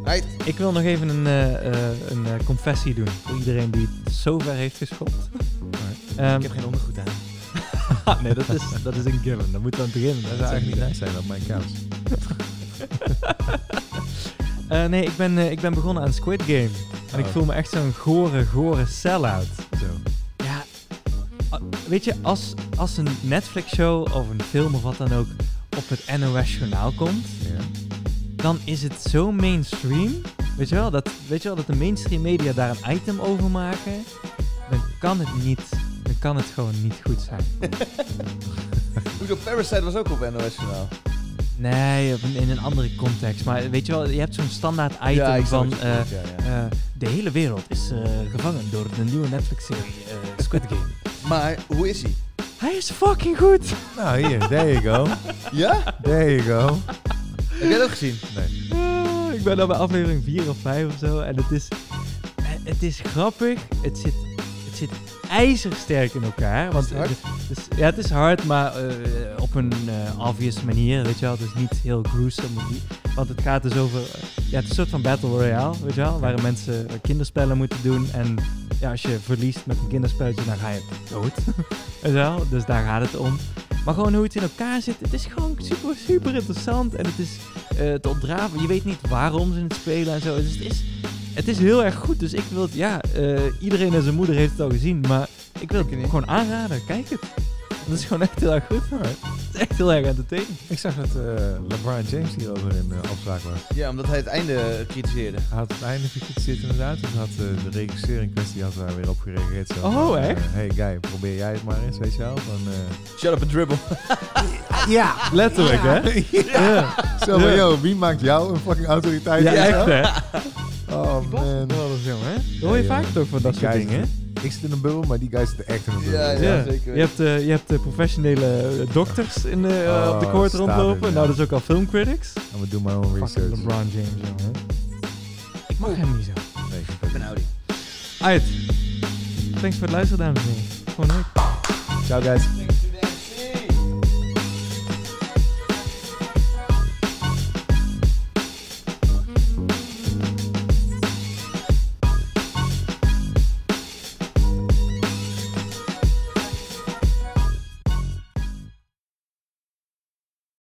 Speaker 1: Right.
Speaker 2: Ik wil nog even een, eh, eh, een eh, confessie doen. Voor iedereen die het zo ver heeft geschopt. Ehm,
Speaker 1: Ik heb geen ondergoed aan.
Speaker 2: Ah, nee, dat is, dat is een given. Dan moeten we aan het beginnen.
Speaker 3: Dat zou eigenlijk niet nice zijn op mijn kous.
Speaker 2: Eh, nee, ik ben, eh, ik ben begonnen aan Squid Game. En ik
Speaker 3: Oh.
Speaker 2: voel me echt zo'n gore, gore sell-out.
Speaker 3: Zo.
Speaker 2: Ja, a- weet je, als, als een Netflix-show of een film of wat dan ook op het NOS-journaal komt,
Speaker 3: Ja.
Speaker 2: dan is het zo mainstream. Weet je wel, dat, weet je wel, dat de mainstream media daar een item over maken, dan kan het niet. Dan kan het gewoon niet goed zijn.
Speaker 1: Hoezo Parasite was ook op NOS Journaal?
Speaker 2: Nee, op een- in een andere context. Maar weet je wel, je hebt zo'n standaard item van... eh,
Speaker 1: ja, ja.
Speaker 2: eh, de hele wereld is eh, gevangen door de nieuwe Netflix-serie eh, Squid Game.
Speaker 1: Maar hoe is hij?
Speaker 2: Hij is fucking goed!
Speaker 3: Nou, hier, there you go.
Speaker 1: Ja?
Speaker 3: There you go.
Speaker 1: Heb jij dat ook gezien?
Speaker 3: Nee.
Speaker 2: Ah, ik ben al bij aflevering 4 of 5 of zo. En het is, eh, het is grappig. Het zit, het zit ijzersterk in elkaar. Want
Speaker 1: het hard?
Speaker 2: het is- ja, het is hard, maar eh, op een eh, obvious manier. Weet je wel, het is niet heel gruesome. of niet- Want het gaat dus over. eh, ja, het is een soort van battle royale, weet je wel. Waar mensen eh, kinderspellen moeten doen. En ja, als je verliest met een kinderspelletje, dan ga je dood. weet je wel? Dus daar gaat het om. Maar gewoon hoe het in elkaar zit, het is gewoon super, super interessant. En het is eh, te ontdraven. Je weet niet waarom ze het spelen en zo. Dus het is, het is heel erg goed. Dus ik wil het, ja, eh, iedereen en zijn moeder heeft het al gezien. Maar ik wil
Speaker 1: Ik
Speaker 2: het
Speaker 1: niet.
Speaker 2: gewoon aanraden. Kijk het. Dat is gewoon echt heel erg goed.
Speaker 3: Alright.
Speaker 2: Het is echt heel erg entertaining.
Speaker 3: Ik zag dat eh, LeBron James hierover in eh opspraak was.
Speaker 1: Ja, omdat hij het einde eh, kritiseerde.
Speaker 3: Hij had het einde gekritiseerd inderdaad. Dus had eh, de regisseur in kwestie had daar weer op gereageerd. Zo,
Speaker 2: Oh,
Speaker 3: van, eh,
Speaker 2: echt?
Speaker 3: hey guy, probeer jij het maar eens, weet je wel. Van, eh,
Speaker 1: Shut up and dribble.
Speaker 2: Ja, letterlijk hè. Ja,
Speaker 3: Zo van, yo, wie maakt jou een fucking autoriteit?
Speaker 2: ja
Speaker 3: weet je wel?
Speaker 2: echt hè.
Speaker 3: Oh man.
Speaker 2: jongen.
Speaker 3: Ja,
Speaker 2: hoor je
Speaker 3: ja.
Speaker 2: vaak toch van dat
Speaker 3: eh, Die
Speaker 2: soort
Speaker 3: guy
Speaker 2: dingen.
Speaker 3: zit- Ik zit in een bubbel, maar die guy zit echt in een bubbel.
Speaker 1: Ja, ja.
Speaker 2: Ja,
Speaker 1: zeker.
Speaker 2: je hebt, eh, je hebt eh, professionele eh, dokters in, eh,
Speaker 3: Oh,
Speaker 2: op de court
Speaker 3: staat
Speaker 2: rondlopen.
Speaker 3: het, ja.
Speaker 2: Nou, dat is ook al filmcritics.
Speaker 3: En we doen maar own
Speaker 2: Fucking
Speaker 3: research.
Speaker 2: LeBron James, jongen. Ik mag hem niet zo.
Speaker 3: Nee, ik vind
Speaker 1: Ik
Speaker 3: het
Speaker 1: ben
Speaker 3: niet.
Speaker 1: Audi.
Speaker 2: Uit. Thanks voor het luisteren, dames en heren. Gewoon leuk.
Speaker 3: Ciao guys.